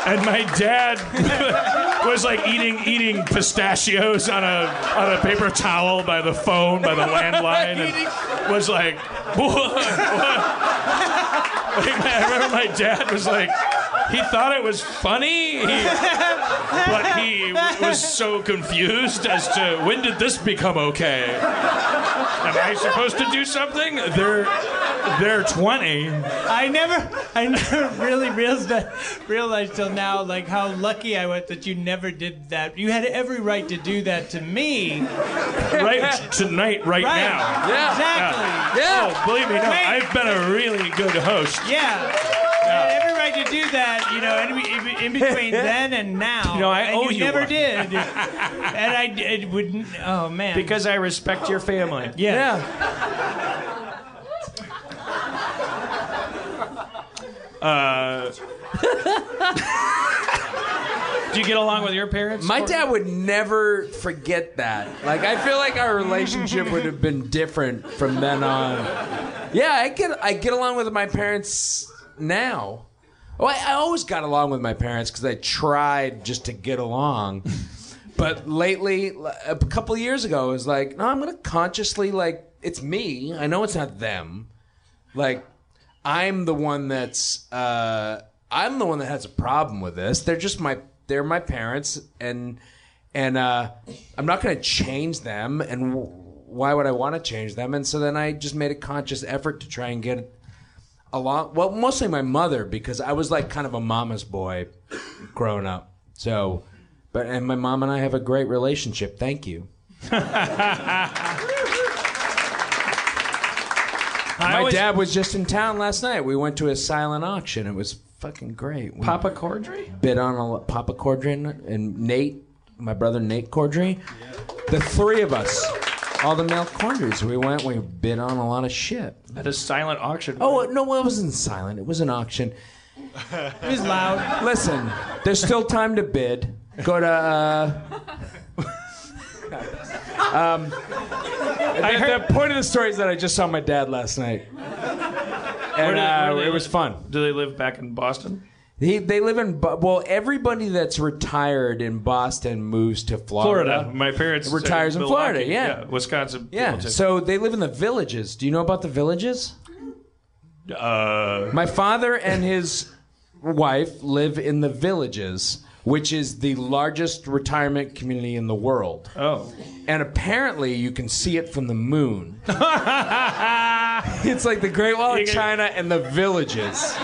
Speaker 2: and my dad was like eating eating pistachios on a on a paper towel by the phone by the landline and was like what, what? Like, I remember my dad was like He thought it was funny, he, but he was so confused as to when did this become okay? Am I supposed to do something? They're they're 20.
Speaker 1: I never, I never really realized, that- realized till now, like how lucky I was that you never did that. You had every right to do that to me.
Speaker 2: Right tonight, right,
Speaker 1: Right.
Speaker 2: now.
Speaker 5: Yeah.
Speaker 1: Exactly.
Speaker 5: Yeah.
Speaker 2: Oh, believe me, no,
Speaker 1: Wait.
Speaker 2: I've been a really good host.
Speaker 1: Yeah. You had every right to do that, you know, in, in- in between then and now.
Speaker 2: You know, I
Speaker 1: and
Speaker 2: owe you
Speaker 1: never
Speaker 2: one.
Speaker 1: did. and I it wouldn't. Oh man.
Speaker 2: Because I respect your family.
Speaker 1: yeah.
Speaker 2: Do you get along with your parents?
Speaker 5: My dad would never forget that. Like I feel like our relationship would have been different from then on. Yeah, I get I get along with my parents now. Oh, I, I always got along with my parents because I tried just to get along. But lately, l- a couple of years ago, I was like, no, I'm gonna consciously like it's me. I know it's not them. Like I'm the one that's uh, I'm the one that has a problem with this. They're just my they're my parents, and and uh, I'm not going to change them. And w- why would I want to change them? And so then I just made a conscious effort to try and get along. Well, mostly my mother because I was like kind of a mama's boy growing up. So, but and my mom and I have a great relationship. Thank you. My
Speaker 2: always-
Speaker 5: dad was just in town last night. We went to a silent auction. It was fucking great. We
Speaker 2: Papa Cordry?
Speaker 5: bid on a, Papa Cordrin and Nate, my brother Nate Cordry. The three of us, all the male Cordrys, we went. We bid on a lot of shit.
Speaker 2: At a silent auction.
Speaker 5: Oh no, well, it wasn't silent. It was an auction.
Speaker 1: It was loud.
Speaker 5: Listen, there's still time to bid. Go to. Uh, um, I the point of the story is that I just saw my dad last night,
Speaker 2: Where
Speaker 5: and
Speaker 2: do- where
Speaker 5: uh,
Speaker 2: do they
Speaker 5: it was
Speaker 2: live?
Speaker 5: fun.
Speaker 2: Do they live back in Boston?
Speaker 5: He, they live in Bo- well. Everybody that's retired in Boston moves to Florida.
Speaker 2: Florida. Uh, My parents
Speaker 5: Retires
Speaker 2: say
Speaker 5: in
Speaker 2: Milwaukee.
Speaker 5: Florida, yeah.
Speaker 2: Wisconsin.
Speaker 5: Yeah.
Speaker 2: people
Speaker 5: So they live in the villages. Do you know about the villages?
Speaker 2: take- uh,
Speaker 5: My father and his wife live in the villages, which is the largest retirement community in the world.
Speaker 2: oh.
Speaker 5: And apparently, you can see it from the moon. it's like the Great Wall
Speaker 2: You
Speaker 5: of
Speaker 2: can-
Speaker 5: China and the villages.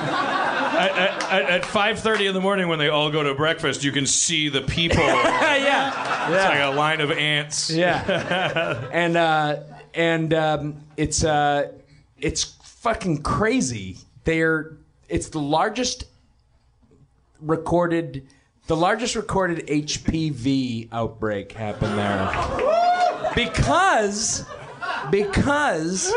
Speaker 2: At, at, at 5:30 in the morning, when they all go to breakfast, you can see the people. it's
Speaker 5: yeah.
Speaker 2: like a line of ants.
Speaker 5: Yeah. and uh, and um, it's uh, it's fucking crazy. They're it's the largest recorded the largest recorded HPV outbreak happened there. Because because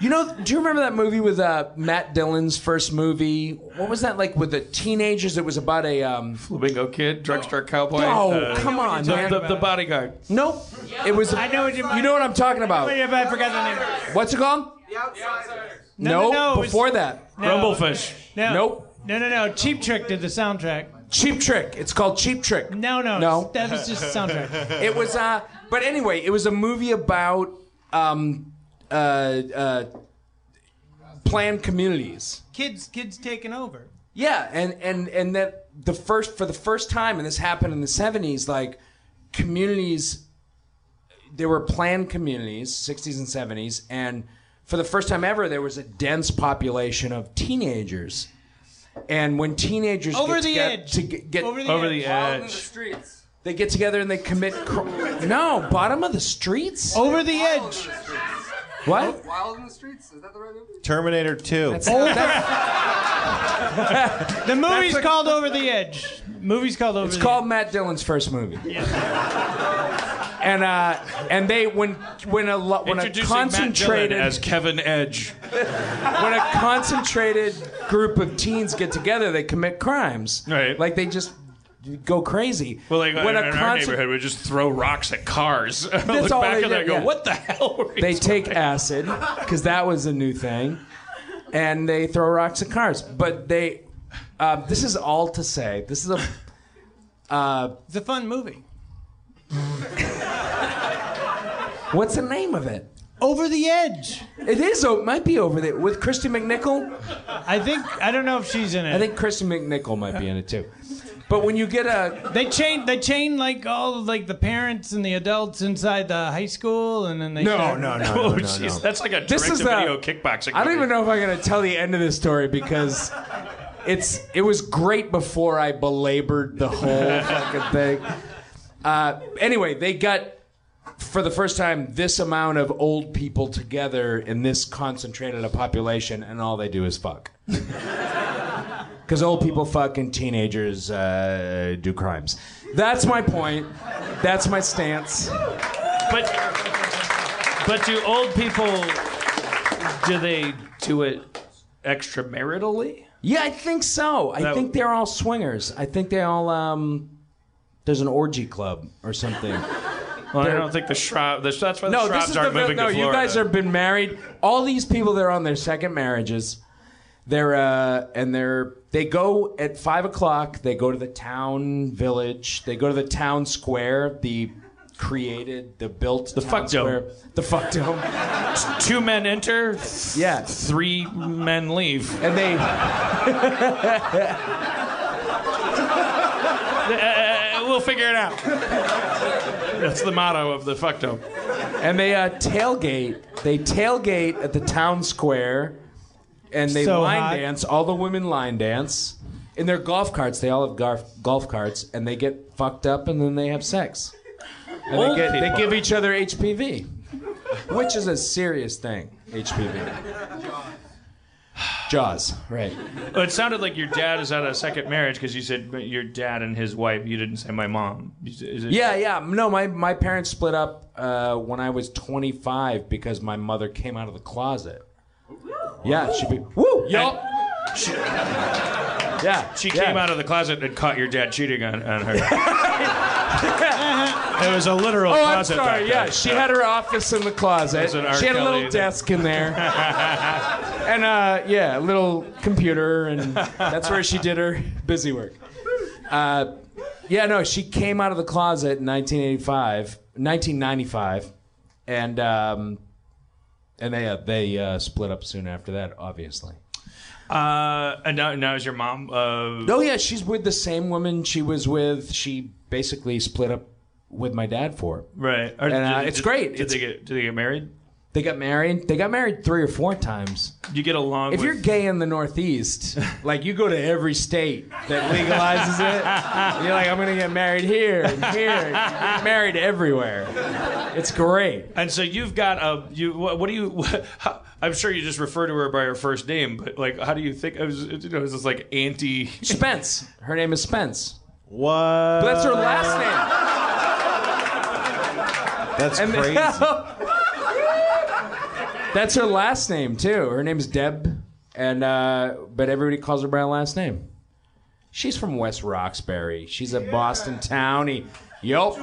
Speaker 5: you know, do you remember that movie with uh, Matt Dillon's first movie? What was that like with the teenagers? It was about a um,
Speaker 2: Flamingo Kid, Drugstore Cowboy.
Speaker 5: Oh, come on,
Speaker 2: uh, the,
Speaker 5: man.
Speaker 2: The, the bodyguard.
Speaker 5: nope. It was. I know what you. You know what I'm talking about.
Speaker 1: Wait, Oh, I forgot the name.
Speaker 5: What's it called?
Speaker 1: No,
Speaker 5: No,
Speaker 1: no, no, it
Speaker 5: before
Speaker 1: was-
Speaker 5: that.
Speaker 2: Rumblefish.
Speaker 1: No.
Speaker 5: Nope.
Speaker 1: No, no, no. Cheap Trick did the soundtrack.
Speaker 5: Cheap Trick. It's called Cheap Trick.
Speaker 1: No, no.
Speaker 5: No.
Speaker 1: That was just the soundtrack.
Speaker 5: It was uh but anyway, it was a movie about um uh uh planned communities.
Speaker 1: Kids, kids taking over.
Speaker 5: Yeah, and and and that the first for the first time and this happened in the 70s like communities there were planned communities, 60s and 70s, and for the first time ever there was a dense population of teenagers. And when teenagers
Speaker 1: Over
Speaker 5: get
Speaker 1: the
Speaker 5: toge-
Speaker 1: edge.
Speaker 5: to get, get
Speaker 1: Over the
Speaker 2: Over
Speaker 1: edge.
Speaker 2: the edge.
Speaker 12: streets.
Speaker 5: They get together and they commit. Cr- no, bottom of the streets.
Speaker 1: Over Oh, the edge.
Speaker 5: What?
Speaker 12: Wild in the streets? Is that the right movie?
Speaker 3: Terminator 2.
Speaker 1: The movie's called Over the Edge. Movie's called Over
Speaker 5: It's
Speaker 1: the
Speaker 5: called Matt Dillon's first movie. and uh, and they when when a lo- when a
Speaker 2: Introducing Matt
Speaker 5: concentrated
Speaker 2: Dillon as Kevin Edge.
Speaker 5: when a concentrated group of teens get together, they commit crimes.
Speaker 2: Right.
Speaker 5: Like they just go crazy.
Speaker 2: Well, like
Speaker 5: when
Speaker 2: in,
Speaker 5: a
Speaker 2: in our
Speaker 5: concent-
Speaker 2: neighborhood, we just throw rocks at cars. Look
Speaker 5: all
Speaker 2: back
Speaker 5: they
Speaker 2: at that
Speaker 5: did,
Speaker 2: and go,
Speaker 5: yeah.
Speaker 2: "What the hell?" were we
Speaker 5: they
Speaker 2: doing?"
Speaker 5: take acid because that was a new thing, and they throw rocks at cars. But they, uh, this is all to say, this is a
Speaker 1: It's a fun movie.
Speaker 5: What's the name of it?
Speaker 1: Over the edge.
Speaker 5: It is. Oh, it might be over there with Christy McNichol.
Speaker 1: I think I don't know if she's in it.
Speaker 5: I think Christy McNichol might be in it too. But when you get a
Speaker 1: they chain they chain like all like the parents and the adults inside the high school, and then they start-
Speaker 2: Oh, jeez. That's like a
Speaker 5: This is
Speaker 2: direct-to-video
Speaker 5: a-
Speaker 2: kickboxing.
Speaker 5: I don't
Speaker 2: movie.
Speaker 5: even know if I'm gonna tell the end of this story because it's it was great before I belabored the whole fucking thing. Uh, anyway, they got for the first time this amount of old people together in this concentrated a population, and all they do is fuck. Because old people fuck and teenagers uh, do crimes. That's my point. That's my stance.
Speaker 7: But but do old people do they do it extramaritally?
Speaker 5: Yeah, I think so. I
Speaker 7: That-
Speaker 5: think they're all swingers. I think they all um there's an orgy club or something.
Speaker 2: Well, I don't think the shroud. The, that's why the
Speaker 5: no, this
Speaker 2: shrouds
Speaker 5: is
Speaker 2: aren't
Speaker 5: the
Speaker 2: moving
Speaker 5: no.
Speaker 2: to
Speaker 5: You
Speaker 2: Florida.
Speaker 5: guys have been married. All these people they're on their second marriages. They're uh and they're they go at five o'clock. They go to the town village. They go to the town square. The created the built the
Speaker 2: fuck dome.
Speaker 5: The fuck dome.
Speaker 2: Two men enter, th-
Speaker 5: Yeah.
Speaker 2: three men leave.
Speaker 5: And they
Speaker 2: Uh, we'll figure it out. That's the motto of the fuckdom.
Speaker 5: and they uh, tailgate. They tailgate at the town square, and they
Speaker 1: So
Speaker 5: line
Speaker 1: hot.
Speaker 5: dance. All the women line dance in their golf carts. They all have garf- golf carts, and they get fucked up, and then they have sex. And
Speaker 2: Old
Speaker 5: they, get, they
Speaker 2: people.
Speaker 5: give each other HPV, which is a serious thing. HPV. Jaws, right?
Speaker 2: Oh, It sounded like your dad is out of second marriage because you said your dad and his wife. You didn't say my mom. Is it- is it-
Speaker 5: Yeah, yeah. No, my, my parents split up uh, when I was 25 because my mother came out of the closet. Yeah, she be woo y'all. yeah,
Speaker 2: She came out of the closet and caught your dad cheating on, on her. it was a literal
Speaker 5: Oh, I'm
Speaker 2: closet.
Speaker 5: sorry.
Speaker 2: back
Speaker 5: Yeah,
Speaker 2: then.
Speaker 5: she had her office in the closet.
Speaker 2: That's an R.
Speaker 5: She had a little
Speaker 2: Kelly.
Speaker 5: desk in there, and uh, yeah, a little computer, and that's where she did her busy work. Uh, yeah, no, she came out of the closet in 1985, 1995, and um, and they uh, they uh, split up soon after that, obviously.
Speaker 2: Uh, and now, now is your mom. Uh,
Speaker 5: Oh yeah, she's with the same woman she was with. She basically split up with my dad for.
Speaker 2: Right. Or
Speaker 5: And, uh,
Speaker 2: did-
Speaker 5: it's
Speaker 2: did-
Speaker 5: great.
Speaker 2: Did
Speaker 5: It's-
Speaker 2: they get Did they get married?
Speaker 5: They got married. They got married three or four times.
Speaker 2: You get along.
Speaker 5: If
Speaker 2: with,
Speaker 5: you're gay in the Northeast, like you go to every state that legalizes it, you're like, I'm gonna get married here and here, and get married everywhere. It's great.
Speaker 2: and so you've got a you. What, what do you? how, I'm sure you just refer to her by her first name, but like, how do you think? I was, you know, is this like anti?
Speaker 5: Spence. Her name is Spence.
Speaker 3: What?
Speaker 5: But that's her last name.
Speaker 3: That's
Speaker 5: And
Speaker 3: crazy.
Speaker 5: that's her last name too. Her name's Deb, and uh, but everybody calls her by her last name. She's from West Roxbury. She's a Boston townie. Yup.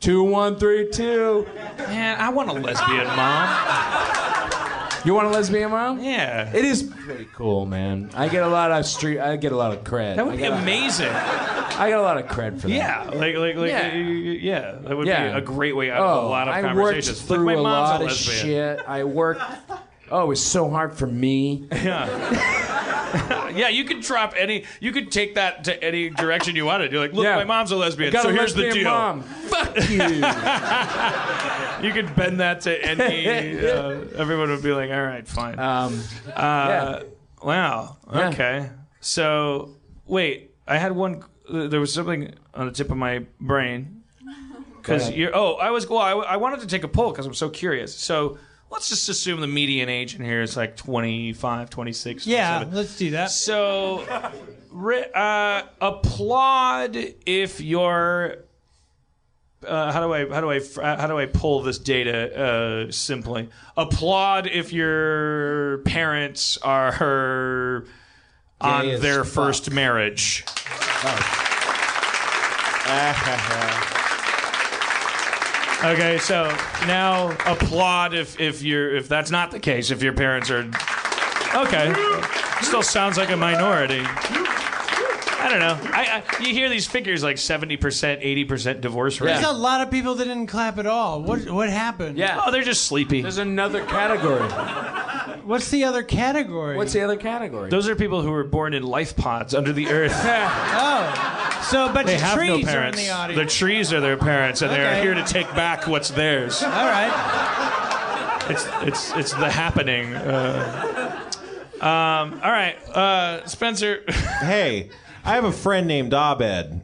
Speaker 5: Two one three two.
Speaker 2: Man, I want a lesbian mom.
Speaker 5: You want a lesbian mom?
Speaker 2: Yeah,
Speaker 5: It is pretty cool, man. I get a lot of street. I get a lot of cred.
Speaker 2: that would be
Speaker 5: I, get a,
Speaker 2: amazing.
Speaker 5: I get a lot of cred for that.
Speaker 2: Yeah, like like like
Speaker 5: Yeah.
Speaker 2: yeah, yeah that would
Speaker 5: Yeah. Oh,
Speaker 2: be a great way out of a lot of
Speaker 5: I
Speaker 2: conversations.
Speaker 5: worked
Speaker 2: Like,
Speaker 5: through
Speaker 2: my
Speaker 5: a
Speaker 2: mom's
Speaker 5: lot
Speaker 2: a
Speaker 5: of
Speaker 2: lesbian.
Speaker 5: shit. I worked. Oh, it was so hard for me.
Speaker 2: Yeah, you could drop any. You could take that to any direction you wanted. You're like, look,
Speaker 5: Yeah.
Speaker 2: my mom's a lesbian.
Speaker 5: Got
Speaker 2: So
Speaker 5: a
Speaker 2: here's the
Speaker 5: lesbian
Speaker 2: deal.
Speaker 5: Mom. Fuck you.
Speaker 2: You could bend that to any. Uh, everyone would be like, all right, fine.
Speaker 5: Um,
Speaker 2: Uh, Wow.
Speaker 5: Yeah.
Speaker 2: Okay. So wait, I had one. uh, There was something on the tip of my brain because
Speaker 5: ahead.
Speaker 2: you're. Oh, I was. Well, I, I wanted to take a poll because I'm so curious. So let's just assume the median age in here is like 25, 26.
Speaker 1: yeah,
Speaker 2: 27.
Speaker 1: let's do that.
Speaker 2: So ri- uh, applaud if your. Uh, how do I how do I fr- uh, how do I pull this data uh, simply? Applaud if your parents are on
Speaker 3: Gay as
Speaker 2: their
Speaker 3: fuck.
Speaker 2: first marriage. Okay, so now applaud if if you're if that's not the case if your parents are. Okay, still sounds like a minority. I don't know. I, I, you hear these figures like 70%, 80% divorce rate.
Speaker 1: There's a lot of people that didn't clap at all. What what happened?
Speaker 5: Yeah.
Speaker 2: Oh, they're just sleepy.
Speaker 5: There's another category.
Speaker 1: What's the other category?
Speaker 5: What's the other category?
Speaker 2: Those are people who were born in life pods under the earth.
Speaker 1: oh. So a bunch
Speaker 2: They
Speaker 1: of
Speaker 2: have no
Speaker 1: trees are in
Speaker 2: parents.
Speaker 1: the
Speaker 2: The,
Speaker 1: audience.
Speaker 2: trees are their parents, and they're
Speaker 1: Okay.
Speaker 2: here to take back what's theirs.
Speaker 1: all right.
Speaker 2: It's it's it's the happening. Uh, um, all right, uh, Spencer.
Speaker 3: Hey, I have a friend named Abed.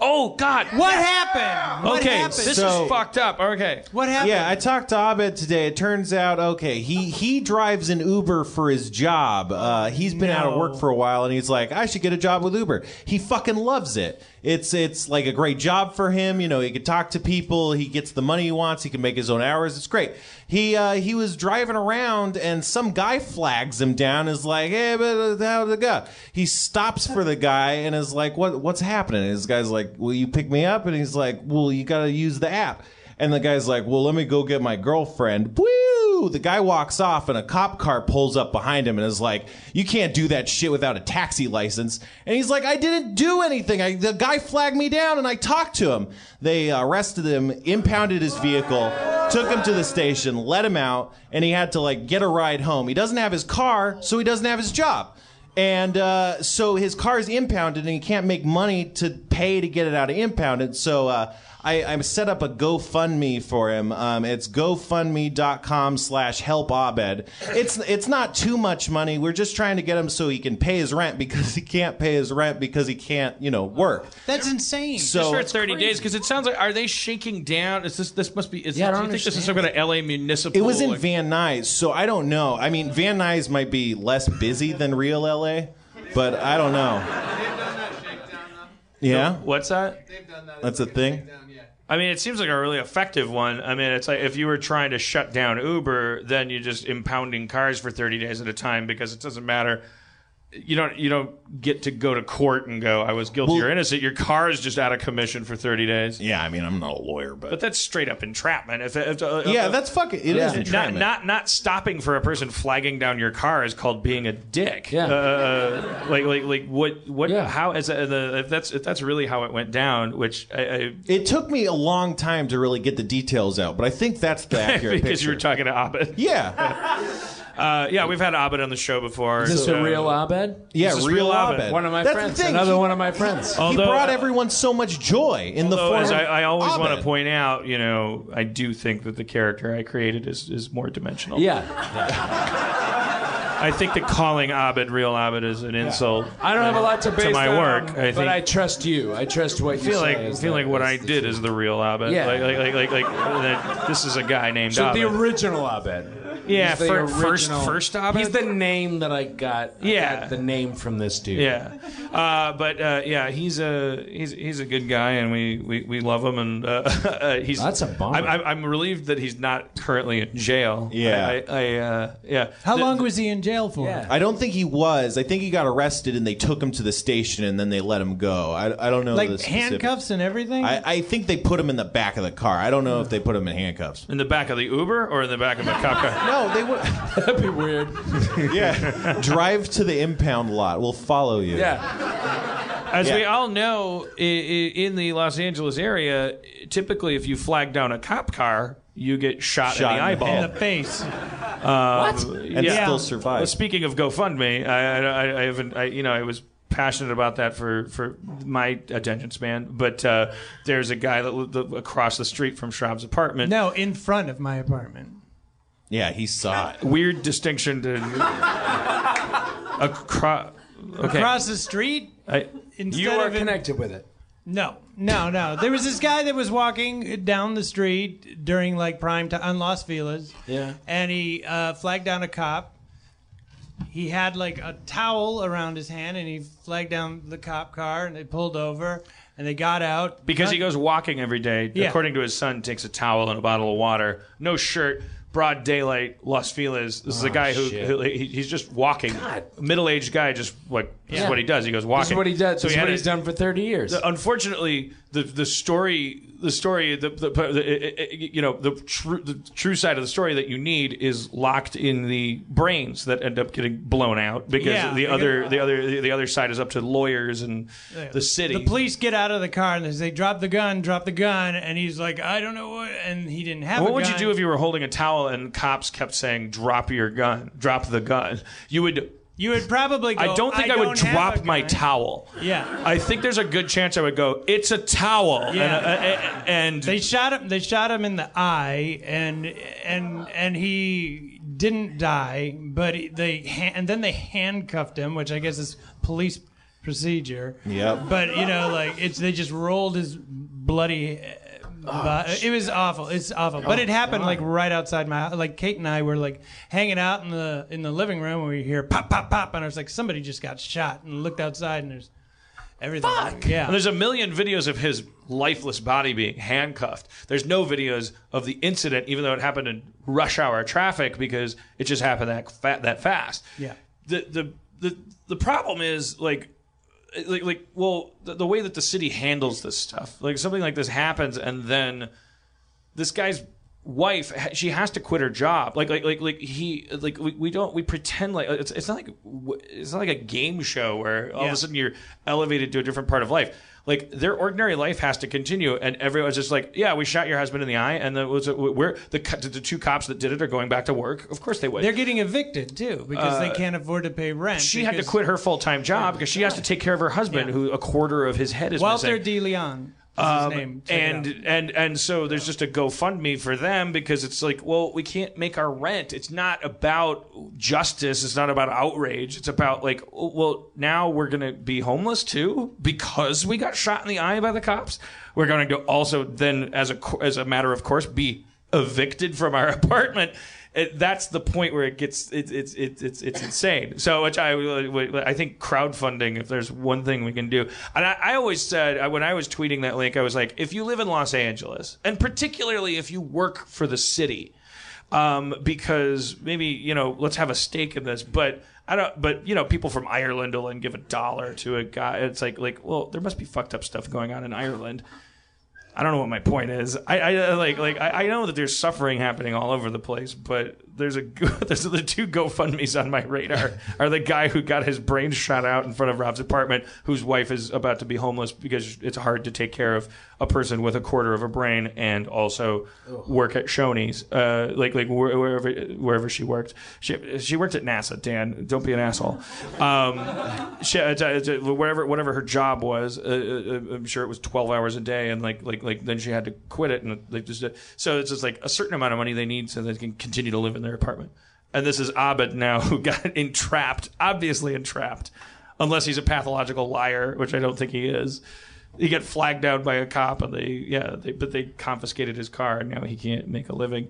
Speaker 2: Oh God.
Speaker 1: What happened? What
Speaker 2: Okay,
Speaker 1: happened?
Speaker 2: this
Speaker 3: So-
Speaker 2: is fucked up. Okay.
Speaker 1: what happened?
Speaker 3: Yeah, I talked to Abed today. It turns out, okay, he he drives an Uber for his job. Uh, he's been out of work for a while, and he's like, I should get a job with Uber. He fucking loves it. It's it's like a great job for him. You know, he could talk to people. He gets the money he wants. He can make his own hours. It's great. He uh, he was driving around, and some guy flags him down. Is like, hey, but how's it go? He stops for the guy and is like, what what's happening? And this guy's like, will you pick me up? And he's like, well, you got to use the app. And the guy's like, "Well, let me go get my girlfriend." Woo! The guy walks off, and a cop car pulls up behind him and is like, "You can't do that shit without a taxi license." And he's like, "I didn't do anything. I, the guy flagged me down, and I talked to him." They arrested him, impounded his vehicle, took him to the station, let him out, and he had to like get a ride home. He doesn't have his car, so he doesn't have his job. And uh, so his car is impounded, and he can't make money to pay to get it out of impounded. So uh, I, I set up a GoFundMe for him. Um, it's GoFundMe.com slash help Abed. It's it's not too much money. We're just trying to get him so he can pay his rent because he can't pay his rent because he can't you know work.
Speaker 1: That's insane.
Speaker 3: So
Speaker 2: for 30 days because it sounds like are they shaking down is this this must be is
Speaker 5: Yeah, I
Speaker 2: do you
Speaker 5: don't
Speaker 2: think this is some kind of la municipal
Speaker 3: It was in
Speaker 2: like-
Speaker 3: Van Nuys, so I don't know. I mean, Van Nuys might be less busy than real LA, but I don't know.
Speaker 12: They've done that shakedown though.
Speaker 3: Yeah,
Speaker 2: what's that
Speaker 12: They've done that. It's
Speaker 3: That's a
Speaker 12: like
Speaker 3: thing?
Speaker 12: shakedown, yeah.
Speaker 2: i mean it seems like a really effective one i mean it's like if you were trying to shut down uber then you're just impounding cars for 30 days at a time because it doesn't matter you don't you don't get to go to court and go i was guilty or innocent your car is just out of commission for 30 days
Speaker 3: yeah. I mean, I'm not a lawyer,
Speaker 2: but that's straight up entrapment if, if, if-
Speaker 3: Yeah, that's fucking. It is
Speaker 5: Yeah.
Speaker 2: not,
Speaker 3: entrapment.
Speaker 2: not not stopping for a person flagging down your car is called being a dick.
Speaker 5: Yeah.
Speaker 2: Uh, like like like what what
Speaker 5: Yeah.
Speaker 2: how is that, the if that's if that's really how it went down, which I, I
Speaker 3: it took me a long time to really get the details out, but I think that's the accurate
Speaker 2: because you
Speaker 3: picture.
Speaker 2: were talking to Abed.
Speaker 3: yeah,
Speaker 2: Uh, yeah, we've had Abed on the show before.
Speaker 5: Is this
Speaker 2: so-
Speaker 5: a real uh, Abed?
Speaker 3: yeah,
Speaker 2: This is
Speaker 3: real,
Speaker 2: real
Speaker 3: Abed.
Speaker 2: Abed.
Speaker 5: One of my
Speaker 3: That's
Speaker 5: friends.
Speaker 3: The thing.
Speaker 5: Another
Speaker 3: he,
Speaker 5: one of my friends.
Speaker 3: He
Speaker 2: Although- uh,
Speaker 3: brought everyone so much joy in the
Speaker 2: Although,
Speaker 3: form.
Speaker 2: as I, I always
Speaker 3: Abed.
Speaker 2: want to point out, you know, I do think that the character I created is, is more dimensional.
Speaker 5: Yeah.
Speaker 2: I think that calling Abed real Abed is an insult.
Speaker 5: I don't have a lot to base
Speaker 2: to my
Speaker 5: that
Speaker 2: work.
Speaker 5: on,
Speaker 2: I think
Speaker 5: but I trust you. I trust what
Speaker 2: I
Speaker 5: you
Speaker 2: feel
Speaker 5: say.
Speaker 2: like I
Speaker 5: is
Speaker 2: feel
Speaker 5: the-
Speaker 2: like what I
Speaker 5: is the
Speaker 2: did
Speaker 5: truth.
Speaker 2: is the real Abed.
Speaker 5: Yeah.
Speaker 2: Like like like like, like that this is a guy named
Speaker 5: So
Speaker 2: Abed.
Speaker 5: the original Abed.
Speaker 2: yeah,
Speaker 5: He's the
Speaker 2: fir- first
Speaker 5: original-
Speaker 2: first Abed.
Speaker 5: He's the name that I got. I
Speaker 2: Yeah.
Speaker 5: got the name from this dude.
Speaker 2: yeah, uh, but uh, yeah, he's a he's he's a good guy, and we, we, we love him, and uh, uh, he's
Speaker 5: That's a bummer.
Speaker 2: I'm, I'm, I'm relieved that he's not currently in jail.
Speaker 3: Yeah.
Speaker 2: I, I, uh, yeah.
Speaker 1: How
Speaker 2: The-
Speaker 1: long was he in jail for?
Speaker 5: Yeah.
Speaker 3: I don't think he was. I think he got arrested and they took him to the station and then they let him go. I, I don't know. the
Speaker 1: Like
Speaker 3: specific-
Speaker 1: handcuffs and everything?
Speaker 3: I, I think they put him in the back of the car. I don't know if they put him in handcuffs.
Speaker 2: in the back of the Uber or in the back of a cop car?
Speaker 3: No, they would.
Speaker 5: That'd be weird.
Speaker 3: yeah. Drive to the impound lot. We'll follow you.
Speaker 5: Yeah.
Speaker 2: As we
Speaker 3: Yeah.
Speaker 2: all know, i- i- in the Los Angeles area, typically if you flag down a cop car, you get shot,
Speaker 3: Shot in
Speaker 2: in the
Speaker 3: the
Speaker 2: eyeball.
Speaker 3: head.
Speaker 1: in the face.
Speaker 3: And still survive.
Speaker 2: Well, speaking of GoFundMe, I, I- I, I haven't, I, you know, I was passionate about that for, for my attention span, but uh, there's a guy that lived across the street from Schraub's apartment.
Speaker 1: No, in front of my apartment.
Speaker 3: yeah, he saw it.
Speaker 2: Weird distinction to. across. Okay.
Speaker 1: Across the street?
Speaker 2: I,
Speaker 1: Instead
Speaker 5: You are
Speaker 1: of in-
Speaker 5: connected with it.
Speaker 1: No, no, no. There was this guy that was walking down the street during like prime time on Las Vegas.
Speaker 5: Yeah.
Speaker 1: And he uh, flagged down a cop. He had like a towel around his hand and he flagged down the cop car and they pulled over and they got out.
Speaker 2: because he goes walking every day,
Speaker 1: Yeah.
Speaker 2: according to his son, takes a towel and a bottle of water, no shirt. Broad daylight, Los Feliz. This is a guy who,
Speaker 5: shit.
Speaker 2: who he, he's just walking. Middle-aged guy, just like this is what he does. He goes walking.
Speaker 5: This is what he does.
Speaker 2: So
Speaker 5: this is
Speaker 2: he had
Speaker 5: what
Speaker 2: a- uh,
Speaker 5: he's done for 30 years.
Speaker 2: Unfortunately, the the story the story the, the, the you know the true the true side of the story that you need is locked in the brains that end up getting blown out because
Speaker 1: Yeah,
Speaker 2: the
Speaker 1: because-
Speaker 2: other the other the, other side is up to lawyers and the city.
Speaker 1: The police get out of the car and they say, "Drop the gun, drop the gun," and he's like, "I don't know what," and he didn't have.
Speaker 2: what
Speaker 1: a
Speaker 2: would you
Speaker 1: gun.
Speaker 2: do if you were holding a towel and cops kept saying drop your gun, drop the gun? You would
Speaker 1: You would probably. Go,
Speaker 2: I don't think I, would
Speaker 1: don't have a
Speaker 2: drop my
Speaker 1: gun."
Speaker 2: towel.
Speaker 1: Yeah.
Speaker 2: I think there's a good chance I would go, it's a towel.
Speaker 1: Yeah.
Speaker 2: And, uh, and,
Speaker 1: They shot him. They shot him in the eye, and and and he didn't die. But they ha- and then they handcuffed him, which I guess is police procedure.
Speaker 3: Yep.
Speaker 1: But you know, like it's they just rolled his bloody. uh, bu- it was awful. It's awful. But it happened like right outside my house. Like Kate and I were like hanging out in the in the living room, and we hear pop pop pop, and I was like, somebody just got shot, and looked outside, and there's everything. Yeah.
Speaker 2: and there's a million videos of his lifeless body being handcuffed. There's no videos of the incident, even though it happened in rush hour traffic because it just happened that fa- that fast.
Speaker 1: Yeah.
Speaker 2: The the the the problem is like like like well the, the way that the city handles this stuff like something like this happens and then this guy's wife ha- she has to quit her job like like like like he like we, we don't we pretend like it's, it's not like w- it's not like a game show where all of
Speaker 1: Yeah.
Speaker 2: a sudden you're elevated to a different part of life like their ordinary life has to continue and everyone's just like yeah we shot your husband in the eye and the was it, we're the co- the two cops that did it are going back to work of course they would
Speaker 1: They're getting evicted too because they can't afford to pay rent.
Speaker 2: she had to
Speaker 1: because-
Speaker 2: quit her full-time job because she has to take care of her husband who a quarter of his head is
Speaker 1: Walter
Speaker 2: missing.
Speaker 1: De Leon. Is
Speaker 2: Um,
Speaker 1: his name. Check it
Speaker 2: and
Speaker 1: out.
Speaker 2: and and so there's just a GoFundMe for them because it's like, well, we can't make our rent. It's not about justice. It's not about outrage. It's about like, oh, well, now we're gonna be homeless too because we got shot in the eye by the cops. We're going to also then, as a co- as a matter of course, be evicted from our apartment. It, that's the point where it gets it, it's it's it's it's insane. So which I I think crowdfunding, if there's one thing we can do, and I, I always said I- when I was tweeting that link, I was like, if you live in Los Angeles, and particularly if you work for the city, um, because maybe you know let's have a stake in this, but. I don't, but you know, people from Ireland will then give a dollar to a guy. It's like, like, well, there must be fucked up stuff going on in Ireland. I don't know what my point is. I, I uh, like like I, I know that there's suffering happening all over the place, but there's a go- there's the two GoFundmes on my radar are the guy who got his brain shot out in front of Rob's apartment, whose wife is about to be homeless because it's hard to take care of a person with a quarter of a brain and also work at Shoney's, uh, like like where- wherever wherever she worked. She she worked at NASA. Dan, don't be an asshole. Um, she, uh, t- t- whatever whatever her job was, uh, uh, I'm sure it was 12 hours a day, and like like like then she had to quit it, and like just uh, so it's just like a certain amount of money they need so they can continue to live in their apartment. And this is Abed now who got entrapped, obviously entrapped, unless he's a pathological liar, which I don't think he is. He got flagged down by a cop, and they yeah, they, but they confiscated his car, and now he can't make a living.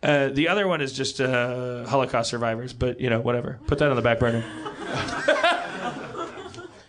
Speaker 2: Uh, the other one is just uh, Holocaust survivors, but you know whatever. Put that on the back burner.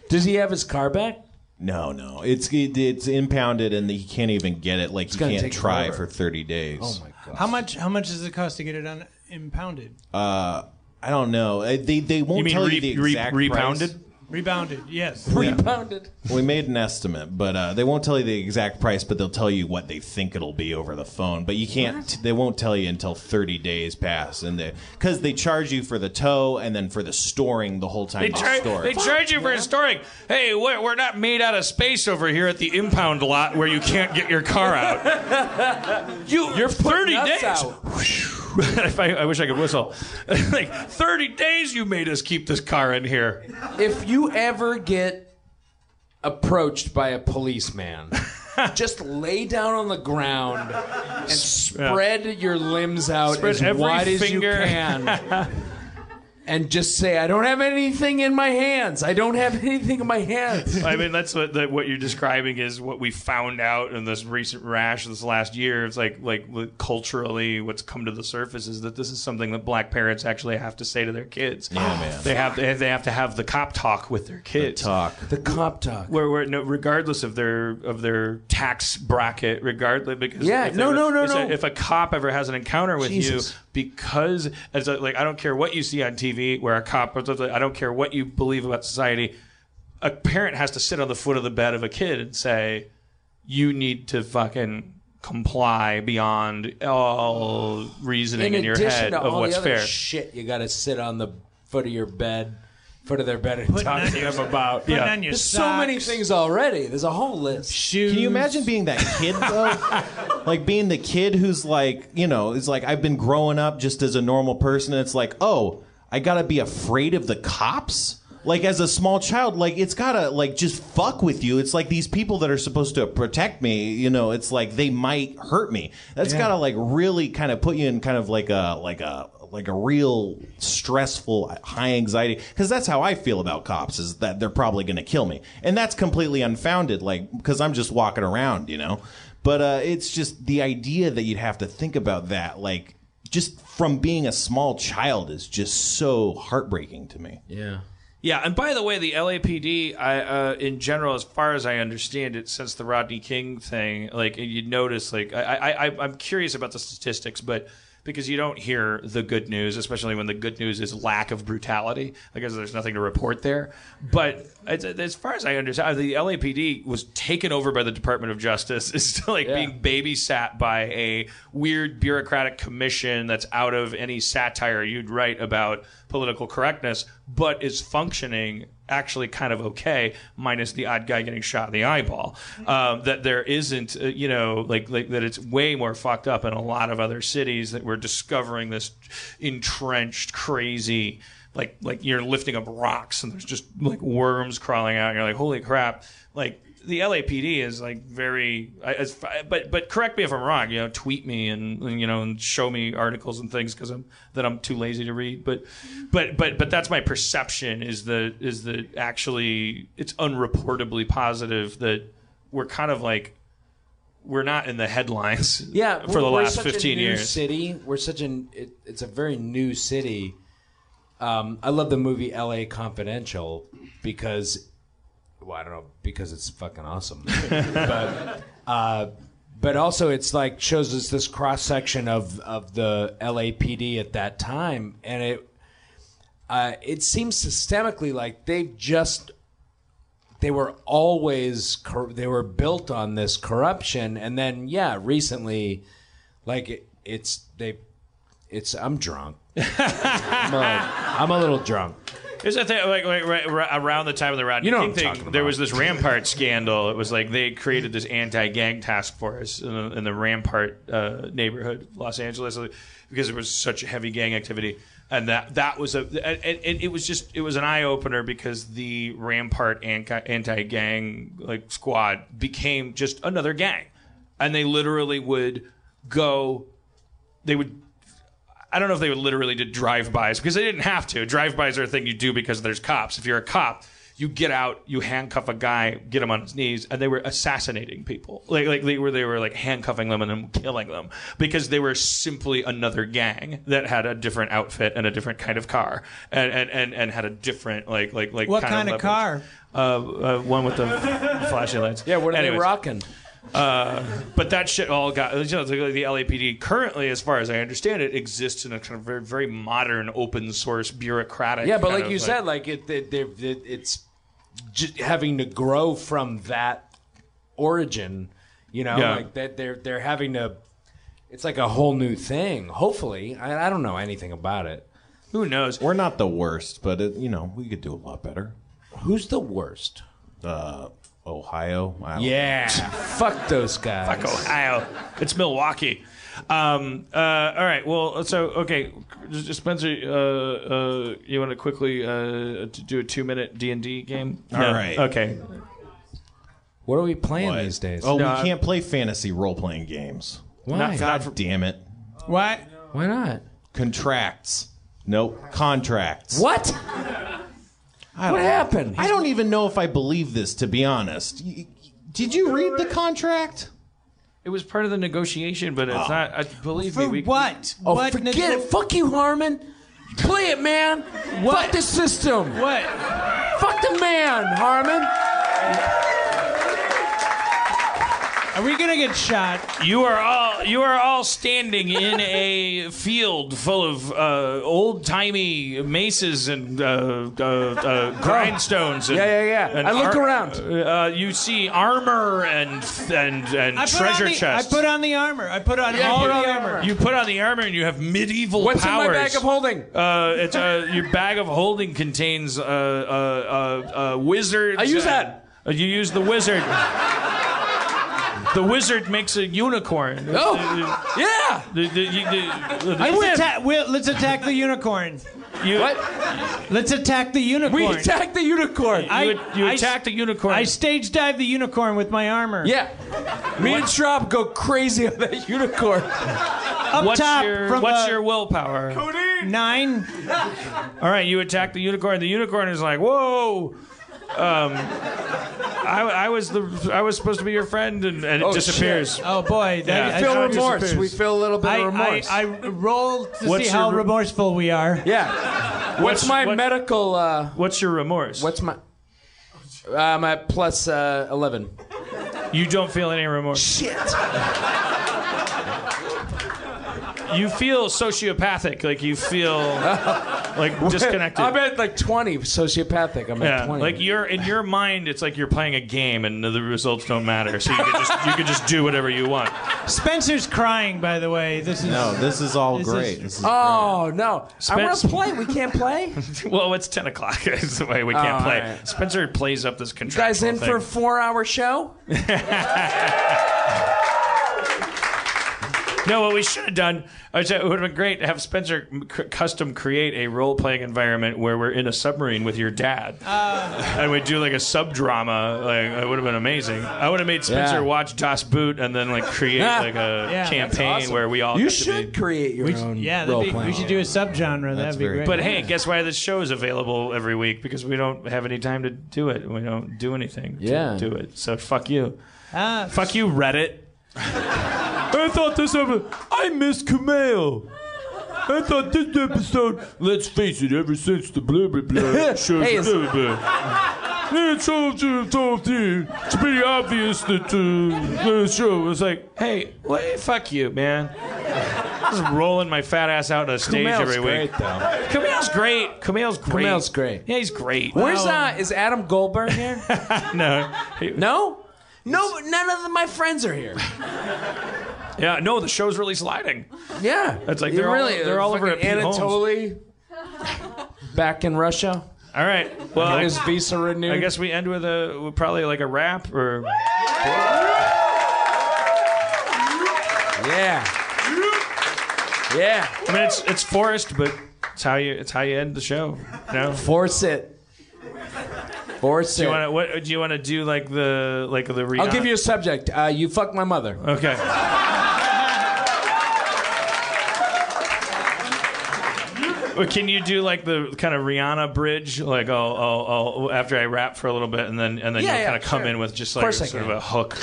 Speaker 5: Does he have his car back?
Speaker 3: No, no, it's it, it's impounded and he can't even get it. Like he
Speaker 5: gonna
Speaker 3: can't
Speaker 5: take
Speaker 3: try
Speaker 5: forever.
Speaker 3: for thirty days. Oh my
Speaker 1: how much? How much does it cost to get it un- impounded,
Speaker 3: Uh, I don't know. Uh, They they won't
Speaker 2: You mean
Speaker 3: tell
Speaker 2: re-
Speaker 3: you the
Speaker 2: re-
Speaker 3: exact
Speaker 2: repounded?
Speaker 3: price.
Speaker 1: rebounded? Yes.
Speaker 5: Rebounded.
Speaker 3: We made an estimate, but uh, they won't tell you the exact price. But they'll tell you what they think it'll be over the phone. But you can't. They won't tell you until thirty days pass, and they because they charge you for the tow and then for the storing the whole time
Speaker 2: They,
Speaker 3: you
Speaker 2: char-
Speaker 3: store.
Speaker 2: they
Speaker 3: it.
Speaker 2: charge you for storing. Hey, we're, we're not made out of space over here at the impound lot where you can't get your car out. you, you're 30
Speaker 5: nuts
Speaker 2: days.
Speaker 5: out.
Speaker 2: if I, I wish I could whistle. like 30 days you made us keep this car in here.
Speaker 5: If you ever get approached by a policeman, just lay down on the ground and spread your limbs out
Speaker 2: Spread
Speaker 5: as
Speaker 2: every
Speaker 5: wide
Speaker 2: finger.
Speaker 5: as you can. And just say, I don't have anything in my hands. I don't have anything in my hands.
Speaker 2: I mean, that's what that, what you're describing is what we found out in this recent rash this last year. It's like like what- culturally, what's come to the surface is that this is something that black parents actually have to say to their kids. Yeah,
Speaker 3: man.
Speaker 2: They have to, they have to have the cop talk with their kids.
Speaker 3: talk.
Speaker 5: The cop talk.
Speaker 2: Where, where no, regardless of their of their tax bracket, regardless because
Speaker 5: Yeah,
Speaker 2: if they
Speaker 5: no,
Speaker 2: were-
Speaker 5: no, no,
Speaker 2: if a-
Speaker 5: no.
Speaker 2: If a cop ever has an encounter with
Speaker 5: Jesus.
Speaker 2: you, because as a, like I don't care what you see on TV, where a cop, I don't care what you believe about society, a parent has to sit on the foot of the bed of a kid and say, you need to fucking comply beyond all reasoning in, your
Speaker 5: addition
Speaker 2: head
Speaker 5: to
Speaker 2: of
Speaker 5: all
Speaker 2: what's
Speaker 5: the other
Speaker 2: fair.
Speaker 5: Shit, you got to sit on the foot of your bed, foot of their bed, and talk
Speaker 1: on
Speaker 5: to
Speaker 1: your-
Speaker 5: them about.
Speaker 1: Putting
Speaker 2: Yeah.
Speaker 1: on your
Speaker 5: There's so many
Speaker 1: socks,
Speaker 5: things already. There's a whole list.
Speaker 1: Shoes.
Speaker 3: Can you imagine being that kid though? like being the kid who's like, you know, is like I've been growing up just as a normal person, and it's like, oh, I gotta be afraid of the cops. Like as a small child, like it's gotta like just fuck with you. It's like these people that are supposed to protect me, you know, it's like they might hurt me. That's gotta like really kind of put you in kind of like a like a like a real stressful high anxiety because that's how i feel about cops is that they're probably going to kill me and that's completely unfounded like because i'm just walking around you know but uh, it's just the idea that you'd have to think about that like just from being a small child is just so heartbreaking to me
Speaker 5: Yeah.
Speaker 2: Yeah, and by the way, the LAPD, I, uh, in general, as far as I understand it, since the Rodney King thing, like you notice, like I, I, I, I'm curious about the statistics, but because you don't hear the good news, especially when the good news is lack of brutality, because there's nothing to report there. But as, as far as I understand, the LAPD was taken over by the Department of Justice. It's still like being babysat by a weird bureaucratic commission that's out of any satire you'd write about political correctness, but is functioning actually kind of okay, minus the odd guy getting shot in the eyeball. Um, that there isn't, uh, you know, like, like that it's way more fucked up in a lot of other cities that we're discovering this entrenched, crazy. Like, like you're lifting up rocks and there's just like worms crawling out. And you're like, holy crap! Like the LAPD is like very, I- as, fi- but but correct me if I'm wrong. You know, tweet me and, and, you know and show me articles and things because I'm that I'm too lazy to read. But but but but that's my perception is the is the actually it's unreportably positive that we're kind of like we're not in the headlines.
Speaker 5: Yeah.
Speaker 2: for
Speaker 5: we're-
Speaker 2: the
Speaker 5: we're
Speaker 2: last
Speaker 5: such a
Speaker 2: 15
Speaker 5: new
Speaker 2: years.
Speaker 5: city. We're such an. It, it's a very new city. Um, I love the movie L.A. Confidential because, well, I don't know, because it's fucking awesome. but, uh, but also it's like shows us this cross section of of the LAPD at that time, and it uh, it seems systemically like they've just they were always cor- they were built on this corruption and then yeah recently like it, it's they it's i'm drunk I'm, a, I'm a little drunk
Speaker 2: Is that thing like, like right, right around the time of the Rodney
Speaker 5: You know
Speaker 2: King
Speaker 5: what I'm
Speaker 2: thing?
Speaker 5: talking about.
Speaker 2: There was this Rampart scandal. It was like they created this anti-gang task force in the, in the Rampart uh, neighborhood, of Los Angeles, because there was such heavy gang activity, and that that was a and, and it was just it was an eye opener because the Rampart anti- anti-gang like squad became just another gang, and they literally would go, they would I don't know if they would literally did drive-bys because they didn't have to. Drive-bys are a thing you do because there's cops. If you're a cop, you get out, you handcuff a guy, get him on his knees, and they were assassinating people. Like like they were they were like handcuffing them and then killing them because they were simply another gang that had a different outfit and a different kind of car and and and, and had a different like like like
Speaker 1: What kind of
Speaker 2: leverage. Uh, uh, one with the flashing lights.
Speaker 5: yeah what are they
Speaker 2: Anyways.
Speaker 5: rocking
Speaker 2: Uh, but that shit all got you know, the, the LAPD currently, as far as I understand it, exists in a kind of very, very modern, open source, bureaucratic.
Speaker 5: yeah but
Speaker 2: kind
Speaker 5: like
Speaker 2: of,
Speaker 5: you said like it, they they it it's j- having to grow from that origin you know
Speaker 2: Yeah.
Speaker 5: like that they're they're having to it's like a whole new thing hopefully i, I don't know anything about it
Speaker 2: who knows?
Speaker 3: we're not the worst but it, you know we could do a lot better
Speaker 5: who's the worst
Speaker 3: uh ohio I don't-
Speaker 5: Yeah. Fuck those guys.
Speaker 2: Fuck Ohio, it's Milwaukee. Um, uh, all right, well, so okay, Spencer, uh, uh, you want to quickly uh, do a two minute D and D game? All right.
Speaker 3: right.
Speaker 2: okay.
Speaker 5: What are we playing
Speaker 3: What?
Speaker 5: these days?
Speaker 3: oh
Speaker 2: No, I-
Speaker 3: we can't play fantasy role-playing games
Speaker 5: why?
Speaker 3: god damn it
Speaker 1: What?
Speaker 5: why not?
Speaker 3: contracts nope contracts
Speaker 5: What?
Speaker 3: I
Speaker 5: What
Speaker 3: don't-
Speaker 5: happened?
Speaker 3: I don't even know if I believe this, to be honest. Y- y- Did you read the contract?
Speaker 2: It was part of the negotiation, but it's not. I, believe me,
Speaker 1: For
Speaker 2: we,
Speaker 1: what?
Speaker 5: Oh,
Speaker 1: what
Speaker 5: forget
Speaker 1: nego-
Speaker 5: it. Fuck you, Harmon. Play it, man. Fuck the system.
Speaker 1: What?
Speaker 5: Fuck the man, Harmon.
Speaker 1: Are we gonna get shot?
Speaker 2: You are all you are all standing in a field full of uh, old timey maces and uh, uh, uh, grindstones. And,
Speaker 5: Oh. Yeah, yeah, yeah.
Speaker 2: and
Speaker 5: I look
Speaker 2: ar-
Speaker 5: around.
Speaker 2: Uh, you see armor and and and
Speaker 1: I put
Speaker 2: treasure
Speaker 1: on the,
Speaker 2: chests.
Speaker 1: I put on the armor. I put on
Speaker 5: Yeah,
Speaker 1: all
Speaker 5: put
Speaker 1: the
Speaker 5: on the
Speaker 1: armor.
Speaker 5: armor.
Speaker 2: you put on the armor and you have medieval
Speaker 5: What's
Speaker 2: powers.
Speaker 5: in my bag of holding?
Speaker 2: Uh, it's uh, your bag of holding contains uh, uh, uh, uh, wizards.
Speaker 5: I use
Speaker 2: and-
Speaker 5: that.
Speaker 2: Uh, you use the wizard. the wizard makes a unicorn.
Speaker 5: Oh, yeah.
Speaker 2: The- the- the- the-
Speaker 5: I win.
Speaker 1: Let's, atta- we'll- let's attack the unicorn.
Speaker 2: you,
Speaker 5: What?
Speaker 1: Let's attack the unicorn.
Speaker 5: We attacked the unicorn.
Speaker 1: I-
Speaker 2: you, you
Speaker 1: I-
Speaker 2: attack the unicorn.
Speaker 1: I stage dive the unicorn with my armor.
Speaker 5: yeah. Me and Schraub go crazy on that unicorn.
Speaker 1: Up
Speaker 2: what's
Speaker 1: top
Speaker 2: your,
Speaker 1: from
Speaker 2: what's
Speaker 1: a
Speaker 2: your willpower?
Speaker 1: nine.
Speaker 2: All right, you attack the unicorn. The unicorn is like, whoa. Um, I, I was the I was supposed to be your friend, and, and it
Speaker 5: Oh,
Speaker 2: disappears.
Speaker 1: Oh boy,
Speaker 2: Yeah, I
Speaker 1: that,
Speaker 2: feel
Speaker 1: I,
Speaker 5: Feel
Speaker 2: It
Speaker 5: remorse. We
Speaker 2: disappears.
Speaker 5: feel a little bit
Speaker 1: I,
Speaker 5: of remorse.
Speaker 1: I, I rolled to
Speaker 2: What's
Speaker 1: see how
Speaker 2: your-
Speaker 1: remorseful we are.
Speaker 5: yeah. What's my
Speaker 2: what-
Speaker 5: medical? Uh,
Speaker 2: What's your remorse?
Speaker 5: what's my? I'm at plus uh, eleven.
Speaker 2: You don't feel any remorse.
Speaker 5: Shit.
Speaker 2: You feel sociopathic, like you feel like disconnected.
Speaker 5: I'm at like twenty. Sociopathic. I'm
Speaker 2: yeah,
Speaker 5: at twenty.
Speaker 2: like you're in your mind, it's like you're playing a game, and the results don't matter. So you can just you can just do whatever you want.
Speaker 1: Spencer's crying, by the way. This is
Speaker 3: No, this is all
Speaker 1: This is-
Speaker 3: great. This is
Speaker 5: Oh no! I want to
Speaker 2: Spence-
Speaker 5: play. We can't play.
Speaker 2: Well, it's ten o'clock. It's the way we can't
Speaker 5: Oh,
Speaker 2: play.
Speaker 5: all right.
Speaker 2: Spencer plays up this contractual
Speaker 5: Guys, in for
Speaker 2: thing.
Speaker 5: a four-hour show.
Speaker 2: No, what we should have done, I said it would have been great to have Spencer c- custom create a role playing environment where we're in a submarine with your dad. And we do like a sub drama. Like, it would have been amazing. I would have made Spencer
Speaker 5: Yeah.
Speaker 2: watch Das Boot and then like create
Speaker 5: Yeah.
Speaker 2: like a
Speaker 1: Yeah,
Speaker 2: campaign
Speaker 5: awesome.
Speaker 2: where we all
Speaker 5: You
Speaker 2: get to
Speaker 5: should
Speaker 2: be-
Speaker 5: create your own.
Speaker 1: yeah. That'd be, we should do a subgenre.
Speaker 3: That's
Speaker 1: That'd be
Speaker 3: very-
Speaker 1: great.
Speaker 2: But hey, guess why this show is available every week? Because we don't have any time to do it. We don't do anything to
Speaker 5: Yeah.
Speaker 2: do it. So fuck you.
Speaker 1: Ah,
Speaker 2: Fuck you, Reddit. I thought this episode. I miss Kumail. I thought this episode. Let's face it, ever since the blah blah blah. shows
Speaker 5: Hey, it's-
Speaker 2: blah, blah, blah. Yeah, It's, all, it's, all, it's pretty obvious that uh, the show was like, hey, what, fuck you, man. Just rolling my fat ass out on a stage
Speaker 5: Kumail's
Speaker 2: every
Speaker 5: great,
Speaker 2: week.
Speaker 5: though.
Speaker 2: Kumail's great. Kumail's great.
Speaker 5: Kumail's great.
Speaker 2: Yeah, he's great.
Speaker 5: Where's uh? Is Adam Goldberg here?
Speaker 2: no? He-
Speaker 5: no. No, but none of my friends are here.
Speaker 2: Yeah, no. The show's really sliding.
Speaker 5: Yeah,
Speaker 2: It's like
Speaker 5: You
Speaker 2: they're all-
Speaker 5: really
Speaker 2: they're all over
Speaker 5: fucking
Speaker 2: at Pete Holmes.
Speaker 5: Anatoly. Back in Russia,
Speaker 2: All right. Well,
Speaker 5: got
Speaker 2: I-
Speaker 5: his visa renewed.
Speaker 2: I guess we end with a with probably like a rap or
Speaker 5: Yeah. Yeah.
Speaker 2: I mean it's it's forced, but it's how you it's how you end the show. No.
Speaker 5: Force it. Force it.
Speaker 2: Do you want to what do you want to do like the like the Rihanna?
Speaker 5: I'll give you a subject. Uh, you fuck my mother.
Speaker 2: okay. Or can you do like the kind of Rihanna bridge, like I'll, I'll, I'll after I rap for a little bit, and then and then
Speaker 5: Yeah,
Speaker 2: you'll
Speaker 5: yeah,
Speaker 2: kind of come
Speaker 5: sure.
Speaker 2: in with just
Speaker 5: Of
Speaker 2: like
Speaker 5: course I
Speaker 2: sort of
Speaker 5: can.
Speaker 2: a hook.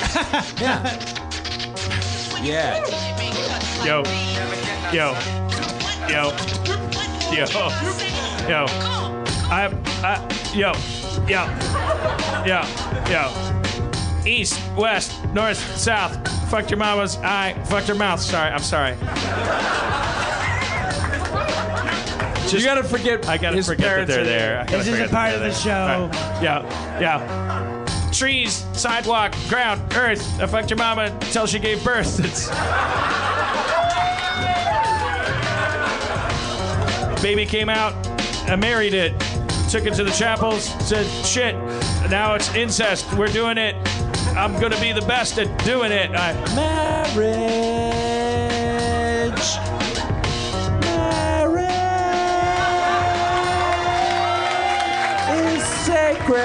Speaker 5: Yeah. Yeah.
Speaker 2: Yo, yo, yo, yo, yo. I, I, yo, yo, yo, yo. East, west, north, south. Fuck your mama's eye. Fuck your mouth. Sorry, I'm sorry.
Speaker 5: you gotta forget.
Speaker 2: I gotta
Speaker 5: his
Speaker 2: forget that
Speaker 5: parents
Speaker 2: they're
Speaker 5: are
Speaker 2: there. I gotta
Speaker 1: This is a
Speaker 2: forget that
Speaker 1: part
Speaker 2: they're
Speaker 1: of the
Speaker 2: there.
Speaker 1: show.
Speaker 2: All right. Yeah, yeah. Trees, sidewalk, ground, earth. I fucked your mama until she gave birth. It's. Baby came out. I married it. Took it to the chapels. Said shit. Now it's incest. We're doing it. I'm gonna be the best at doing it. I, marriage.
Speaker 5: Marriage is sacred.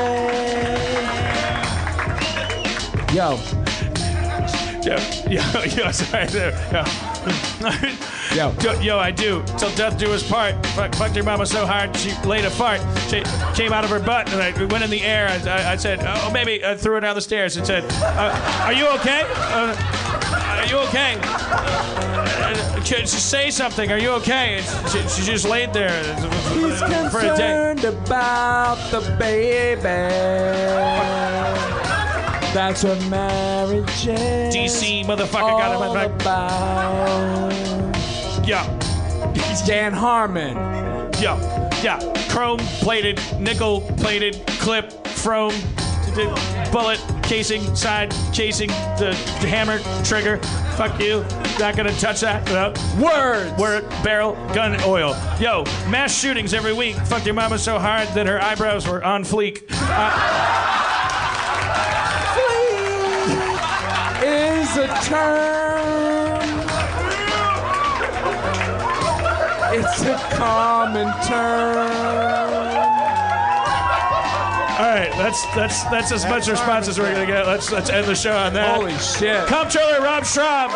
Speaker 5: Yo.
Speaker 2: Yo, yo, yo, sorry there. Yo.
Speaker 5: Yo.
Speaker 2: yo, yo, I do. Till death do us part. Fuck, fucked your mama so hard she laid a fart. She came out of her butt and I went in the air. I, I, I said, oh, maybe I threw her down the stairs and said, uh, are you okay? Uh, are you okay? Uh, uh, just say something. Are you okay? And She, she just laid there
Speaker 5: He's
Speaker 2: for a day.
Speaker 5: concerned about the baby. That's what marriage is.
Speaker 2: DC motherfucker
Speaker 5: all
Speaker 2: got him back.
Speaker 5: about.
Speaker 2: Yeah,
Speaker 5: Dan Harmon.
Speaker 2: yeah, yeah. Chrome plated, nickel plated, clip, from the bullet casing, side casing, the hammer, trigger. Fuck you. Not gonna touch that. No.
Speaker 5: Words.
Speaker 2: Word, barrel, gun, oil. Yo, mass shootings every week. Fuck your mama so hard that her eyebrows were on fleek.
Speaker 5: is a term. It's a common term.
Speaker 2: All right, that's that's that's as much response as we're gonna get. Let's let's end the show on that.
Speaker 5: Holy shit.
Speaker 2: Comptroller Rob Schraub,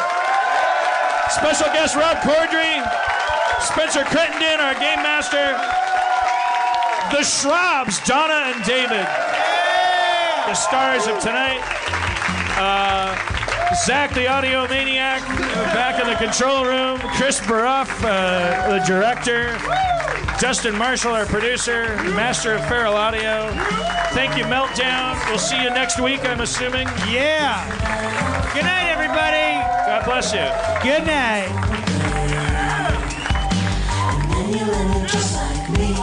Speaker 2: special guest Rob Cordry, Spencer Crittenden, our game master, the Schraubs, Donna and David, the stars of tonight. Uh, Zach, the audio maniac, back in the control room. Chris Baruff, uh, the director. Justin Marshall, our producer, master of feral audio. Thank you, Meltdown. We'll see you next week, I'm assuming.
Speaker 1: Yeah. Good night, everybody.
Speaker 2: God bless you.
Speaker 1: Good night.
Speaker 13: Just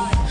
Speaker 13: like me.